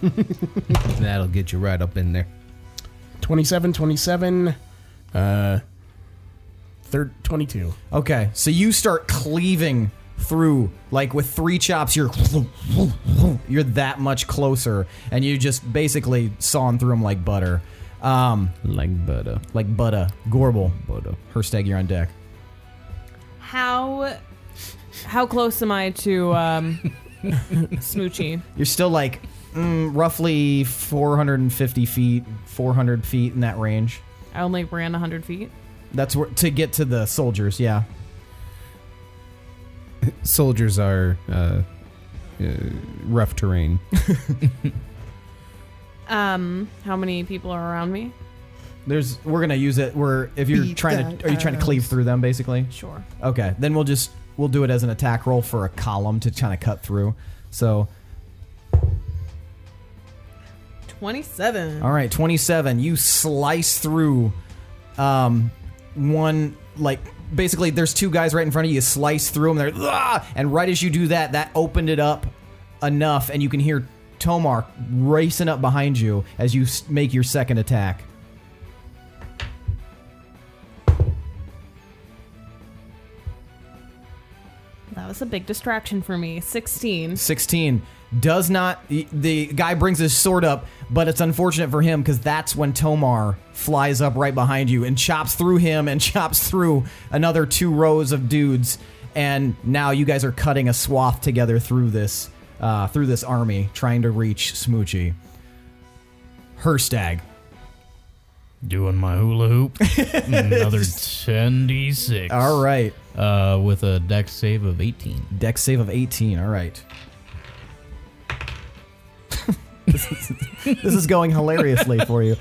[SPEAKER 1] That'll get you right up in there.
[SPEAKER 8] 27, 27, uh, third, 22.
[SPEAKER 3] Okay, so you start cleaving through like with three chops. You're you're that much closer, and you just basically sawing through them like butter, um,
[SPEAKER 1] Like butter.
[SPEAKER 3] like butter. Gorble,
[SPEAKER 1] Butter.
[SPEAKER 3] Herstag, you're on deck.
[SPEAKER 7] How how close am I to um, Smoochie?
[SPEAKER 3] You're still like mm, roughly 450 feet, 400 feet in that range.
[SPEAKER 7] I only ran 100 feet.
[SPEAKER 3] That's where to get to the soldiers. Yeah,
[SPEAKER 1] Soldiers are uh, uh, rough terrain.
[SPEAKER 7] Um, how many people are around me?
[SPEAKER 3] there's. We're gonna use it. We're if you're
[SPEAKER 9] Beat
[SPEAKER 3] trying to
[SPEAKER 9] that
[SPEAKER 3] are you trying to cleave
[SPEAKER 9] ass.
[SPEAKER 3] through them basically.
[SPEAKER 7] Sure.
[SPEAKER 3] Okay, then we'll just we'll do it as an attack roll for a column to kind of cut through. So,
[SPEAKER 7] 27.
[SPEAKER 3] all right, twenty-seven. You slice through, um, one like basically there's two guys right in front of you. You slice through them. They're "Ah!" and right as you do that, that opened it up enough, and you can hear Tomar racing up behind you as you s- make your second attack.
[SPEAKER 7] That was a big distraction for me. 16.
[SPEAKER 3] 16 does not the guy brings his sword up but it's unfortunate for him because that's when tomar flies up right behind you and chops through him and [LAUGHS] chops through another two rows of dudes and now you guys are cutting a swath together through this uh, through this army trying to reach smoochie herstag
[SPEAKER 6] Doing my hula
[SPEAKER 3] [LAUGHS]
[SPEAKER 6] hoop. Another 10d6.
[SPEAKER 3] all right
[SPEAKER 6] Uh, with a dex save of 18.
[SPEAKER 3] deck save of 18 all right this, is, this is going hilariously for you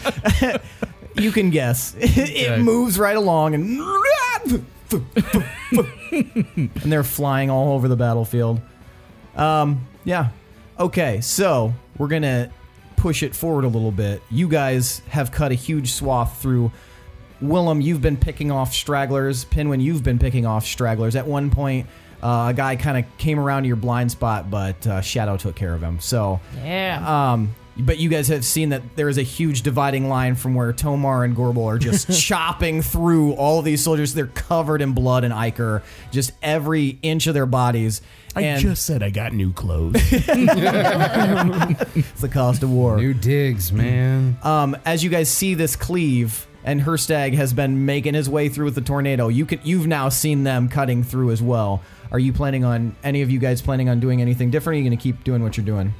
[SPEAKER 3] [LAUGHS] you can guess [LAUGHS] it,
[SPEAKER 6] Okay.
[SPEAKER 3] moves right along and and they're flying all over the battlefield um yeah okay so we're gonna push it forward a little bit you guys have cut a huge swath through Willem, you've been picking off stragglers. Pinwin, you've been picking off stragglers. At one point, uh, a guy kind of came around to your blind spot, but uh, Shadow took care of him. So,
[SPEAKER 4] Yeah.
[SPEAKER 3] um, but you guys have seen that there is a huge dividing line from where Tomar and Gorbel
[SPEAKER 8] [LAUGHS]
[SPEAKER 3] are just chopping through all of these soldiers. They're covered in blood and ichor, just every inch of their bodies.
[SPEAKER 8] I
[SPEAKER 3] and
[SPEAKER 8] just said I got new clothes.
[SPEAKER 3] [LAUGHS] it's the cost of war.
[SPEAKER 1] New digs, man.
[SPEAKER 3] Um, as you guys see this cleave, and Herstag has been making his way through with the tornado. You can you've now seen them cutting through as well. Are you planning on any of you guys planning on doing anything different? Or are you going to keep doing what you're doing?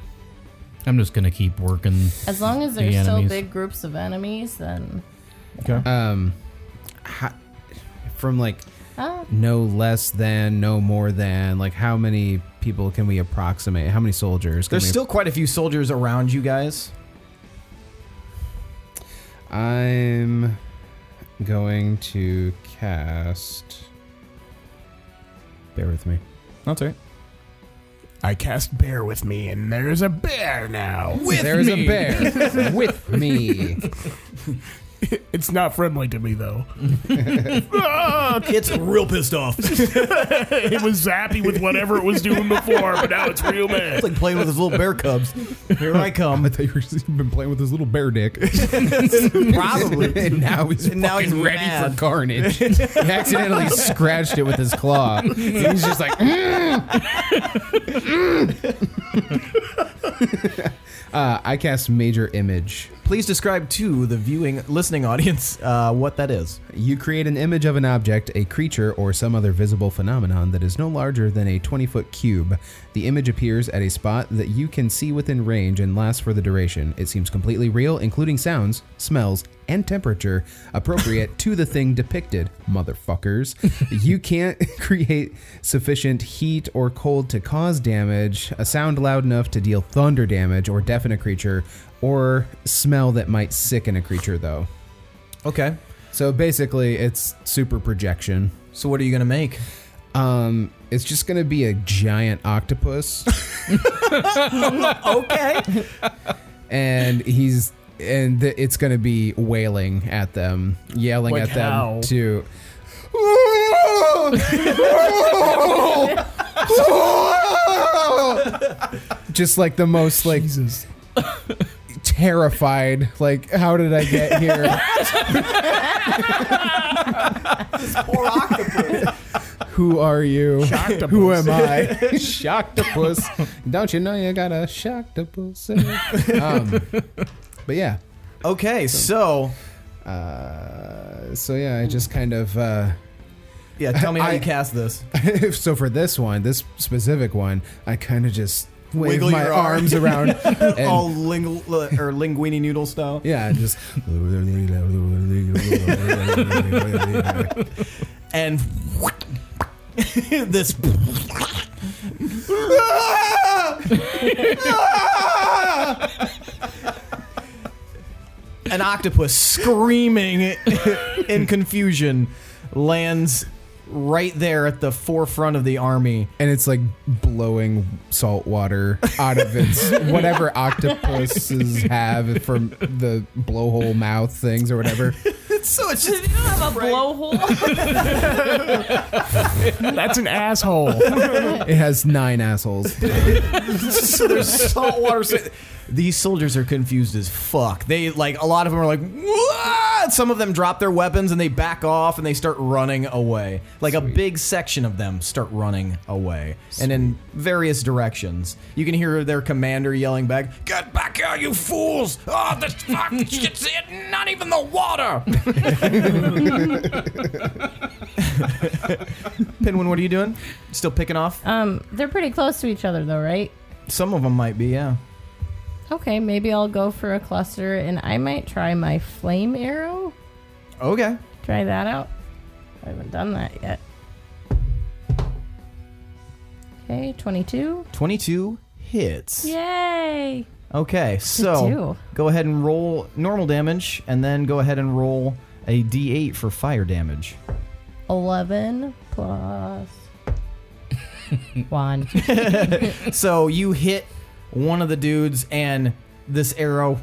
[SPEAKER 6] I'm just going to keep working.
[SPEAKER 4] As long as
[SPEAKER 6] The
[SPEAKER 4] there's still
[SPEAKER 6] enemies.
[SPEAKER 4] big groups of enemies, then.
[SPEAKER 1] Um, ho- from like
[SPEAKER 4] Ah,
[SPEAKER 1] no less than, no more than, like how many people can we approximate? How many soldiers? Can
[SPEAKER 3] There's
[SPEAKER 1] we
[SPEAKER 3] still quite a few soldiers around you guys.
[SPEAKER 10] I'm going to cast. Bear with me.
[SPEAKER 9] That's right.
[SPEAKER 8] I cast bear with me, and there's a bear now.
[SPEAKER 10] There is a
[SPEAKER 1] [LAUGHS]
[SPEAKER 10] bear with me.
[SPEAKER 8] It's not friendly to me
[SPEAKER 3] [LAUGHS]
[SPEAKER 8] though. Ah!
[SPEAKER 3] It's real pissed off. It's
[SPEAKER 8] [LAUGHS] It was zappy with whatever it was doing before, but now it's real mad.
[SPEAKER 3] like playing with his little bear [LAUGHS] cubs. Here I [LAUGHS] come.
[SPEAKER 1] thought you were- you've been playing with his little bear dick. [LAUGHS]
[SPEAKER 3] Probably.
[SPEAKER 1] and now he's
[SPEAKER 3] And now
[SPEAKER 1] fucking
[SPEAKER 3] he's
[SPEAKER 1] ready
[SPEAKER 3] mad.
[SPEAKER 1] for carnage. He accidentally scratched it with his claw. He's just like, "Mm! [LAUGHS] Mm!" uh, I cast major image.
[SPEAKER 3] Please describe to the viewing, listening audience uh, what that is.
[SPEAKER 1] You create an image of an object, a creature, or some other visible phenomenon that is no larger than a 20 foot cube. The image appears at a spot that you can see within range and lasts for the duration. It seems completely real, including sounds, smells, and temperature appropriate to the thing depicted. Motherfuckers. you can't [LAUGHS] create sufficient heat or cold to cause damage, a sound loud enough to deal thunder damage or deafen a creature, or smell that might sicken a creature, though.
[SPEAKER 3] Okay.
[SPEAKER 1] So basically, it's super projection.
[SPEAKER 3] So what are you gonna make?
[SPEAKER 1] Um, it's just gonna be a giant
[SPEAKER 8] [LAUGHS]
[SPEAKER 1] octopus,
[SPEAKER 3] Okay.
[SPEAKER 1] and he's and th- it's gonna be wailing at them, yelling
[SPEAKER 8] Like
[SPEAKER 1] at them
[SPEAKER 8] how?
[SPEAKER 1] to. [LAUGHS] just like the most like
[SPEAKER 8] Jesus.
[SPEAKER 1] terrified like how did i get here
[SPEAKER 3] Poor octopus.
[SPEAKER 1] who are you who am i
[SPEAKER 3] [LAUGHS]
[SPEAKER 1] shocktopus don't you know you got a shocktopus um, but yeah
[SPEAKER 3] Okay, so
[SPEAKER 1] Uh, so yeah, I just kind of uh, [LAUGHS]
[SPEAKER 3] yeah, tell me how
[SPEAKER 1] I-
[SPEAKER 3] you cast this.
[SPEAKER 1] so for this one, this specific one, I kind of just wave
[SPEAKER 3] Wiggle
[SPEAKER 1] my
[SPEAKER 3] your arm.
[SPEAKER 1] arms
[SPEAKER 3] [LAUGHS]
[SPEAKER 1] around and
[SPEAKER 3] [LAUGHS] All ling- or linguini noodle style.
[SPEAKER 1] yeah, and just
[SPEAKER 3] and [LAUGHS] this an octopus screaming [LAUGHS] in confusion lands right there at the forefront of the army
[SPEAKER 1] and it's like blowing salt water out of
[SPEAKER 8] [LAUGHS]
[SPEAKER 1] its whatever octopuses have from the blowhole mouth things or whatever.
[SPEAKER 3] so it's
[SPEAKER 7] You don't have a blowhole. [LAUGHS]
[SPEAKER 8] That's an asshole.
[SPEAKER 1] It has nine assholes.
[SPEAKER 3] [LAUGHS] so there's salt water. sa- These soldiers are confused as fuck. They like a lot of them are like, what? Some of them drop their weapons and they back off and they start running away. Like a big section of them start running away and in various directions. You can hear their commander yelling back, "Get back here, you fools! Oh, this fuck shit's it! Not even the water." [LAUGHS] Pinwin, what are you doing? Still picking off?
[SPEAKER 4] Um, they're pretty close to each other though, right?
[SPEAKER 3] Some of them might be, yeah.
[SPEAKER 4] Okay, maybe I'll go for a cluster, and I might try my flame arrow.
[SPEAKER 3] Okay.
[SPEAKER 4] Try that out. I haven't done that yet. Okay, twenty-two.
[SPEAKER 3] 22 hits.
[SPEAKER 4] Yay!
[SPEAKER 3] Okay, so
[SPEAKER 4] do.
[SPEAKER 3] go ahead and roll normal damage, and then go ahead and roll a d8 for fire damage.
[SPEAKER 4] 11 plus 1.
[SPEAKER 3] so you hit one of the dudes, and this arrow.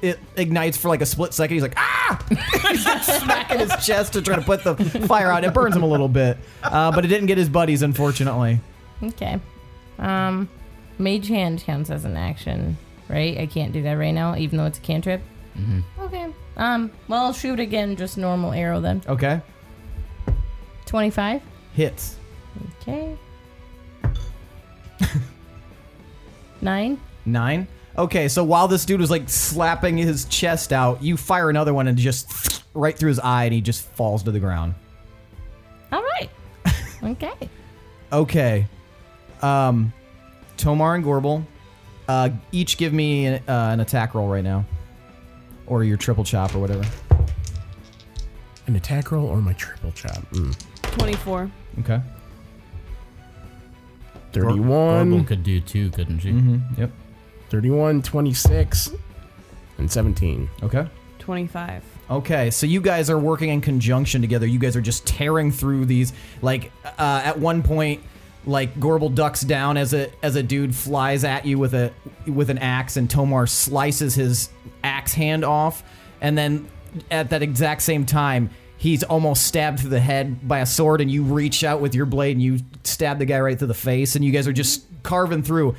[SPEAKER 3] It ignites for like a split second. He's like, ah! [LAUGHS] He's like smacking his chest to try to put the fire out. It burns him a little bit, uh, but it didn't get his buddies, unfortunately.
[SPEAKER 4] okay. Um, Mage Hand counts as an action, right? I can't do that right now, even though it's a cantrip. Mm-hmm. Okay. Um, well, I'll shoot again, just normal arrow then.
[SPEAKER 3] Okay,
[SPEAKER 4] 25.
[SPEAKER 3] hits.
[SPEAKER 4] Okay. [LAUGHS] 9.
[SPEAKER 3] Nine. Okay, so while this dude was like slapping his chest out, you fire another one and just [SNIFFS] right through his eye, and he just falls to the ground.
[SPEAKER 4] All [LAUGHS] right. Okay.
[SPEAKER 3] Okay, um, Tomar and Gorbel, uh, each give me an, uh, an attack roll right now, or your triple chop or whatever.
[SPEAKER 8] An attack roll or my triple chop? Mm.
[SPEAKER 7] 24.
[SPEAKER 3] Okay.
[SPEAKER 6] Gorbel
[SPEAKER 8] 31,
[SPEAKER 6] could do two, couldn't she?
[SPEAKER 3] Mm-hmm. Yep.
[SPEAKER 8] 31, 26,
[SPEAKER 11] and 17.
[SPEAKER 3] Okay.
[SPEAKER 7] 25.
[SPEAKER 3] Okay, so you guys are working in conjunction together. You guys are just tearing through these. Like uh, at one point, like Gorbel ducks down as a as a dude flies at you with a with an axe, and Tomar slices his axe hand off. And then at that exact same time, he's almost stabbed through the head by a sword, and you reach out with your blade and you stab the guy right through the face. And you guys are just carving through.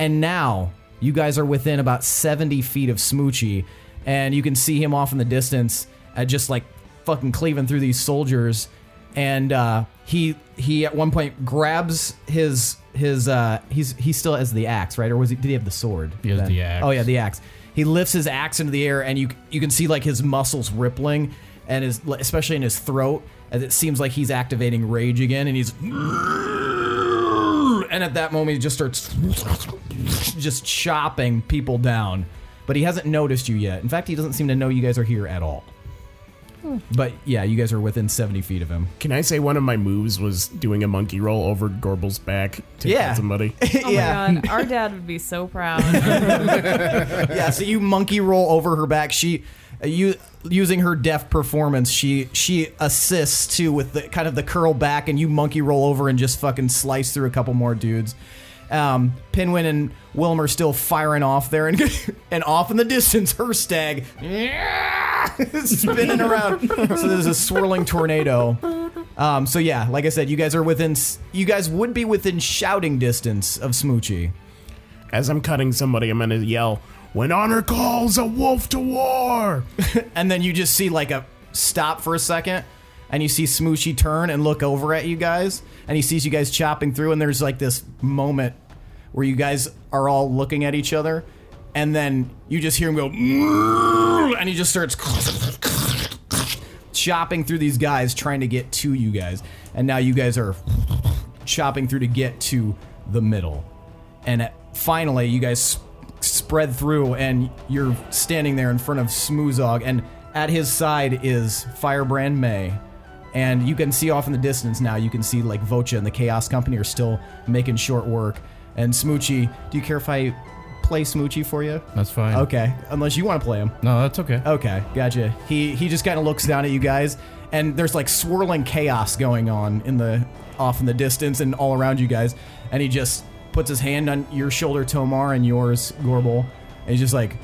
[SPEAKER 3] And now you guys are within about 70 feet of Smoochie, and you can see him off in the distance, uh, just like fucking cleaving through these soldiers. And uh, he he at one point grabs his his uh, he's he still has the axe, right? Or was he did he have the sword?
[SPEAKER 6] He has
[SPEAKER 3] then?
[SPEAKER 6] the axe.
[SPEAKER 3] Oh yeah, the axe. He lifts his axe into the air, and you you can see like his muscles rippling, and his especially in his throat, as it seems like he's activating rage again, and he's and at that moment he just starts just chopping people down. But he hasn't noticed you yet. In fact, he doesn't seem to know you guys are here at all.
[SPEAKER 8] Hmm.
[SPEAKER 3] But yeah, you guys are within 70 feet of him.
[SPEAKER 8] Can I say one of my moves was doing a monkey roll over Gorbel's back to
[SPEAKER 3] Yeah.
[SPEAKER 8] hit somebody?
[SPEAKER 7] Oh my god, our dad would be so proud.
[SPEAKER 3] yeah, so you monkey roll over her back. She uh, you using her deft performance, she she assists too with the kind of the curl back and you monkey roll over and just fucking slice through a couple more dudes. Um, Pinwin and Wilmer still firing off there and [LAUGHS] and off in the distance her stag [LAUGHS] spinning around. so there's a swirling tornado. Um, so yeah, like I said, you guys are within s- you guys would be within shouting distance of Smoochie.
[SPEAKER 8] As I'm cutting somebody, I'm gonna yell, "When honor calls, a wolf to war!"
[SPEAKER 3] and then you just see like a stop for a second, and you see Smooshy turn and look over at you guys, and he sees you guys chopping through, and there's like this moment where you guys are all looking at each other, and then you just hear him go, "Mm," and he just starts chopping through these guys trying to get to you guys, and now you guys are chopping through to get to the middle. And at, finally, you guys sp- spread through, and you're standing there in front of Smoozog, and at his side is Firebrand May. And you can see off in the distance now, you can see like Vocha and the Chaos Company are still making short work. And Smoochie, do you care if I play Smoochie for you?
[SPEAKER 10] That's fine.
[SPEAKER 3] Okay, unless you want to play him.
[SPEAKER 10] No, that's okay.
[SPEAKER 3] Okay, gotcha. He he just kind of looks down at you guys, and there's like swirling chaos going on in the off in the distance and all around you guys, and he just puts his hand on your shoulder, Tomar, and yours, Gorbel, and he's just like,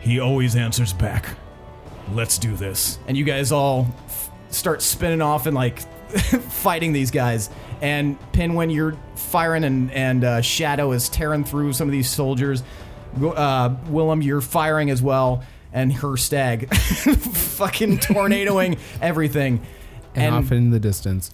[SPEAKER 12] He always answers back. Let's do this.
[SPEAKER 3] and you guys all f- start spinning off and like [LAUGHS] fighting these guys. And Pinwin, you're firing, and and uh, Shadow is tearing through some of these soldiers. Go- Uh, Willem, you're firing as well, and her stag, [LAUGHS] fucking tornadoing everything.
[SPEAKER 1] And, off in the distance.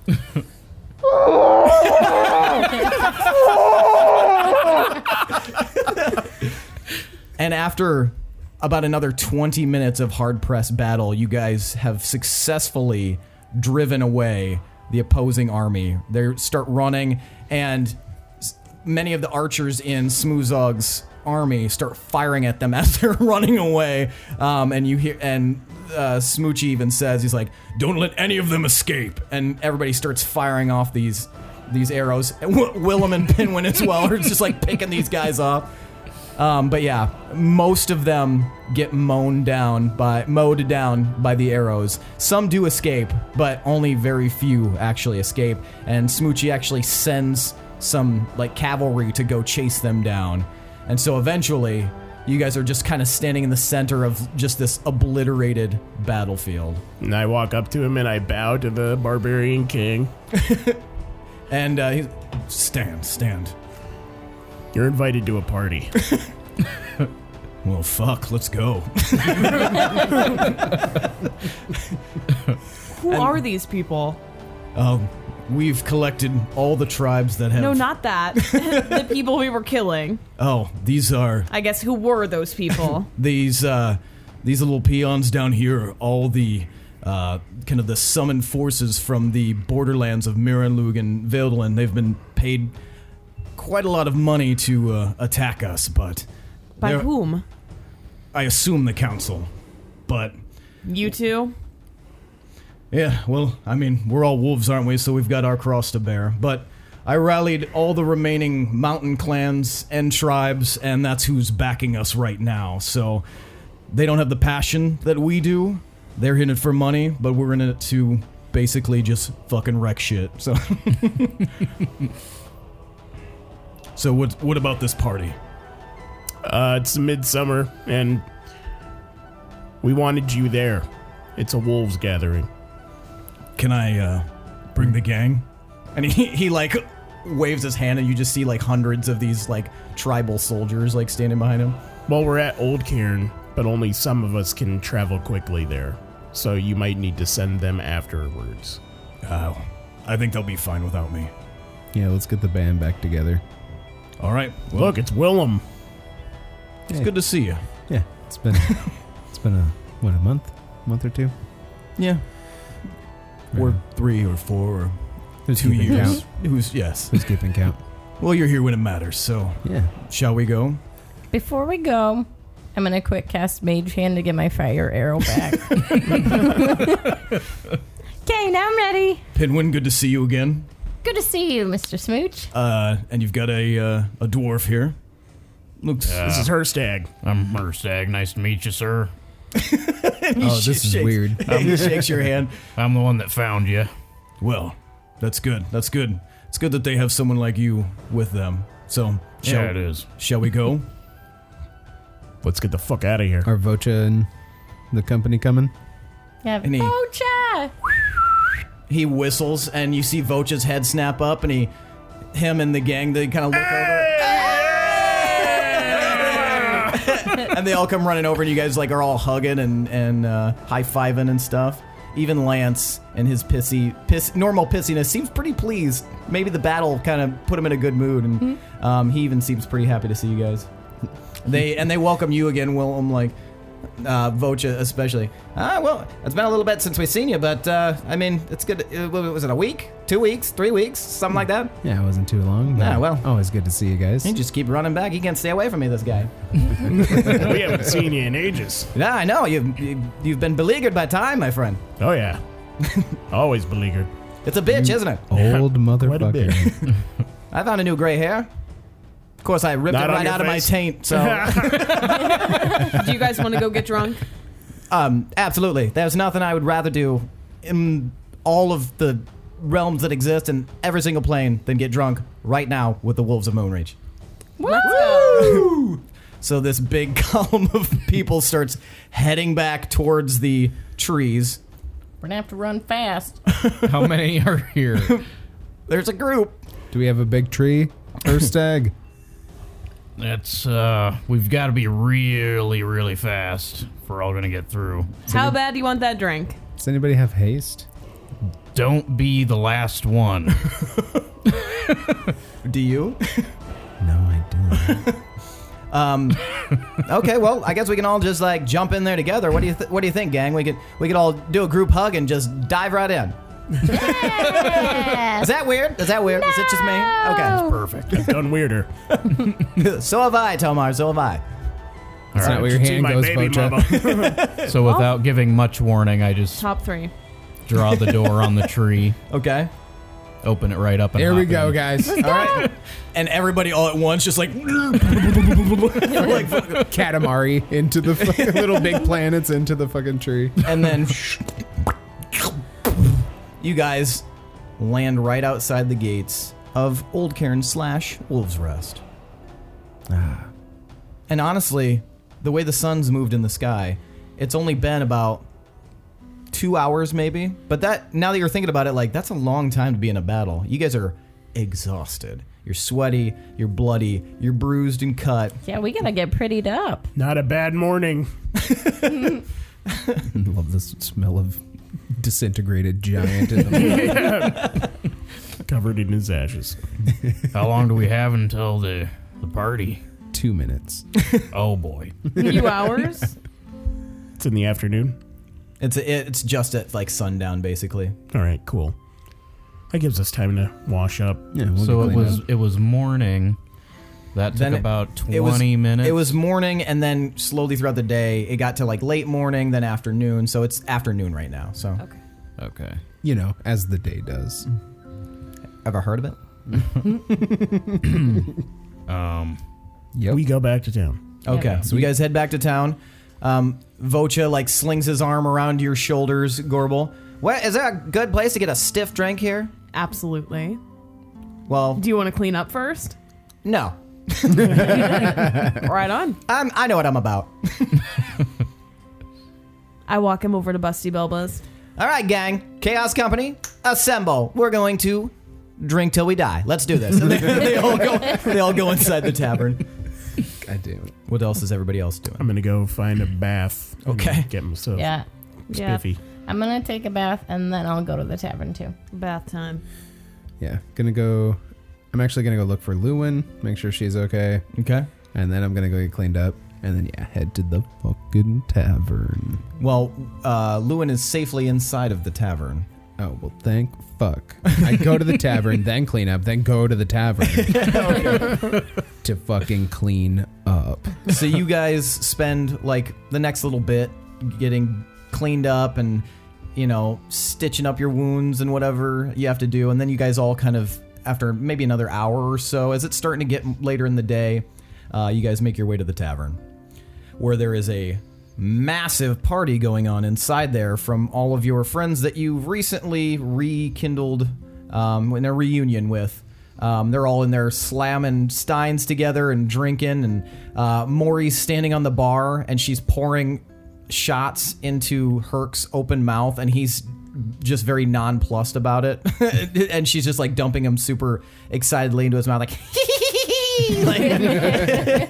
[SPEAKER 3] And after about another 20 minutes of hard pressed battle, you guys have successfully driven away the opposing army. They start running, and s- many of the archers in Smoozog's army start firing at them [LAUGHS] as they're running away. Um, and you hear, and uh, Smoochie even says, he's like, Don't let any of them escape. And everybody starts firing off these. These arrows, [LAUGHS] and Wi- Willem and Pinwin as well are just like picking these guys off. Um, but yeah, most of them get mown down by mowed down by the arrows. Some do escape, but only very few actually escape. And Smoochie actually sends some like cavalry to go chase them down. And so eventually, you guys are just kind of standing in the center of just this obliterated battlefield.
[SPEAKER 8] And I walk up to him and I bow to the barbarian king.
[SPEAKER 3] and uh, he
[SPEAKER 8] stand, stand. You're invited to a party.
[SPEAKER 12] well, fuck. Let's go.
[SPEAKER 7] Who are these people?
[SPEAKER 3] Um, we've collected all the tribes that have.
[SPEAKER 7] No, not that. [LAUGHS] the people we were killing.
[SPEAKER 12] Oh, these are
[SPEAKER 7] I guess who were those people?
[SPEAKER 12] these uh, these little peons down here are all the uh, kind of the summoned forces from the borderlands of Miranlug and Veldland. They've been paid quite a lot of money to uh, attack us, but
[SPEAKER 7] By
[SPEAKER 12] they're-
[SPEAKER 7] whom?
[SPEAKER 12] I assume the council. But
[SPEAKER 7] You two?
[SPEAKER 12] yeah, well, I mean, we're all wolves, aren't we? So we've got our cross to bear. But I rallied all the remaining mountain clans and tribes, and that's who's backing us right now. So they don't have the passion that we do. They're in it for money, but we're in it to basically just fucking wreck shit. So, [LAUGHS] so what? What about this party?
[SPEAKER 8] Uh, it's midsummer, and we wanted you there. It's a wolves gathering.
[SPEAKER 12] Can I uh, bring the gang?
[SPEAKER 3] And he, he like waves his hand, and you just see like hundreds of these like tribal soldiers like standing behind him.
[SPEAKER 8] Well, we're at Old Cairn, but only some of us can travel quickly there, so you might need to send them afterwards.
[SPEAKER 12] Oh, I think they'll be fine without me.
[SPEAKER 1] Yeah, let's get the band back together.
[SPEAKER 12] All right,
[SPEAKER 8] Look, it's Willem.
[SPEAKER 12] It's good to see you.
[SPEAKER 1] Yeah, it's been it's been a what a month, month or two.
[SPEAKER 12] Yeah. Or three or four or
[SPEAKER 1] Who's
[SPEAKER 12] two
[SPEAKER 1] keeping
[SPEAKER 12] years.
[SPEAKER 1] count?
[SPEAKER 12] Who's yes?
[SPEAKER 1] Who's keeping count?
[SPEAKER 12] Well, you're here when it matters, so
[SPEAKER 1] Yeah.
[SPEAKER 12] Shall we go?
[SPEAKER 4] Before we go, I'm gonna quick cast Mage Hand to get my fire arrow back. [LAUGHS] okay, now I'm ready.
[SPEAKER 12] Pinwin, good to see you again.
[SPEAKER 4] Good to see you, Mr. Smooch.
[SPEAKER 12] Uh, and you've got a uh, a dwarf here. Looks. This is her.
[SPEAKER 8] Herstag.
[SPEAKER 6] I'm Herstag. Nice to meet you, sir.
[SPEAKER 12] Oh, [LAUGHS] this is shakes- weird. he shakes your hand.
[SPEAKER 6] I'm the one that found you.
[SPEAKER 12] Well, that's good. That's good. It's good that they have someone like you with them. So, shall,
[SPEAKER 6] Yeah, it is.
[SPEAKER 12] Shall we go?
[SPEAKER 8] Let's get the fuck out of here.
[SPEAKER 1] Are Vocha and the company coming?
[SPEAKER 4] Yeah,
[SPEAKER 12] And he-
[SPEAKER 4] Vocha.
[SPEAKER 3] He whistles, and you see Vocha's head snap up, and he, him and the gang, they kind of look over, [LAUGHS] and they all come running over, and you guys like are all hugging and and uh, high fiving and stuff. Even Lance and his pissy, piss, normal pissiness seems pretty pleased. Maybe the battle kind of put him in a good mood, and um, he even seems pretty happy to see you guys. They and they welcome you again, Willem. Like uh, Vocha especially. Ah, well, it's been a little bit since we've seen you, but uh, I mean, it's good. uh, what was it a week, two weeks, three weeks, something like that?
[SPEAKER 1] Yeah, it wasn't too long. But
[SPEAKER 3] Ah, well.
[SPEAKER 1] Always good to see you guys.
[SPEAKER 3] He just keep running back. He can't stay away from me. This guy.
[SPEAKER 8] we haven't Oh, seen you in ages.
[SPEAKER 3] Yeah, I know. You've you- you've been beleaguered by time, my friend.
[SPEAKER 8] Oh yeah, always beleaguered.
[SPEAKER 3] It's a bitch, isn't it?
[SPEAKER 1] Old motherfucker.
[SPEAKER 3] I found a new gray hair. Of course, I ripped
[SPEAKER 8] Not
[SPEAKER 3] it
[SPEAKER 8] on
[SPEAKER 3] right
[SPEAKER 8] your
[SPEAKER 3] out of my
[SPEAKER 8] face.
[SPEAKER 3] taint.
[SPEAKER 8] [LAUGHS]
[SPEAKER 3] So,
[SPEAKER 7] Do you guys want to go get drunk?
[SPEAKER 3] um, absolutely, there's nothing I would rather do in all of the realms that exist in every single plane than get drunk right now with the wolves of Moonreach.
[SPEAKER 7] Let's go.
[SPEAKER 4] [LAUGHS]
[SPEAKER 3] So this big [LAUGHS] column of people starts heading back towards the trees.
[SPEAKER 4] We're gonna have to run fast.
[SPEAKER 10] How many are here?
[SPEAKER 3] [LAUGHS] There's a group.
[SPEAKER 1] Do we have a big tree? Or [LAUGHS] stag?
[SPEAKER 6] That's uh we've gotta be really, really fast if we're all gonna get through.
[SPEAKER 7] How bad do you want that drink?
[SPEAKER 1] Does anybody have haste?
[SPEAKER 6] Don't be the last one.
[SPEAKER 3] Do you? [LAUGHS]
[SPEAKER 1] No, I don't.
[SPEAKER 3] Um, Okay, well, I guess we can all just like jump in there together. What do you th- What do you think, gang? We could we could all do a group hug and just dive right in. Is that weird? Is that weird? Is it just me?
[SPEAKER 6] [LAUGHS]
[SPEAKER 4] Oh!
[SPEAKER 6] Perfect.
[SPEAKER 8] I've done weirder.
[SPEAKER 3] Okay. So have I, Tomar. So have I.
[SPEAKER 1] That's not where your
[SPEAKER 8] See
[SPEAKER 1] hand
[SPEAKER 8] my
[SPEAKER 1] goes,
[SPEAKER 8] baby
[SPEAKER 1] Vocha. [LAUGHS]
[SPEAKER 8] mama.
[SPEAKER 10] So without giving much warning, I just
[SPEAKER 7] Top three.
[SPEAKER 10] draw the door on the
[SPEAKER 6] [LAUGHS]
[SPEAKER 10] tree,
[SPEAKER 3] Okay.
[SPEAKER 10] open it right up, and
[SPEAKER 1] Here
[SPEAKER 10] hop
[SPEAKER 1] we go,
[SPEAKER 10] in.
[SPEAKER 1] guys.
[SPEAKER 3] All right. And everybody all at once just like like
[SPEAKER 1] Katamari into the [LAUGHS] fucking little big planets into the fucking tree.
[SPEAKER 3] and then you guys land right outside the gates of Old Cairn slash Wolves Rest. Ah. And honestly, the way the sun's moved in the sky, it's only been about two hours maybe. But that now that you're thinking about it, like that's a long time to be in a battle. You guys are exhausted. You're sweaty, you're bloody, you're bruised and cut.
[SPEAKER 4] Yeah, we gotta get prettied up.
[SPEAKER 8] Not a bad morning.
[SPEAKER 1] [LAUGHS]
[SPEAKER 8] [LAUGHS]
[SPEAKER 1] Love this smell of disintegrated giant in the [LAUGHS]
[SPEAKER 8] Covered in his ashes.
[SPEAKER 6] How long do we have until the the party?
[SPEAKER 1] two minutes.
[SPEAKER 6] Oh boy.
[SPEAKER 7] Few hours.
[SPEAKER 8] It's in the afternoon.
[SPEAKER 3] It's it's just at like sundown basically.
[SPEAKER 8] All right, cool. That gives us time to wash up.
[SPEAKER 1] Yeah, we'll
[SPEAKER 10] So
[SPEAKER 1] get
[SPEAKER 10] it
[SPEAKER 1] cleaned
[SPEAKER 10] was
[SPEAKER 1] up.
[SPEAKER 10] it was morning. That took
[SPEAKER 3] Then it-
[SPEAKER 10] about twenty
[SPEAKER 3] it was-
[SPEAKER 10] minutes.
[SPEAKER 3] It was morning, and then slowly throughout the day, it got to like late morning, then afternoon. So it's afternoon right now. So
[SPEAKER 7] Okay.
[SPEAKER 10] okay.
[SPEAKER 1] you know, as the day does.
[SPEAKER 3] ever heard of it?
[SPEAKER 6] um,
[SPEAKER 8] We go back to town.
[SPEAKER 3] Okay, so you guys head back to town. Um, Vocha like slings his arm around your shoulders, Gorbel. What is there a good place to get a stiff drink here?
[SPEAKER 7] Absolutely.
[SPEAKER 3] Well,
[SPEAKER 7] Do you want to clean up first?
[SPEAKER 3] no.
[SPEAKER 7] right on.
[SPEAKER 3] I'm, I know what I'm about.
[SPEAKER 7] I walk him over to Busty Bilba's.
[SPEAKER 3] All right, gang. Chaos Company, assemble. We're going to drink till we die. Let's do this. [LAUGHS] And they, they all go. They all go inside the tavern.
[SPEAKER 1] God damn it.
[SPEAKER 3] What else is everybody else doing?
[SPEAKER 8] I'm gonna go find a bath. and
[SPEAKER 3] Okay.
[SPEAKER 8] Get myself
[SPEAKER 4] Yeah. Yeah.
[SPEAKER 8] spiffy.
[SPEAKER 4] I'm gonna take a bath and then I'll go to the tavern too.
[SPEAKER 7] Bath time.
[SPEAKER 1] Yeah, gonna go. I'm actually gonna go look for Lewin, make sure she's okay,
[SPEAKER 3] Okay.
[SPEAKER 1] and then I'm gonna go get cleaned up, and then yeah, head to the fucking tavern.
[SPEAKER 3] Well, uh, Lewin is safely inside of the tavern.
[SPEAKER 1] Oh well, thank fuck. I go to the tavern, then clean up, then go to the [LAUGHS] tavern to fucking clean up.
[SPEAKER 3] so you guys spend like the next little bit getting cleaned up and you know stitching up your wounds and whatever you have to do and then you guys all kind of after maybe another hour or so as it's starting to get later in the day uh, you guys make your way to the tavern where there is a massive party going on inside there from all of your friends that you recently rekindled um, in a reunion with. Um, they're all in there slamming steins together and drinking, and uh, Maury's standing on the bar and she's pouring shots into Herc's open mouth, and he's just very nonplussed about it. [LAUGHS] and she's just like dumping him super excitedly into his mouth, like, [LAUGHS]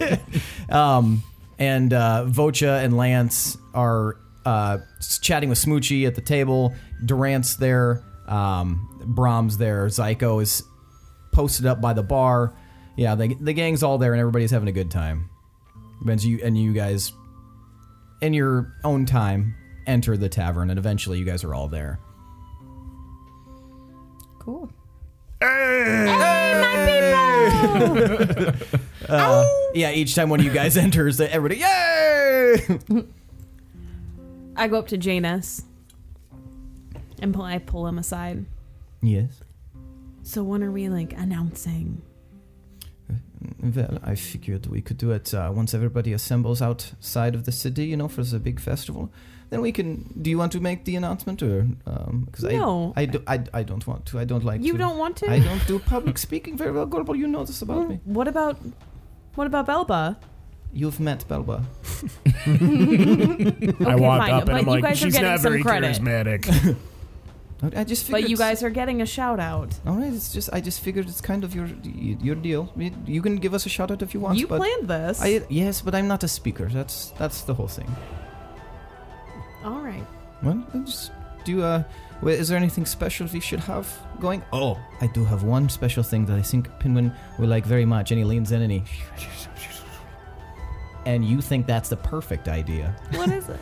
[SPEAKER 3] Um, and uh, Vocha and Lance are uh, s- chatting with Smoochie at the table. Durant's there. Um, Brahms there. Zyko is posted up by the bar. Yeah, they, the gang's all there and everybody's having a good time. And you, and you guys, in your own time, enter the tavern and eventually you guys are all there.
[SPEAKER 4] Cool.
[SPEAKER 3] Uh, yeah, each time one of you guys enters, everybody, yay!
[SPEAKER 7] I go up to Janus and pull, I pull him aside.
[SPEAKER 3] yes.
[SPEAKER 7] So when are we like announcing?
[SPEAKER 9] Well, I figured we could do it uh, once everybody assembles outside of the city, you know, for the big festival. Then we can. Do you want to make the announcement, or because
[SPEAKER 7] No.
[SPEAKER 9] I, I, do, I, I don't want to. I don't like.
[SPEAKER 7] You
[SPEAKER 9] to.
[SPEAKER 7] don't want to?
[SPEAKER 9] I don't do
[SPEAKER 6] [LAUGHS]
[SPEAKER 9] public speaking very well, Gorbel. You know this about me.
[SPEAKER 7] What about what about Belba?
[SPEAKER 9] You've met Belba.
[SPEAKER 8] I
[SPEAKER 7] Okay,
[SPEAKER 8] walk
[SPEAKER 7] fine,
[SPEAKER 8] up
[SPEAKER 7] but
[SPEAKER 8] and I'm
[SPEAKER 7] you
[SPEAKER 8] like,
[SPEAKER 7] guys are
[SPEAKER 8] she's
[SPEAKER 7] getting
[SPEAKER 8] not
[SPEAKER 7] some
[SPEAKER 8] very
[SPEAKER 7] credit."
[SPEAKER 8] charismatic.
[SPEAKER 9] I I just figured.
[SPEAKER 7] But you guys are getting a shout out.
[SPEAKER 9] All right, it's just I just figured it's kind of your your deal. You can give us a shout out if you want.
[SPEAKER 7] You
[SPEAKER 9] but
[SPEAKER 7] planned this.
[SPEAKER 9] I, yes, but I'm not a speaker. That's that's the whole thing. [LAUGHS]
[SPEAKER 7] All right.
[SPEAKER 9] Well, I just do you, uh, wait, is there anything special we should have going? Oh, I do have one special thing that I think Pinwin will like very much, and he leans in and he. [LAUGHS]
[SPEAKER 3] And you think that's the perfect idea.
[SPEAKER 7] What
[SPEAKER 9] [LAUGHS]
[SPEAKER 7] is it?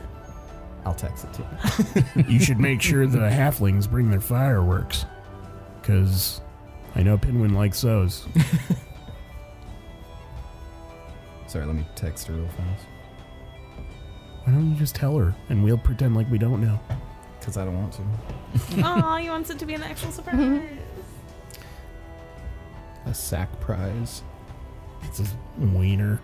[SPEAKER 3] I'll text it to you.
[SPEAKER 8] you should make sure the halflings bring their fireworks, because I know Pinwin likes those.
[SPEAKER 3] Sorry, let me text her real fast.
[SPEAKER 8] Why don't you just tell her and we'll pretend like we don't know?
[SPEAKER 3] Because I don't want to.
[SPEAKER 7] Oh, you wants it to be an actual surprise.
[SPEAKER 1] A sack prize.
[SPEAKER 8] It's a wiener.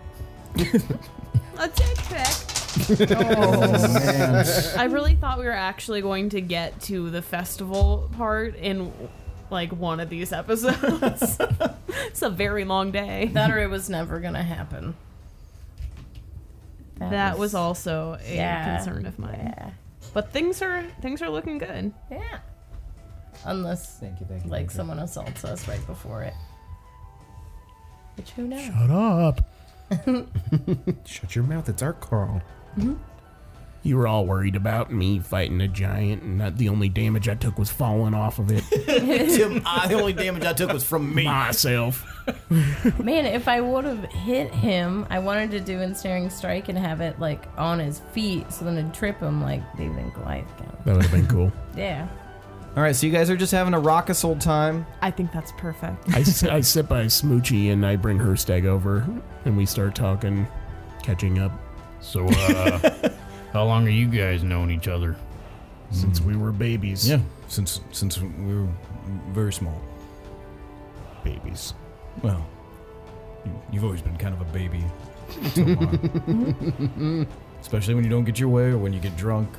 [SPEAKER 7] a tic tac.
[SPEAKER 3] Oh, man.
[SPEAKER 7] I really thought we were actually going to get to the festival part in like one of these episodes. it's a very long day.
[SPEAKER 4] That or it was never gonna happen.
[SPEAKER 7] That was also a
[SPEAKER 4] Yeah.
[SPEAKER 7] concern of mine.
[SPEAKER 4] Yeah.
[SPEAKER 7] But things are things are looking good.
[SPEAKER 4] Yeah. Unless
[SPEAKER 3] Thank you, thank you.
[SPEAKER 4] like someone assaults us right before it. Which who knows?
[SPEAKER 8] Shut up.
[SPEAKER 1] Shut your mouth. It's our Carl.
[SPEAKER 8] You were all worried about me fighting a giant, and not the only damage I took was falling off [LAUGHS] of it
[SPEAKER 3] [LAUGHS] Tim,
[SPEAKER 9] Ah,
[SPEAKER 3] I, the only damage I took was from me.
[SPEAKER 8] myself.
[SPEAKER 4] Man, if I would have hit him, I wanted to do ensnaring strike and have it like on his feet, so then it'd trip him like David and Goliath count.
[SPEAKER 8] That would have been cool.
[SPEAKER 4] [LAUGHS] Yeah.
[SPEAKER 3] All right, so you guys are just having a raucous old time.
[SPEAKER 7] I think that's perfect.
[SPEAKER 8] I, s- I sit by Smoochie and I bring her stag over, and we start talking, catching up
[SPEAKER 6] so uh, how long are you guys knowing each other?
[SPEAKER 8] Mm. since we were babies.
[SPEAKER 12] since since we were very small.
[SPEAKER 13] babies.
[SPEAKER 3] Well, you, you've always been kind of a baby,
[SPEAKER 9] [LAUGHS]
[SPEAKER 7] Mm-hmm.
[SPEAKER 8] Tomar.
[SPEAKER 3] especially when you don't get your way or when you get drunk.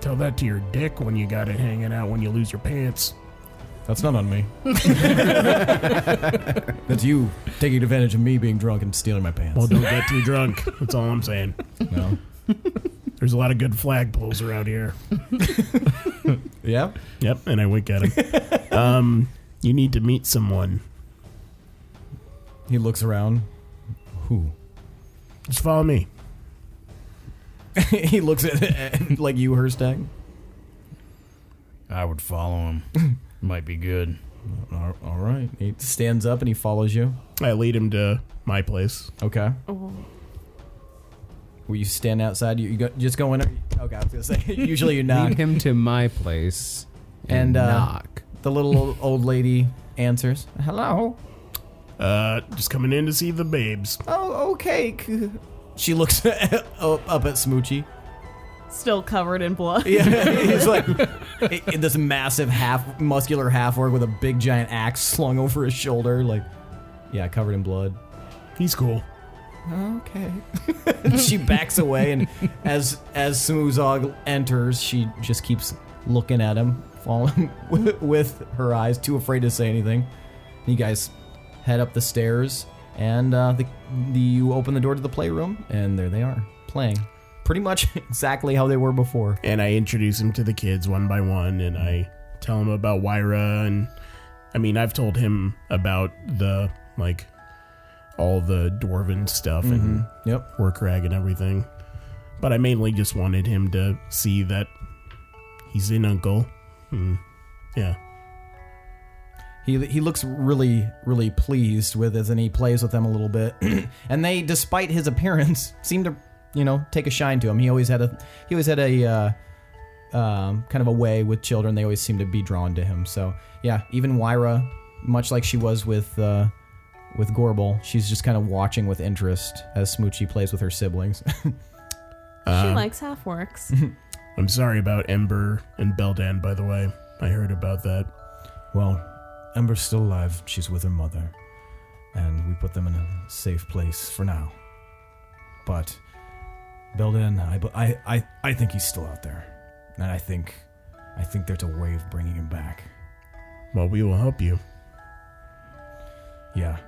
[SPEAKER 8] Tell that to your dick when you got it hanging out when you lose your pants.
[SPEAKER 3] That's not on
[SPEAKER 9] [LAUGHS]
[SPEAKER 3] me. That's you taking advantage of me being drunk and stealing my pants.
[SPEAKER 8] Well, don't get too drunk. That's all I'm saying.
[SPEAKER 3] No.
[SPEAKER 8] There's a lot of good flagpoles around here.
[SPEAKER 3] yep.
[SPEAKER 8] Yep. And I wink at him. um, you need to meet someone.
[SPEAKER 3] He looks
[SPEAKER 9] [LAUGHS]
[SPEAKER 3] around. Who?
[SPEAKER 8] Just follow me.
[SPEAKER 3] he looks at like you, Herstag.
[SPEAKER 14] I would follow him. Might be good.
[SPEAKER 3] All right. He stands up and he follows you.
[SPEAKER 8] I lead him to my place.
[SPEAKER 3] Okay. Will you stand outside? You, you go, just go in. Okay, I was gonna say. [LAUGHS] Usually you
[SPEAKER 9] [LAUGHS]
[SPEAKER 3] knock.
[SPEAKER 6] Lead him to my place and,
[SPEAKER 3] uh,
[SPEAKER 6] knock.
[SPEAKER 3] The little old, old lady answers. Hello.
[SPEAKER 8] Uh, just coming in to see the babes.
[SPEAKER 1] Oh, okay. [LAUGHS] c-
[SPEAKER 3] She looks [LAUGHS] up, up at Smoochie.
[SPEAKER 7] Still covered in blood.
[SPEAKER 3] Yeah, he's like [LAUGHS] i- i- this massive half muscular half orc with a big giant axe slung over his shoulder, like yeah, covered in blood.
[SPEAKER 8] He's cool.
[SPEAKER 3] Okay. [LAUGHS] she backs away, and as as Smuzog enters, she just keeps looking at him, [LAUGHS] following with, with her eyes, too afraid to say anything. You guys head up the stairs, and uh, the, the you open the door to the playroom, and there they are playing, pretty much [LAUGHS] exactly how they were before.
[SPEAKER 8] And I introduce him to the kids one by one, and I tell him about Wyra, and I mean, I've told him about the like all the dwarven stuff and
[SPEAKER 3] yep,
[SPEAKER 8] work rag and everything, but I mainly just wanted him to see that he's an uncle. Hmm. Yeah,
[SPEAKER 3] He, he looks really really pleased with this, and he plays with them a little bit, [CLEARS THROAT] and they, despite his appearance, [LAUGHS] seem to you know take a shine to him. He always had a he always had a uh, um, kind of a way with children. They always seem to be drawn to him. So yeah, even Wyra, much like she was with uh, with Gorbel, she's just kind of watching with interest as Smoochie plays with her siblings.
[SPEAKER 7] [LAUGHS] she likes half works.
[SPEAKER 8] I'm sorry about Ember and Beldan, by the way. I heard about that.
[SPEAKER 3] Well, Ember's still alive. She's with her mother. And we put them in a safe place for now. But Belden, I, bu- I, I, I think he's still out there. And I think I think there's a way of bringing him back.
[SPEAKER 8] Well, we will help you,
[SPEAKER 3] Yeah.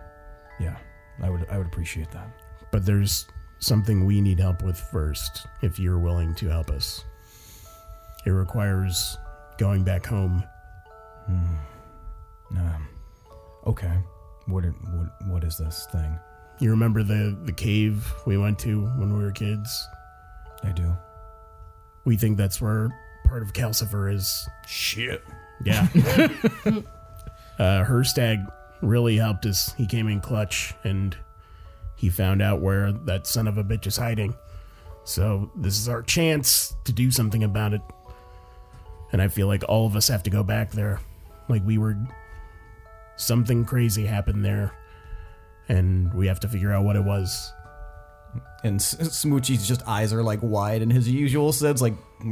[SPEAKER 3] Yeah. I would I would appreciate that.
[SPEAKER 8] but there's something we need help with first. If you're willing to help us, it requires going back home.
[SPEAKER 3] Hmm. Um, okay. What, are- what what is this thing?
[SPEAKER 8] You remember the the cave we went to when we were kids?
[SPEAKER 3] I do.
[SPEAKER 8] We think that's where part of Calcifer is.
[SPEAKER 13] Shit.
[SPEAKER 8] Yeah. [LAUGHS] uh, Herstag really helped us. He came in clutch and he found out where that son of a bitch is hiding. So this is our chance to do something about it. And I feel like all of us have to go back there. Like we were. Something crazy happened there. And we have to figure out what it was.
[SPEAKER 3] And S- Smoochie's just eyes are like wide, and his usual sense like, [LAUGHS]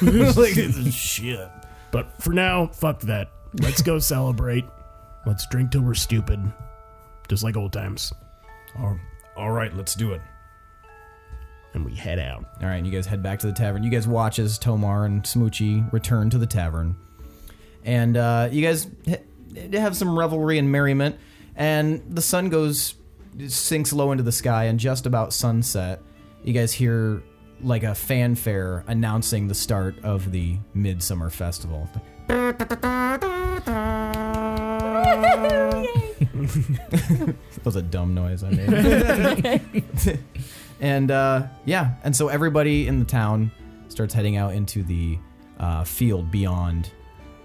[SPEAKER 3] like shit.
[SPEAKER 8] But for now, fuck that. Let's
[SPEAKER 3] [LAUGHS]
[SPEAKER 8] go celebrate. Let's drink till we're stupid. Just like old times.
[SPEAKER 3] All right, let's do it.
[SPEAKER 8] And we head out.
[SPEAKER 3] All right, and you guys head back to the tavern. You guys watch as Tomar and Smoochie return to the tavern, and uh, you guys ha- have some revelry and merriment. And the sun goes sinks low into the sky, and just about sunset, you guys hear like a fanfare announcing the start of the midsummer festival. that was a dumb noise I made. and uh, yeah, and so everybody in the town starts heading out into the uh, field beyond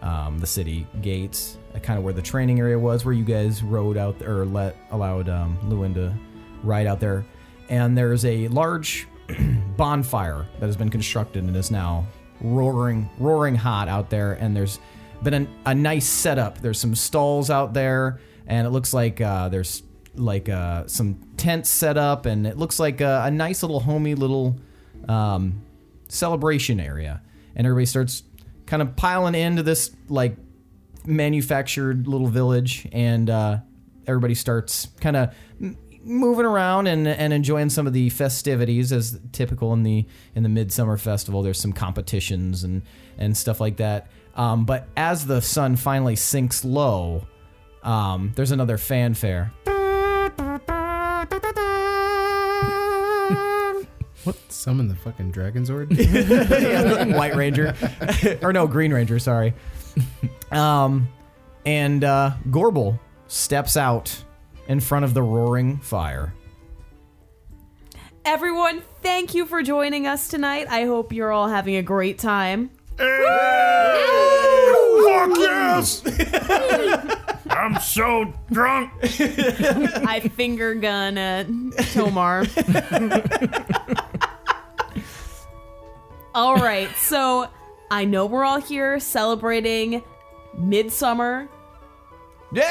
[SPEAKER 3] um, the city gates, uh, kind of where the training area was, where you guys rode out or let allowed um, Lewin to ride out there. And there's a large bonfire that has been constructed and is now roaring, roaring hot out there. And there's been an, a nice setup. There's some stalls out there, and it looks like uh, there's like uh, some tents set up, and it looks like a, a nice little homey little um, celebration area. And everybody starts kind of piling into this like manufactured little village, and uh, everybody starts kind of moving around and, and enjoying some of the festivities as typical in the in the midsummer festival. There's some competitions and and stuff like that. Um, but as the sun finally sinks low, um, there's another fanfare. [LAUGHS]
[SPEAKER 1] What? Summon the fucking
[SPEAKER 3] [LAUGHS]
[SPEAKER 1] Dragonzord?
[SPEAKER 3] Yeah, White Ranger, [LAUGHS] or no, Green Ranger. Sorry. Um, and uh, Gorbel steps out in front of the roaring fire.
[SPEAKER 7] Everyone, thank you for joining us tonight. I hope you're all having a great time.
[SPEAKER 5] Fuck yes! [LAUGHS] I'm so drunk.
[SPEAKER 7] [LAUGHS] I finger gun at Tomar. all right, so I know we're all here celebrating midsummer.
[SPEAKER 3] Yeah!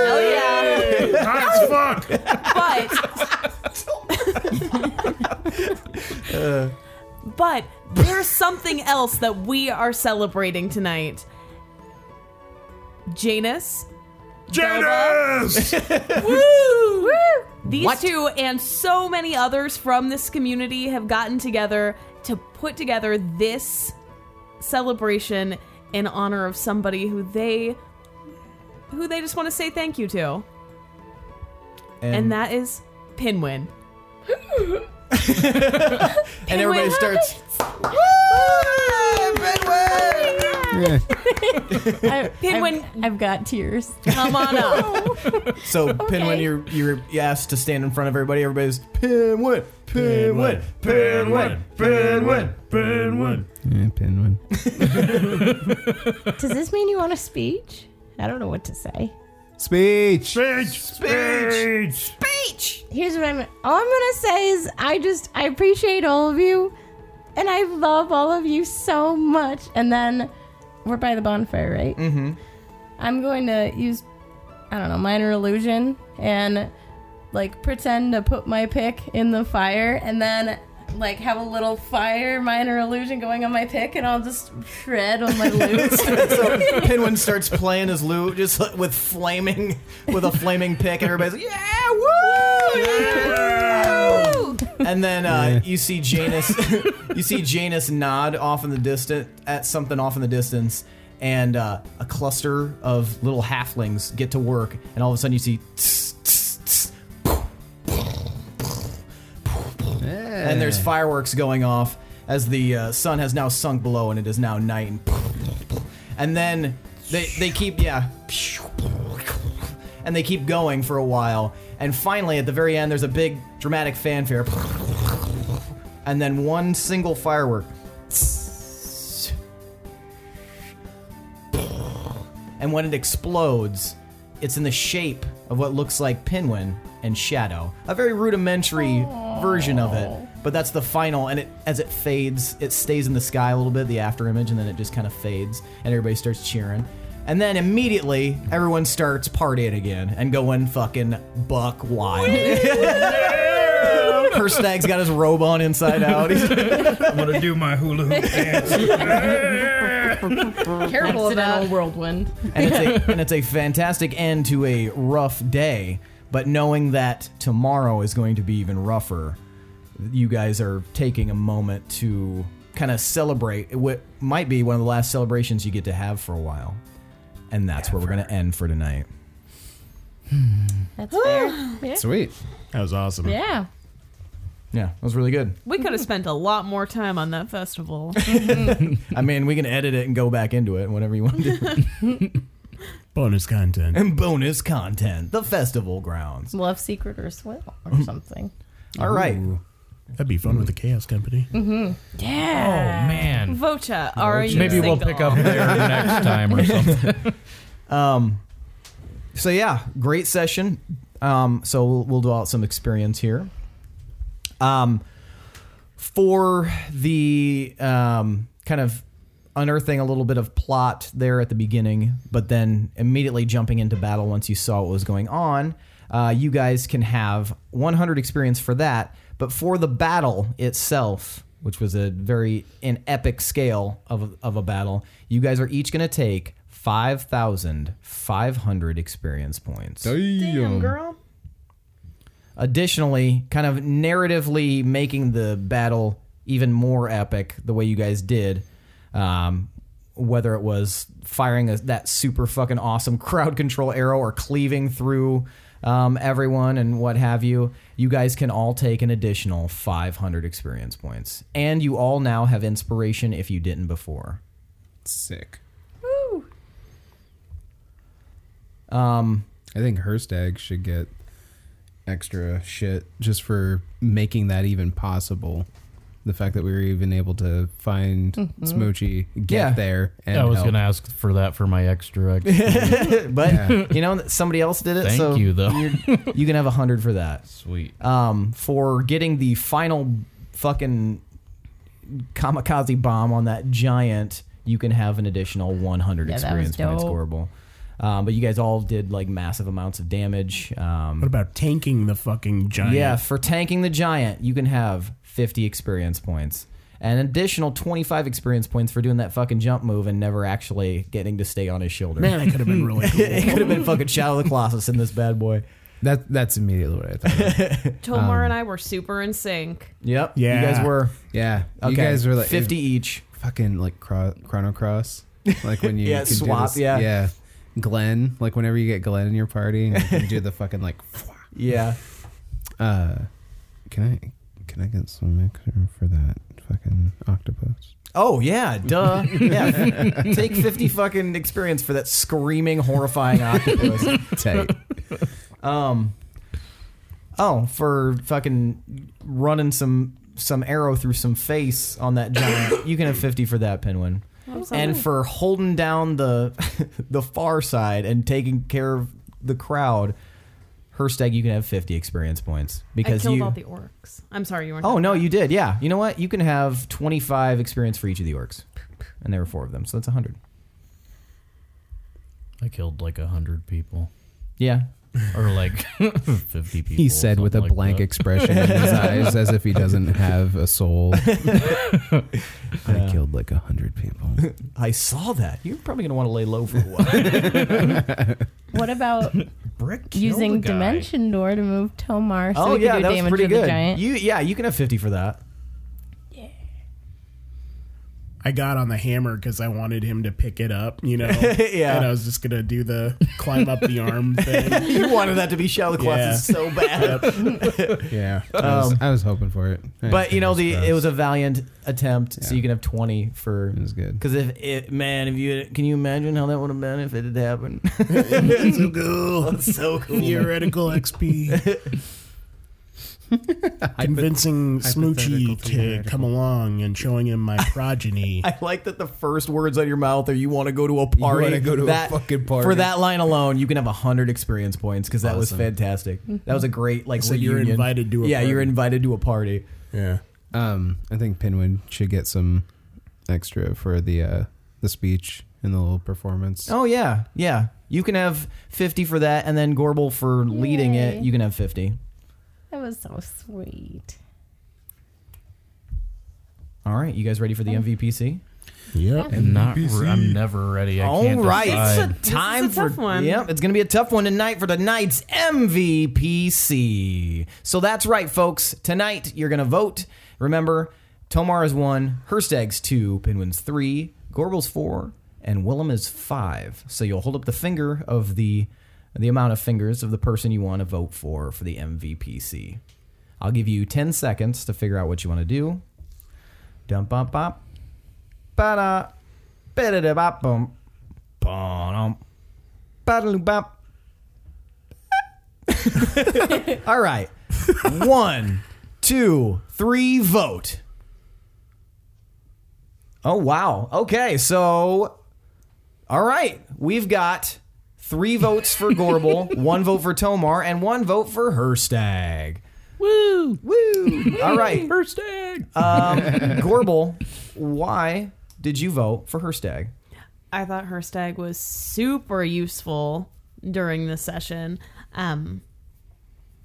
[SPEAKER 7] Hell yeah!
[SPEAKER 5] Nice fuck.
[SPEAKER 7] [LAUGHS] But but there's something else that we are celebrating tonight. Janus,
[SPEAKER 5] Janice!
[SPEAKER 7] Woo! These
[SPEAKER 3] What?
[SPEAKER 7] two and so many others from this community have gotten together to put together this celebration in honor of somebody who they who they just want to say thank you to. And, that is [LAUGHS] Pinwin.
[SPEAKER 3] and everybody
[SPEAKER 7] Pinwin.
[SPEAKER 3] starts.
[SPEAKER 1] Yeah.
[SPEAKER 4] I,
[SPEAKER 7] Pinwin-
[SPEAKER 4] I've, I've got tears.
[SPEAKER 7] Come on [LAUGHS] up.
[SPEAKER 3] So [LAUGHS] Pinwin, you're you're asked to stand in front of everybody. Everybody's Pinwin, Pinwin, Pinwin, Pinwin.
[SPEAKER 5] Pinwood.
[SPEAKER 1] yeah, Pinwin.
[SPEAKER 4] Does this mean you want a speech? I don't know what to say.
[SPEAKER 1] Speech!
[SPEAKER 5] Speech! Speech!
[SPEAKER 4] Here's what I'm. All I'm gonna say is I just I appreciate all of you, and I love all of you so much. And then we're by the bonfire, right? Mm-hmm. I'm going to use I don't know minor illusion and like pretend to put my pick in the fire, and then like have a little fire minor illusion going on my pick, and I'll just shred on my [LAUGHS] loot.
[SPEAKER 3] So Pinwin starts playing his lute just [LAUGHS] like with flaming, with a flaming pick, and everybody's like, yeah, woo! yeah,
[SPEAKER 4] [LAUGHS]
[SPEAKER 3] woo!" And then uh, you see Janus, [LAUGHS] you see Janus nod off in the distance at something off in the distance, and uh, a cluster of little halflings get to work, and all of a sudden you see. tss, tss, tss, And there's fireworks going off as the uh, sun has now sunk below and it is now night. And, and then they, they keep, yeah. And they keep going for a while. And finally, at the very end, there's a big dramatic fanfare. And then one single firework. And when it explodes, it's in the shape of what looks like Pinwin and Shadow. A very rudimentary version of it. But that's the final, and it as it fades, it stays in the sky a little bit, the after image, and then it just kind of fades, and everybody starts cheering. And then immediately, everyone starts partying again and going fucking buck wild. [LAUGHS] Herstag's got his robe on inside out. [LAUGHS] He's
[SPEAKER 5] I'm gonna do my hula hoop dance.
[SPEAKER 4] Careful about whirlwind.
[SPEAKER 3] and it's a, and it's a fantastic end to a rough day. But knowing that tomorrow is going to be even rougher, you guys are taking a moment to kind of celebrate what might be one of the last celebrations you get to have for a while. And that's where we're going to end for tonight.
[SPEAKER 4] That's fair. Yeah.
[SPEAKER 1] Sweet.
[SPEAKER 8] That was awesome.
[SPEAKER 4] [SIGHS] yeah.
[SPEAKER 3] Yeah, that was really good.
[SPEAKER 7] we could have spent a lot more time on that festival.
[SPEAKER 3] I mean, we can edit it and go back into it, whatever you want to do.
[SPEAKER 8] Bonus content.
[SPEAKER 3] and [LAUGHS] bonus content the festival grounds.
[SPEAKER 4] Love secret or swill or something.
[SPEAKER 3] All right.
[SPEAKER 8] That'd be fun with the Chaos Company.
[SPEAKER 3] Mm.
[SPEAKER 10] Oh man.
[SPEAKER 7] Vocha, are you
[SPEAKER 10] Maybe we'll
[SPEAKER 7] single?
[SPEAKER 10] pick up there next time or something.
[SPEAKER 3] So, yeah, great session. Um, so, we'll, we'll do out some experience here. Um, for the um, kind of unearthing a little bit of plot there at the beginning, but then immediately jumping into battle once you saw what was going on, uh, you guys can have 100 experience for that. But for the battle itself, which was a very an epic scale of, of a battle, you guys are each going to take 5,500 experience points.
[SPEAKER 7] Damn, girl.
[SPEAKER 3] Additionally, kind of narratively making the battle even more epic the way you guys did, um, whether it was firing a, that super fucking awesome [LAUGHS] crowd control arrow or cleaving through um, everyone and what have you, you guys can all take an additional 500 experience points. And you all now have inspiration if you didn't before.
[SPEAKER 1] Sick.
[SPEAKER 7] Woo.
[SPEAKER 1] Um, I think Herstag should get extra shit just for making that even possible. The fact that we were even able to find
[SPEAKER 3] Mm-hmm.
[SPEAKER 1] Smoochie, get
[SPEAKER 3] Yeah.
[SPEAKER 1] there, and
[SPEAKER 6] I was
[SPEAKER 1] help.
[SPEAKER 6] going to ask for that for my extra. ex-
[SPEAKER 3] but
[SPEAKER 1] Yeah.
[SPEAKER 3] you know somebody else did it
[SPEAKER 6] Thank
[SPEAKER 3] so
[SPEAKER 6] you, though.
[SPEAKER 3] you're- [LAUGHS] you can have a hundred for that
[SPEAKER 6] Sweet.
[SPEAKER 3] um, for getting the final fucking kamikaze bomb on that giant you can have an additional 100
[SPEAKER 4] Yeah, that was
[SPEAKER 3] experience points
[SPEAKER 4] dope.
[SPEAKER 3] scoreable um, but you guys all did like massive amounts of damage um,
[SPEAKER 8] What about tanking the fucking giant?
[SPEAKER 3] yeah, for tanking the giant, you can have 50 experience points. An additional 25 experience points for doing that fucking jump move and never actually getting to stay on his shoulder. [LAUGHS]
[SPEAKER 8] Man, that could have been really cool.
[SPEAKER 3] it could have been fucking Shadow of the Colossus in this bad boy.
[SPEAKER 1] That that's immediately what I
[SPEAKER 3] [LAUGHS]
[SPEAKER 1] thought. of.
[SPEAKER 7] Tomar and I were super in sync.
[SPEAKER 3] Yep.
[SPEAKER 8] Yeah.
[SPEAKER 3] You guys were.
[SPEAKER 1] yeah,
[SPEAKER 3] Okay.
[SPEAKER 1] you guys were like
[SPEAKER 3] 50 each.
[SPEAKER 1] fucking like cro- Chrono Cross, like when you
[SPEAKER 3] [LAUGHS] Yeah,
[SPEAKER 1] can do
[SPEAKER 3] swap,
[SPEAKER 1] this-
[SPEAKER 3] yeah.
[SPEAKER 1] yeah. Glenn, like whenever you get Glenn in your party, and you can do the fucking like. [LAUGHS]
[SPEAKER 3] Yeah.
[SPEAKER 1] Uh, can I can I get some extra for that fucking octopus?
[SPEAKER 3] Oh, yeah. Duh. Yeah. [LAUGHS] Take 50 fucking experience for that screaming, horrifying octopus.
[SPEAKER 1] Tight.
[SPEAKER 3] Um. Oh, for fucking running some some arrow through some face on that giant, you can have fifty for that penguin.
[SPEAKER 7] Oh.
[SPEAKER 3] And for holding down the [LAUGHS] the far side and taking care of the crowd, Herstag, you can have fifty experience points
[SPEAKER 7] I
[SPEAKER 3] because
[SPEAKER 7] killed
[SPEAKER 3] you.
[SPEAKER 7] all the orcs. I'm sorry, you weren't.
[SPEAKER 3] oh no, you did. Yeah, you know what? You can have twenty five experience for each of the orcs, and there were four of them, so that's hundred.
[SPEAKER 6] I killed like a hundred people,
[SPEAKER 3] Yeah,
[SPEAKER 6] or like [LAUGHS] fifty people.
[SPEAKER 1] He
[SPEAKER 6] or
[SPEAKER 1] said with a
[SPEAKER 6] something like
[SPEAKER 1] blank
[SPEAKER 6] that.
[SPEAKER 1] expression in his eyes, as if he doesn't have a soul. I killed like a hundred people.
[SPEAKER 3] I saw that. You're probably gonna want to lay low for a while.
[SPEAKER 4] What
[SPEAKER 3] [LAUGHS]
[SPEAKER 4] about
[SPEAKER 6] Brick
[SPEAKER 4] [LAUGHS]
[SPEAKER 6] killed
[SPEAKER 4] using
[SPEAKER 6] the guy.
[SPEAKER 4] dimension door to move Tomar so
[SPEAKER 3] oh
[SPEAKER 4] we
[SPEAKER 3] yeah,
[SPEAKER 4] can do
[SPEAKER 3] that was
[SPEAKER 4] damage
[SPEAKER 3] pretty
[SPEAKER 4] to the
[SPEAKER 3] good.
[SPEAKER 4] giant?
[SPEAKER 3] You yeah, you can have fifty for that. [LAUGHS]
[SPEAKER 8] I got on the hammer because I wanted him to pick it up, you know?
[SPEAKER 3] [LAUGHS] Yeah.
[SPEAKER 8] And I was just going to do the climb up the
[SPEAKER 3] [LAUGHS]
[SPEAKER 8] arm thing.
[SPEAKER 3] you wanted that to be Shadow Colossus
[SPEAKER 8] Yeah.
[SPEAKER 3] so
[SPEAKER 8] [LAUGHS]
[SPEAKER 3] bad.
[SPEAKER 1] Yeah, I was, I was hoping for it,
[SPEAKER 3] But you know the
[SPEAKER 1] Fingers
[SPEAKER 3] it was a valiant attempt, so
[SPEAKER 1] Yeah. Mm.
[SPEAKER 3] you can have twenty for.
[SPEAKER 1] It was good.
[SPEAKER 3] Because if it, man, if you can you imagine how that would have been if it had happened?
[SPEAKER 8] so cool. [LAUGHS]
[SPEAKER 3] so cool.
[SPEAKER 8] Theoretical XP. Convincing Smoochie to come along and showing him my progeny.
[SPEAKER 3] [LAUGHS] I like that the first words out of your mouth are "you want to go to a party."
[SPEAKER 1] wanna go to a
[SPEAKER 3] that,
[SPEAKER 1] fucking party.
[SPEAKER 3] For that line alone, you can have hundred experience points because that was fantastic. That was a great like.
[SPEAKER 8] So you're
[SPEAKER 3] reunion.
[SPEAKER 8] invited to a
[SPEAKER 3] yeah, you're
[SPEAKER 8] party.
[SPEAKER 3] invited to a party.
[SPEAKER 8] yeah.
[SPEAKER 1] Um, I think Pinwood should get some extra for the uh, the speech and the little performance.
[SPEAKER 3] Oh yeah, yeah. You can have fifty for that, and then Gorbel for leading
[SPEAKER 4] Yay.
[SPEAKER 3] it. You can have fifty.
[SPEAKER 4] That was so sweet.
[SPEAKER 3] All right, you guys ready for the MVPC?
[SPEAKER 8] Yep.
[SPEAKER 6] I'm not. Re- I'm never ready. I
[SPEAKER 3] All
[SPEAKER 6] can't
[SPEAKER 3] right,
[SPEAKER 6] decide.
[SPEAKER 7] This is a
[SPEAKER 3] time for
[SPEAKER 7] tough one.
[SPEAKER 3] Yep, it's going to be a tough one tonight for tonight's MVPC. So that's right, folks. Tonight you're going to vote. Remember, Tomar is one, Herstag's two, Pinwin's three, Gorbel's four, and Willem is five. So you'll hold up the finger of the the amount of fingers of the person you want to vote for for the MVPC. I'll give you ten seconds to figure out what you want to do. Dum bop bop, ba da, ba da da bop bum. Ba-dum. Ba-dum-bop. [LAUGHS] All right. One, two, three, vote. Oh, wow. Okay. So, all right. We've got three votes for Gorbel, one vote for Tomar, and one vote for Herstag. Woo! Woo! All right.
[SPEAKER 6] Herstag.
[SPEAKER 3] Um, Gorbel, why did you vote for Herstag?
[SPEAKER 7] I thought Herstag was super useful during this session. Um,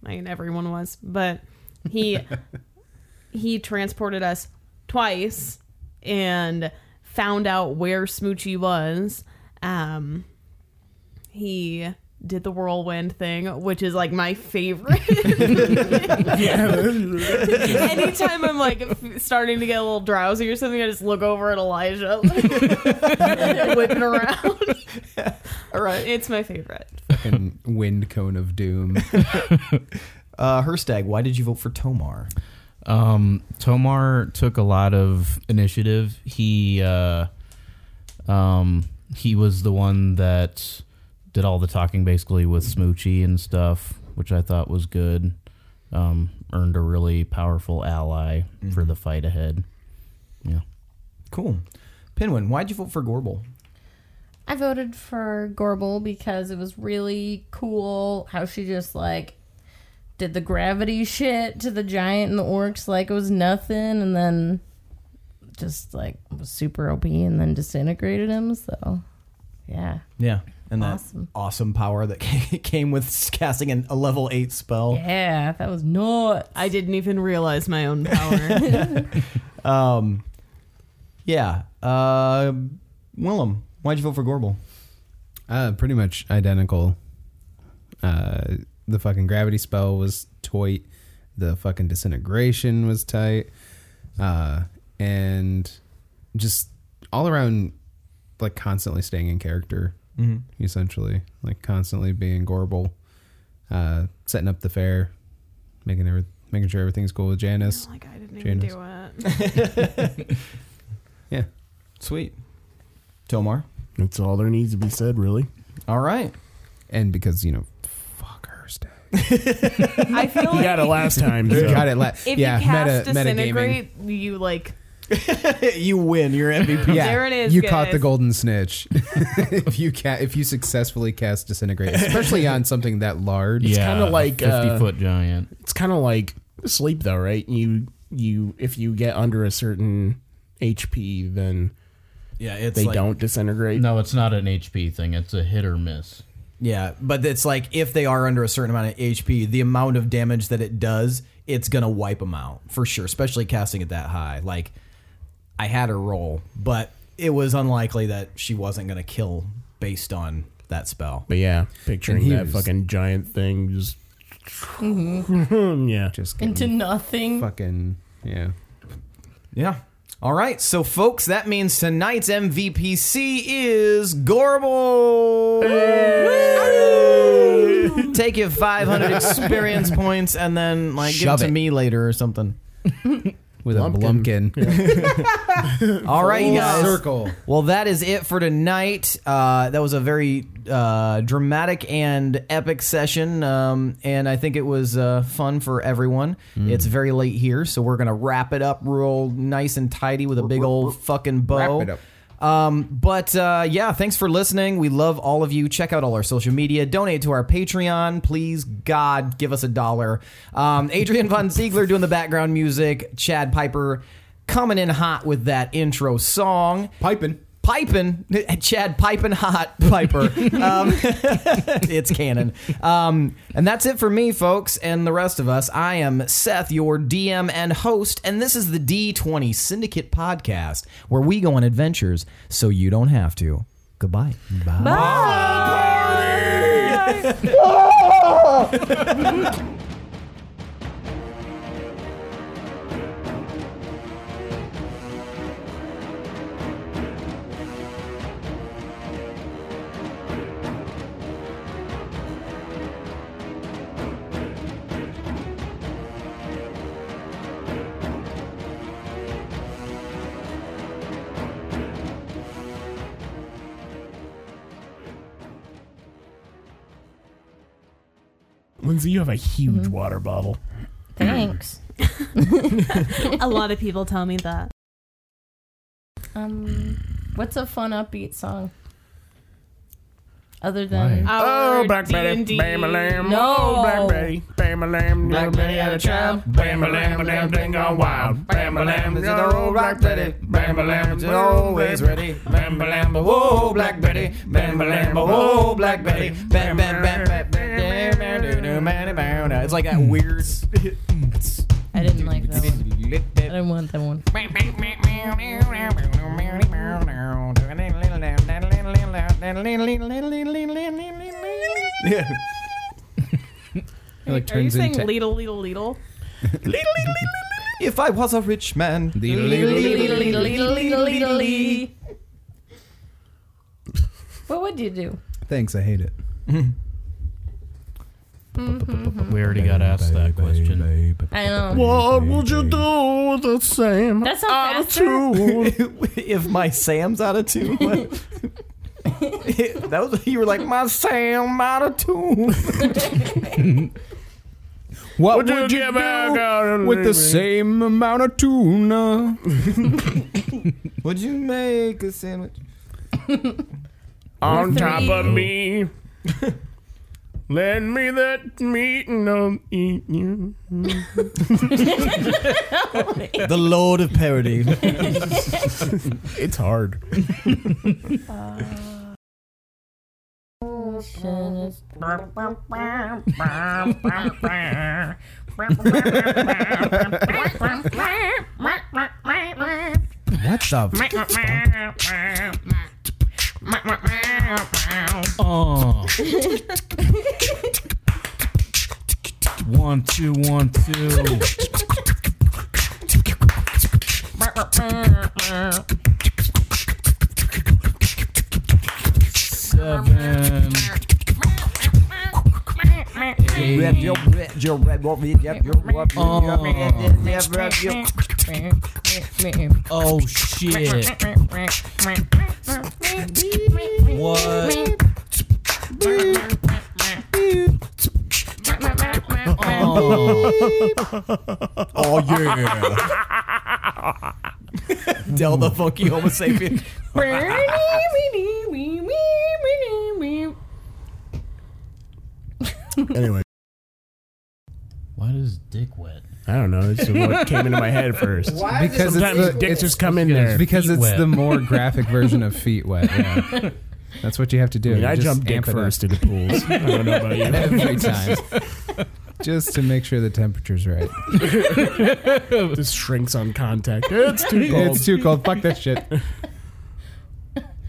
[SPEAKER 7] I mean, everyone was, but he he transported us twice and found out where Smoochie was, Um, he did the whirlwind thing, which is like my favorite. [LAUGHS] Anytime I'm like f- starting to get a little drowsy or something, I just look over at Elijah, [LAUGHS] like, whipping around. All right, it's my favorite.
[SPEAKER 1] Fucking wind cone of doom.
[SPEAKER 3] uh, Herstag, why did you vote for Tomar?
[SPEAKER 10] Um, Tomar took a lot of initiative. He uh, um, he was the one that did all the talking basically with Smoochie and stuff, which I thought was good. Um, earned a really powerful ally
[SPEAKER 6] Mm-hmm.
[SPEAKER 10] for the fight ahead. Yeah.
[SPEAKER 3] Cool. Pinwin, why'd you vote for Gorble?
[SPEAKER 4] I voted for Gorbel because it was really cool how she just like did the gravity shit to the giant and the orcs like it was nothing and then just like was super OP and then disintegrated him. So, yeah.
[SPEAKER 3] Yeah, and that awesome, power that [LAUGHS] came with casting an, a level eight spell.
[SPEAKER 4] Yeah, that was nuts.
[SPEAKER 7] I didn't even realize my own [LAUGHS] power.
[SPEAKER 3] Um, yeah. Uh, Willem, why'd you vote for Gorble?
[SPEAKER 1] Uh, pretty much identical. Uh, the fucking gravity spell was tight. The fucking disintegration was tight. Uh, and just all around, like constantly staying in character,
[SPEAKER 3] Mhm.
[SPEAKER 1] essentially. Like constantly being Gorble, uh, setting up the fair, making every, making sure everything's cool with Janice.
[SPEAKER 7] like I didn't even
[SPEAKER 1] Janice.
[SPEAKER 7] do it.
[SPEAKER 1] Yeah.
[SPEAKER 3] Sweet. Tomar.
[SPEAKER 8] That's all there needs to be said, really.
[SPEAKER 3] All right.
[SPEAKER 1] And because, you know,
[SPEAKER 7] I
[SPEAKER 1] [LAUGHS]
[SPEAKER 7] feel
[SPEAKER 8] You
[SPEAKER 7] like
[SPEAKER 8] got it last time.
[SPEAKER 1] You
[SPEAKER 8] so.
[SPEAKER 1] got it last.
[SPEAKER 7] if
[SPEAKER 1] yeah,
[SPEAKER 7] you cast
[SPEAKER 1] meta metagaming.
[SPEAKER 7] disintegrate, you like
[SPEAKER 3] you win. You're MVP.
[SPEAKER 1] Yeah,
[SPEAKER 7] There it is,
[SPEAKER 1] You caught the
[SPEAKER 7] guys.
[SPEAKER 1] golden snitch. [LAUGHS] if you ca- if you successfully cast disintegrate, especially on something that large.
[SPEAKER 8] It's kind of like
[SPEAKER 10] fifty
[SPEAKER 8] uh,
[SPEAKER 10] foot giant.
[SPEAKER 8] It's kind of like sleep, though, right? You you if you get under a certain HP, then
[SPEAKER 3] Yeah, it's
[SPEAKER 8] they
[SPEAKER 3] like-
[SPEAKER 8] don't disintegrate.
[SPEAKER 10] No, it's not an HP thing. It's a hit or miss.
[SPEAKER 3] Yeah, but it's like if they are under a certain amount of HP, the amount of damage that it does, it's gonna wipe them out for sure. Especially casting it that high. Like, I had her roll, but it was unlikely that she wasn't gonna kill based on that spell.
[SPEAKER 8] But yeah,
[SPEAKER 1] And
[SPEAKER 8] picturing
[SPEAKER 1] he
[SPEAKER 8] that
[SPEAKER 1] was-
[SPEAKER 8] fucking giant thing just [LAUGHS] yeah.
[SPEAKER 1] Just getting
[SPEAKER 4] Into nothing.
[SPEAKER 1] fucking yeah.
[SPEAKER 3] Yeah. All right, so folks, that means tonight's MVPC is Gorble. Woo! Take your 500 experience points and then like
[SPEAKER 1] Shove
[SPEAKER 3] give it to
[SPEAKER 1] it.
[SPEAKER 3] me later or something.
[SPEAKER 1] With a blumpkin.
[SPEAKER 3] All right, you guys.
[SPEAKER 1] Circle.
[SPEAKER 3] Well, that is it for tonight. Uh, that was a very uh, dramatic and epic session, um, and I think it was uh, fun for everyone.
[SPEAKER 1] Mm.
[SPEAKER 3] It's very late here, so we're gonna wrap it up real nice and tidy with a big old fucking bow.
[SPEAKER 1] Wrap it up.
[SPEAKER 3] Um, but uh, yeah, thanks for listening. We love all of you. Check out all our social media. Donate to our Patreon, please. God, give us a dollar. Um, Adrian von Ziegler doing the background music. Chad Piper coming in hot with that intro song.
[SPEAKER 1] Piping.
[SPEAKER 3] Piping, [LAUGHS] Chad Piping Hot Piper. Um, [LAUGHS] it's canon. Um, and that's it for me, folks, and the rest of us. I am Seth, your DM and host, and this is the D20 Syndicate podcast where we go on adventures so you don't have to. Goodbye. Bye.
[SPEAKER 8] Lindsay, you have a huge water bottle.
[SPEAKER 4] Thanks.
[SPEAKER 7] a lot of people tell me that.
[SPEAKER 4] Um, what's a fun upbeat song? Other than
[SPEAKER 7] Our
[SPEAKER 5] Oh, Black Betty,
[SPEAKER 7] D&D
[SPEAKER 5] bam a lamb.
[SPEAKER 4] No.
[SPEAKER 5] Oh, Black Betty, bam a lamb.
[SPEAKER 7] Black Betty had a child.
[SPEAKER 5] Bam a lamb, a lamb, ding gone wild. Bam a lamb, is it old Black Betty? Bam a lamb, is it always ready? Bam a lamb, whoa, Black Betty. Bam a lamb, whoa, Black Betty. Bam, bam, bam, bam, bam, bam, bam, bam, bam, bam, bam, bam.
[SPEAKER 3] It's like that weird.
[SPEAKER 4] I didn't like that one. I didn't want that one.
[SPEAKER 3] Yeah.
[SPEAKER 1] It like
[SPEAKER 7] Are you
[SPEAKER 1] turns
[SPEAKER 7] saying
[SPEAKER 1] into [LAUGHS]
[SPEAKER 7] Lidl, Lidl, Lidl?
[SPEAKER 9] If I was a rich man,
[SPEAKER 4] What would you do?
[SPEAKER 1] Thanks, I hate it.
[SPEAKER 7] Mm-hmm.
[SPEAKER 6] We already got asked that question.
[SPEAKER 4] I know.
[SPEAKER 8] What would you do with the same
[SPEAKER 4] That's not faster.
[SPEAKER 8] attitude?
[SPEAKER 3] if my Sam's out of tune, what? that was you were like my Sam out of tune.
[SPEAKER 1] What
[SPEAKER 8] Would you give back out
[SPEAKER 1] with the same amount of tuna?
[SPEAKER 9] would you make a sandwich?
[SPEAKER 8] on top
[SPEAKER 4] meat?
[SPEAKER 8] of me? Lend me that meat and I'll eat you.
[SPEAKER 3] the Lord of Parody.
[SPEAKER 8] It's hard.
[SPEAKER 1] What the?
[SPEAKER 6] Oh. one, two, one, two. Seven. Eight. Oh, oh shit. What?
[SPEAKER 4] [LAUGHS]
[SPEAKER 6] Oh,
[SPEAKER 12] Oh yeah.
[SPEAKER 3] Del the funky Homo sapien.
[SPEAKER 8] Anyway,
[SPEAKER 6] why does dick wet?
[SPEAKER 8] I don't know. It's what came into my head first.
[SPEAKER 1] Because
[SPEAKER 8] Sometimes
[SPEAKER 1] it's the,
[SPEAKER 8] dicks
[SPEAKER 1] it's,
[SPEAKER 8] just come in there.
[SPEAKER 1] because
[SPEAKER 6] feet
[SPEAKER 1] it's
[SPEAKER 6] wet.
[SPEAKER 1] the more graphic version
[SPEAKER 6] [LAUGHS]
[SPEAKER 1] of feet wet. Yeah. That's what you have to do.
[SPEAKER 8] I, mean, I
[SPEAKER 1] Just
[SPEAKER 8] jumped dick
[SPEAKER 1] amp it up
[SPEAKER 8] first
[SPEAKER 1] [LAUGHS]
[SPEAKER 8] into pools. I don't know about you. [LAUGHS]
[SPEAKER 1] every time, just to make sure the temperature's
[SPEAKER 8] [LAUGHS]
[SPEAKER 1] right.
[SPEAKER 8] This shrinks on contact. It's too cold.
[SPEAKER 1] It's too cold. Fuck that
[SPEAKER 8] [LAUGHS]
[SPEAKER 1] shit.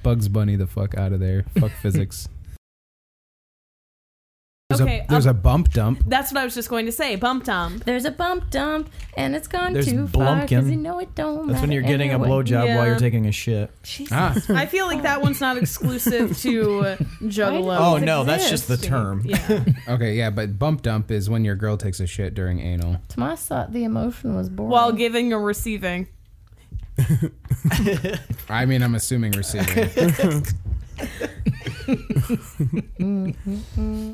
[SPEAKER 1] Bugs Bunny the fuck out of there. Fuck physics. There's,
[SPEAKER 7] Okay,
[SPEAKER 1] a, there's a bump dump.
[SPEAKER 7] That's what I was just going to say. Bump Tom.
[SPEAKER 4] There's a bump dump and it's gone
[SPEAKER 3] There's
[SPEAKER 4] too far because
[SPEAKER 3] Blumpkin.
[SPEAKER 4] you know it don't
[SPEAKER 3] That's when you're getting a blowjob
[SPEAKER 7] Yeah.
[SPEAKER 3] while you're taking a shit.
[SPEAKER 4] Jesus.
[SPEAKER 1] Ah,
[SPEAKER 7] I feel like that one's not exclusive to [LAUGHS] uh, Juggalo.
[SPEAKER 3] Oh
[SPEAKER 4] Those
[SPEAKER 3] no, that's just
[SPEAKER 4] exist.
[SPEAKER 3] the term.
[SPEAKER 7] Yeah.
[SPEAKER 1] [LAUGHS] okay, yeah, but bump dump is when your girl takes a shit during anal.
[SPEAKER 4] Tomas thought the emotion was boring.
[SPEAKER 7] While giving or receiving.
[SPEAKER 1] I mean, I'm assuming receiving.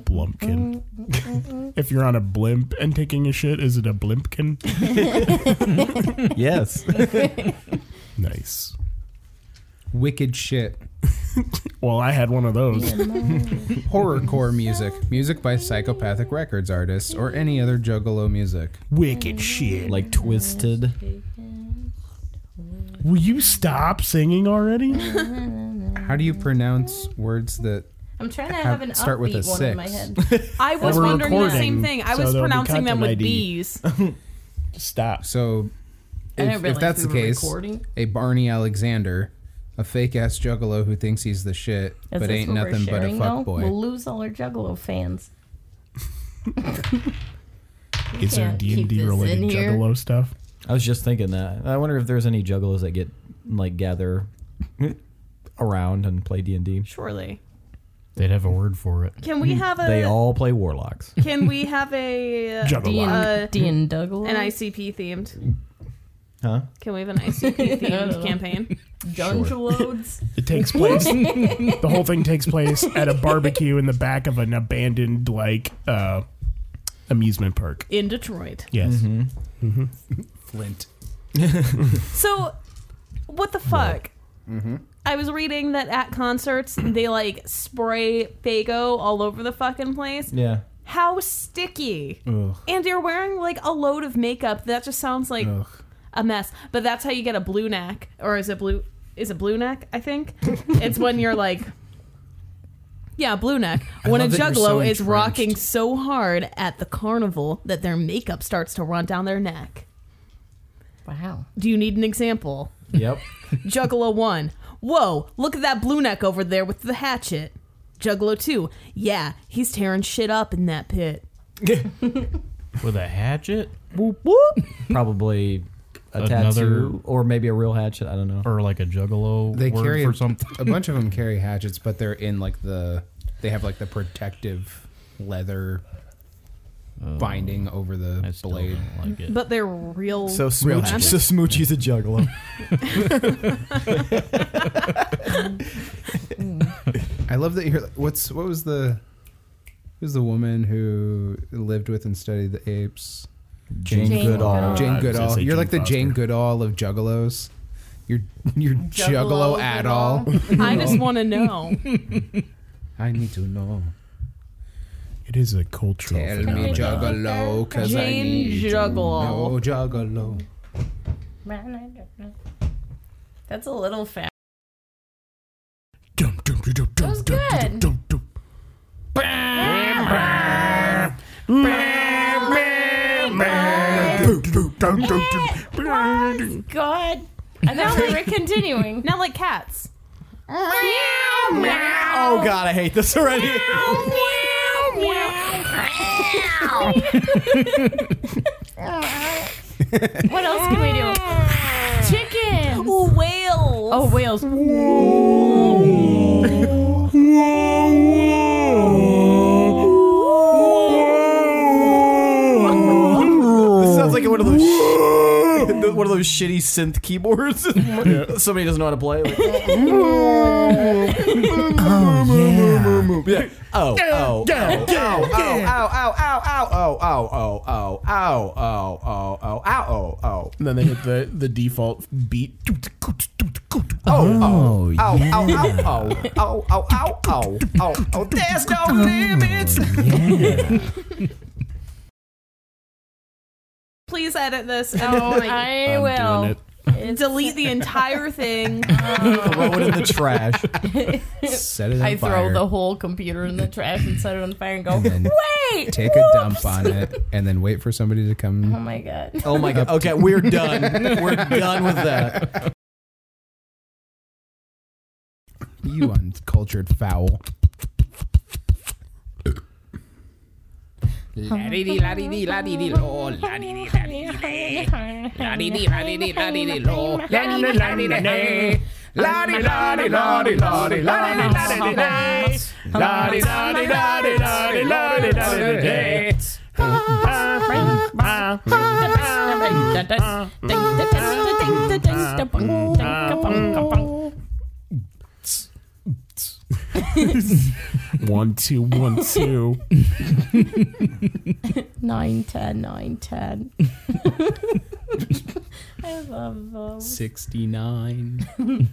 [SPEAKER 8] Blumpkin. if you're on a blimp and taking a shit, is it a blimpkin?
[SPEAKER 3] Yes.
[SPEAKER 8] Nice.
[SPEAKER 1] Wicked shit.
[SPEAKER 8] Well, I had one of those.
[SPEAKER 1] Horrorcore music. Music by psychopathic records artists or any other juggalo music.
[SPEAKER 8] Wicked shit.
[SPEAKER 3] like twisted.
[SPEAKER 8] Will you stop
[SPEAKER 4] [LAUGHS]
[SPEAKER 8] singing already?
[SPEAKER 1] How do you pronounce words that
[SPEAKER 4] I'm trying to
[SPEAKER 1] Have-
[SPEAKER 4] have an
[SPEAKER 1] start
[SPEAKER 4] upbeat
[SPEAKER 1] with a
[SPEAKER 4] one in my
[SPEAKER 1] six.
[SPEAKER 4] head.
[SPEAKER 7] I was
[SPEAKER 8] we're
[SPEAKER 7] wondering the
[SPEAKER 8] recording,
[SPEAKER 7] same thing. I
[SPEAKER 8] so
[SPEAKER 7] was
[SPEAKER 8] there'll be
[SPEAKER 7] pronouncing them
[SPEAKER 8] content
[SPEAKER 7] with
[SPEAKER 8] ID.
[SPEAKER 7] B's.
[SPEAKER 8] [LAUGHS] stop.
[SPEAKER 1] So, if, if that's the case, a Barney Alexander, a fake ass juggalo who thinks he's the shit,
[SPEAKER 4] Is
[SPEAKER 1] but
[SPEAKER 4] this
[SPEAKER 1] ain't
[SPEAKER 4] what we're
[SPEAKER 1] nothing but a
[SPEAKER 4] sharing, though?
[SPEAKER 1] fuckboy.
[SPEAKER 4] We'll lose all our Juggalo fans.
[SPEAKER 8] Is there
[SPEAKER 4] can't
[SPEAKER 8] D
[SPEAKER 4] keep
[SPEAKER 8] and D
[SPEAKER 4] this
[SPEAKER 8] related
[SPEAKER 4] in here.
[SPEAKER 8] juggalo stuff?
[SPEAKER 3] I was just thinking that. I wonder if there's any juggalos that get like gather around and play D and D.
[SPEAKER 7] Surely.
[SPEAKER 6] They'd have a word for it.
[SPEAKER 7] Can
[SPEAKER 8] Hmm.
[SPEAKER 7] we have a?
[SPEAKER 3] They all play warlocks.
[SPEAKER 7] [LAUGHS] can we have
[SPEAKER 8] [LAUGHS]
[SPEAKER 7] a uh,
[SPEAKER 4] D
[SPEAKER 8] Juggalo.
[SPEAKER 7] Uh,
[SPEAKER 4] and D and Juggalo.
[SPEAKER 7] an ICP themed?
[SPEAKER 3] Huh?
[SPEAKER 7] Can we have
[SPEAKER 4] [LAUGHS]
[SPEAKER 8] [LAUGHS]
[SPEAKER 7] an ICP themed campaign?
[SPEAKER 1] [LAUGHS]
[SPEAKER 4] Dungeloads.
[SPEAKER 8] It takes place. the whole thing takes place at a barbecue in the back of an abandoned like uh, amusement park. Mm-hmm.
[SPEAKER 7] in Detroit.
[SPEAKER 8] Yes.
[SPEAKER 1] Flint.
[SPEAKER 7] So, what the fuck? I was reading that at concerts they like spray Fago all over the fucking place.
[SPEAKER 3] Yeah.
[SPEAKER 7] How sticky! And you're wearing like a load of makeup. That just sounds like a mess. But that's how you get a blue neck, or is it blue? Is it blue neck?
[SPEAKER 1] [LAUGHS]
[SPEAKER 7] I think it's when you're like. Yeah, blue neck. When a
[SPEAKER 1] love that you're
[SPEAKER 7] juggalo
[SPEAKER 1] so
[SPEAKER 7] is
[SPEAKER 1] entrenched.
[SPEAKER 7] rocking so hard at the carnival that their makeup starts to run down their neck.
[SPEAKER 4] Wow.
[SPEAKER 7] Do you need an example?
[SPEAKER 3] Yep.
[SPEAKER 7] Juggalo [LAUGHS] 1. Whoa, look at that blue neck over there with the hatchet. Juggalo 2. Yeah, he's tearing shit up in that pit.
[SPEAKER 6] With a hatchet?
[SPEAKER 7] Whoop whoop.
[SPEAKER 3] Probably a
[SPEAKER 6] Another-
[SPEAKER 3] tattoo or maybe a real hatchet. I don't know.
[SPEAKER 6] Or like a juggalo
[SPEAKER 1] They
[SPEAKER 6] word
[SPEAKER 1] carry
[SPEAKER 6] for something?
[SPEAKER 1] [LAUGHS] a bunch of them carry hatchets, but they're in like the they have like the protective leather Oh, binding over
[SPEAKER 6] I
[SPEAKER 1] the
[SPEAKER 6] still
[SPEAKER 1] blade.
[SPEAKER 6] don't like it.
[SPEAKER 7] But they're real.
[SPEAKER 3] So
[SPEAKER 1] Real
[SPEAKER 3] Smooch,
[SPEAKER 1] hatchet.
[SPEAKER 3] so Smoochie's a juggler.
[SPEAKER 1] I love that you're. like- What's what was the who's the woman who lived with and studied the apes?
[SPEAKER 3] Jane,
[SPEAKER 4] Jane
[SPEAKER 3] Goodall.
[SPEAKER 4] Goodall.
[SPEAKER 1] Jane
[SPEAKER 8] I was gonna
[SPEAKER 1] Goodall.
[SPEAKER 8] say
[SPEAKER 1] You're
[SPEAKER 8] Jane
[SPEAKER 1] like the
[SPEAKER 8] Foster.
[SPEAKER 1] Jane Goodall of juggalos. You're you're juggalo,
[SPEAKER 4] Juggalo
[SPEAKER 1] at all.
[SPEAKER 7] I just want to know.
[SPEAKER 1] I need to know.
[SPEAKER 8] It is a cultural
[SPEAKER 1] Tell me
[SPEAKER 8] phenomenon.
[SPEAKER 1] juggalo, cause I
[SPEAKER 7] Jane
[SPEAKER 1] need to
[SPEAKER 7] Juggalo.
[SPEAKER 1] know juggalo.
[SPEAKER 4] That's a little fast.
[SPEAKER 8] Dum, dum, dum, dum, dum,
[SPEAKER 4] was
[SPEAKER 8] dum, dum,
[SPEAKER 4] good.
[SPEAKER 8] dum, dum. Dum, dum, dum, dum, dum.
[SPEAKER 4] Oh God. I thought we were [LAUGHS] continuing.
[SPEAKER 7] Not like cats.
[SPEAKER 3] [LAUGHS] Oh God, I hate [LAUGHS] this already.
[SPEAKER 4] What else can we do? Chicken.
[SPEAKER 7] [LAUGHS] Ooh, whales.
[SPEAKER 4] Oh, whales.
[SPEAKER 3] This sounds like one of those sh- one of those shitty synth [LAUGHS] keyboards. Somebody doesn't know how to play. Like, oh yeah. Oh oh oh oh ow ow ow ow ow ow ow ow ow ow ow ow ow
[SPEAKER 8] And then they hit the, the default beat.
[SPEAKER 3] Oh, oh, oh, oh, oh, oh, oh, oh, oh, oh, oh, there's no limits.
[SPEAKER 7] Please edit this.
[SPEAKER 4] Oh,
[SPEAKER 7] Oh, [LAUGHS]
[SPEAKER 4] [LAUGHS]
[SPEAKER 7] I
[SPEAKER 4] I will.
[SPEAKER 7] [LAUGHS]
[SPEAKER 4] It's-
[SPEAKER 7] delete the entire [LAUGHS] thing.
[SPEAKER 3] Throw it in the trash.
[SPEAKER 1] Set it on
[SPEAKER 4] I
[SPEAKER 1] fire.
[SPEAKER 4] throw the whole computer in the trash and set it on fire and go,
[SPEAKER 1] then
[SPEAKER 4] wait.
[SPEAKER 1] Take a dump on it and then wait for somebody to come.
[SPEAKER 4] [LAUGHS] Oh my [LAUGHS] god.
[SPEAKER 3] Oh my god. Okay, we're done. We're done with that.
[SPEAKER 1] You uncultured foul.
[SPEAKER 8] One, two, one, two.
[SPEAKER 4] Nine ten, nine ten. um, I love those.
[SPEAKER 1] 69.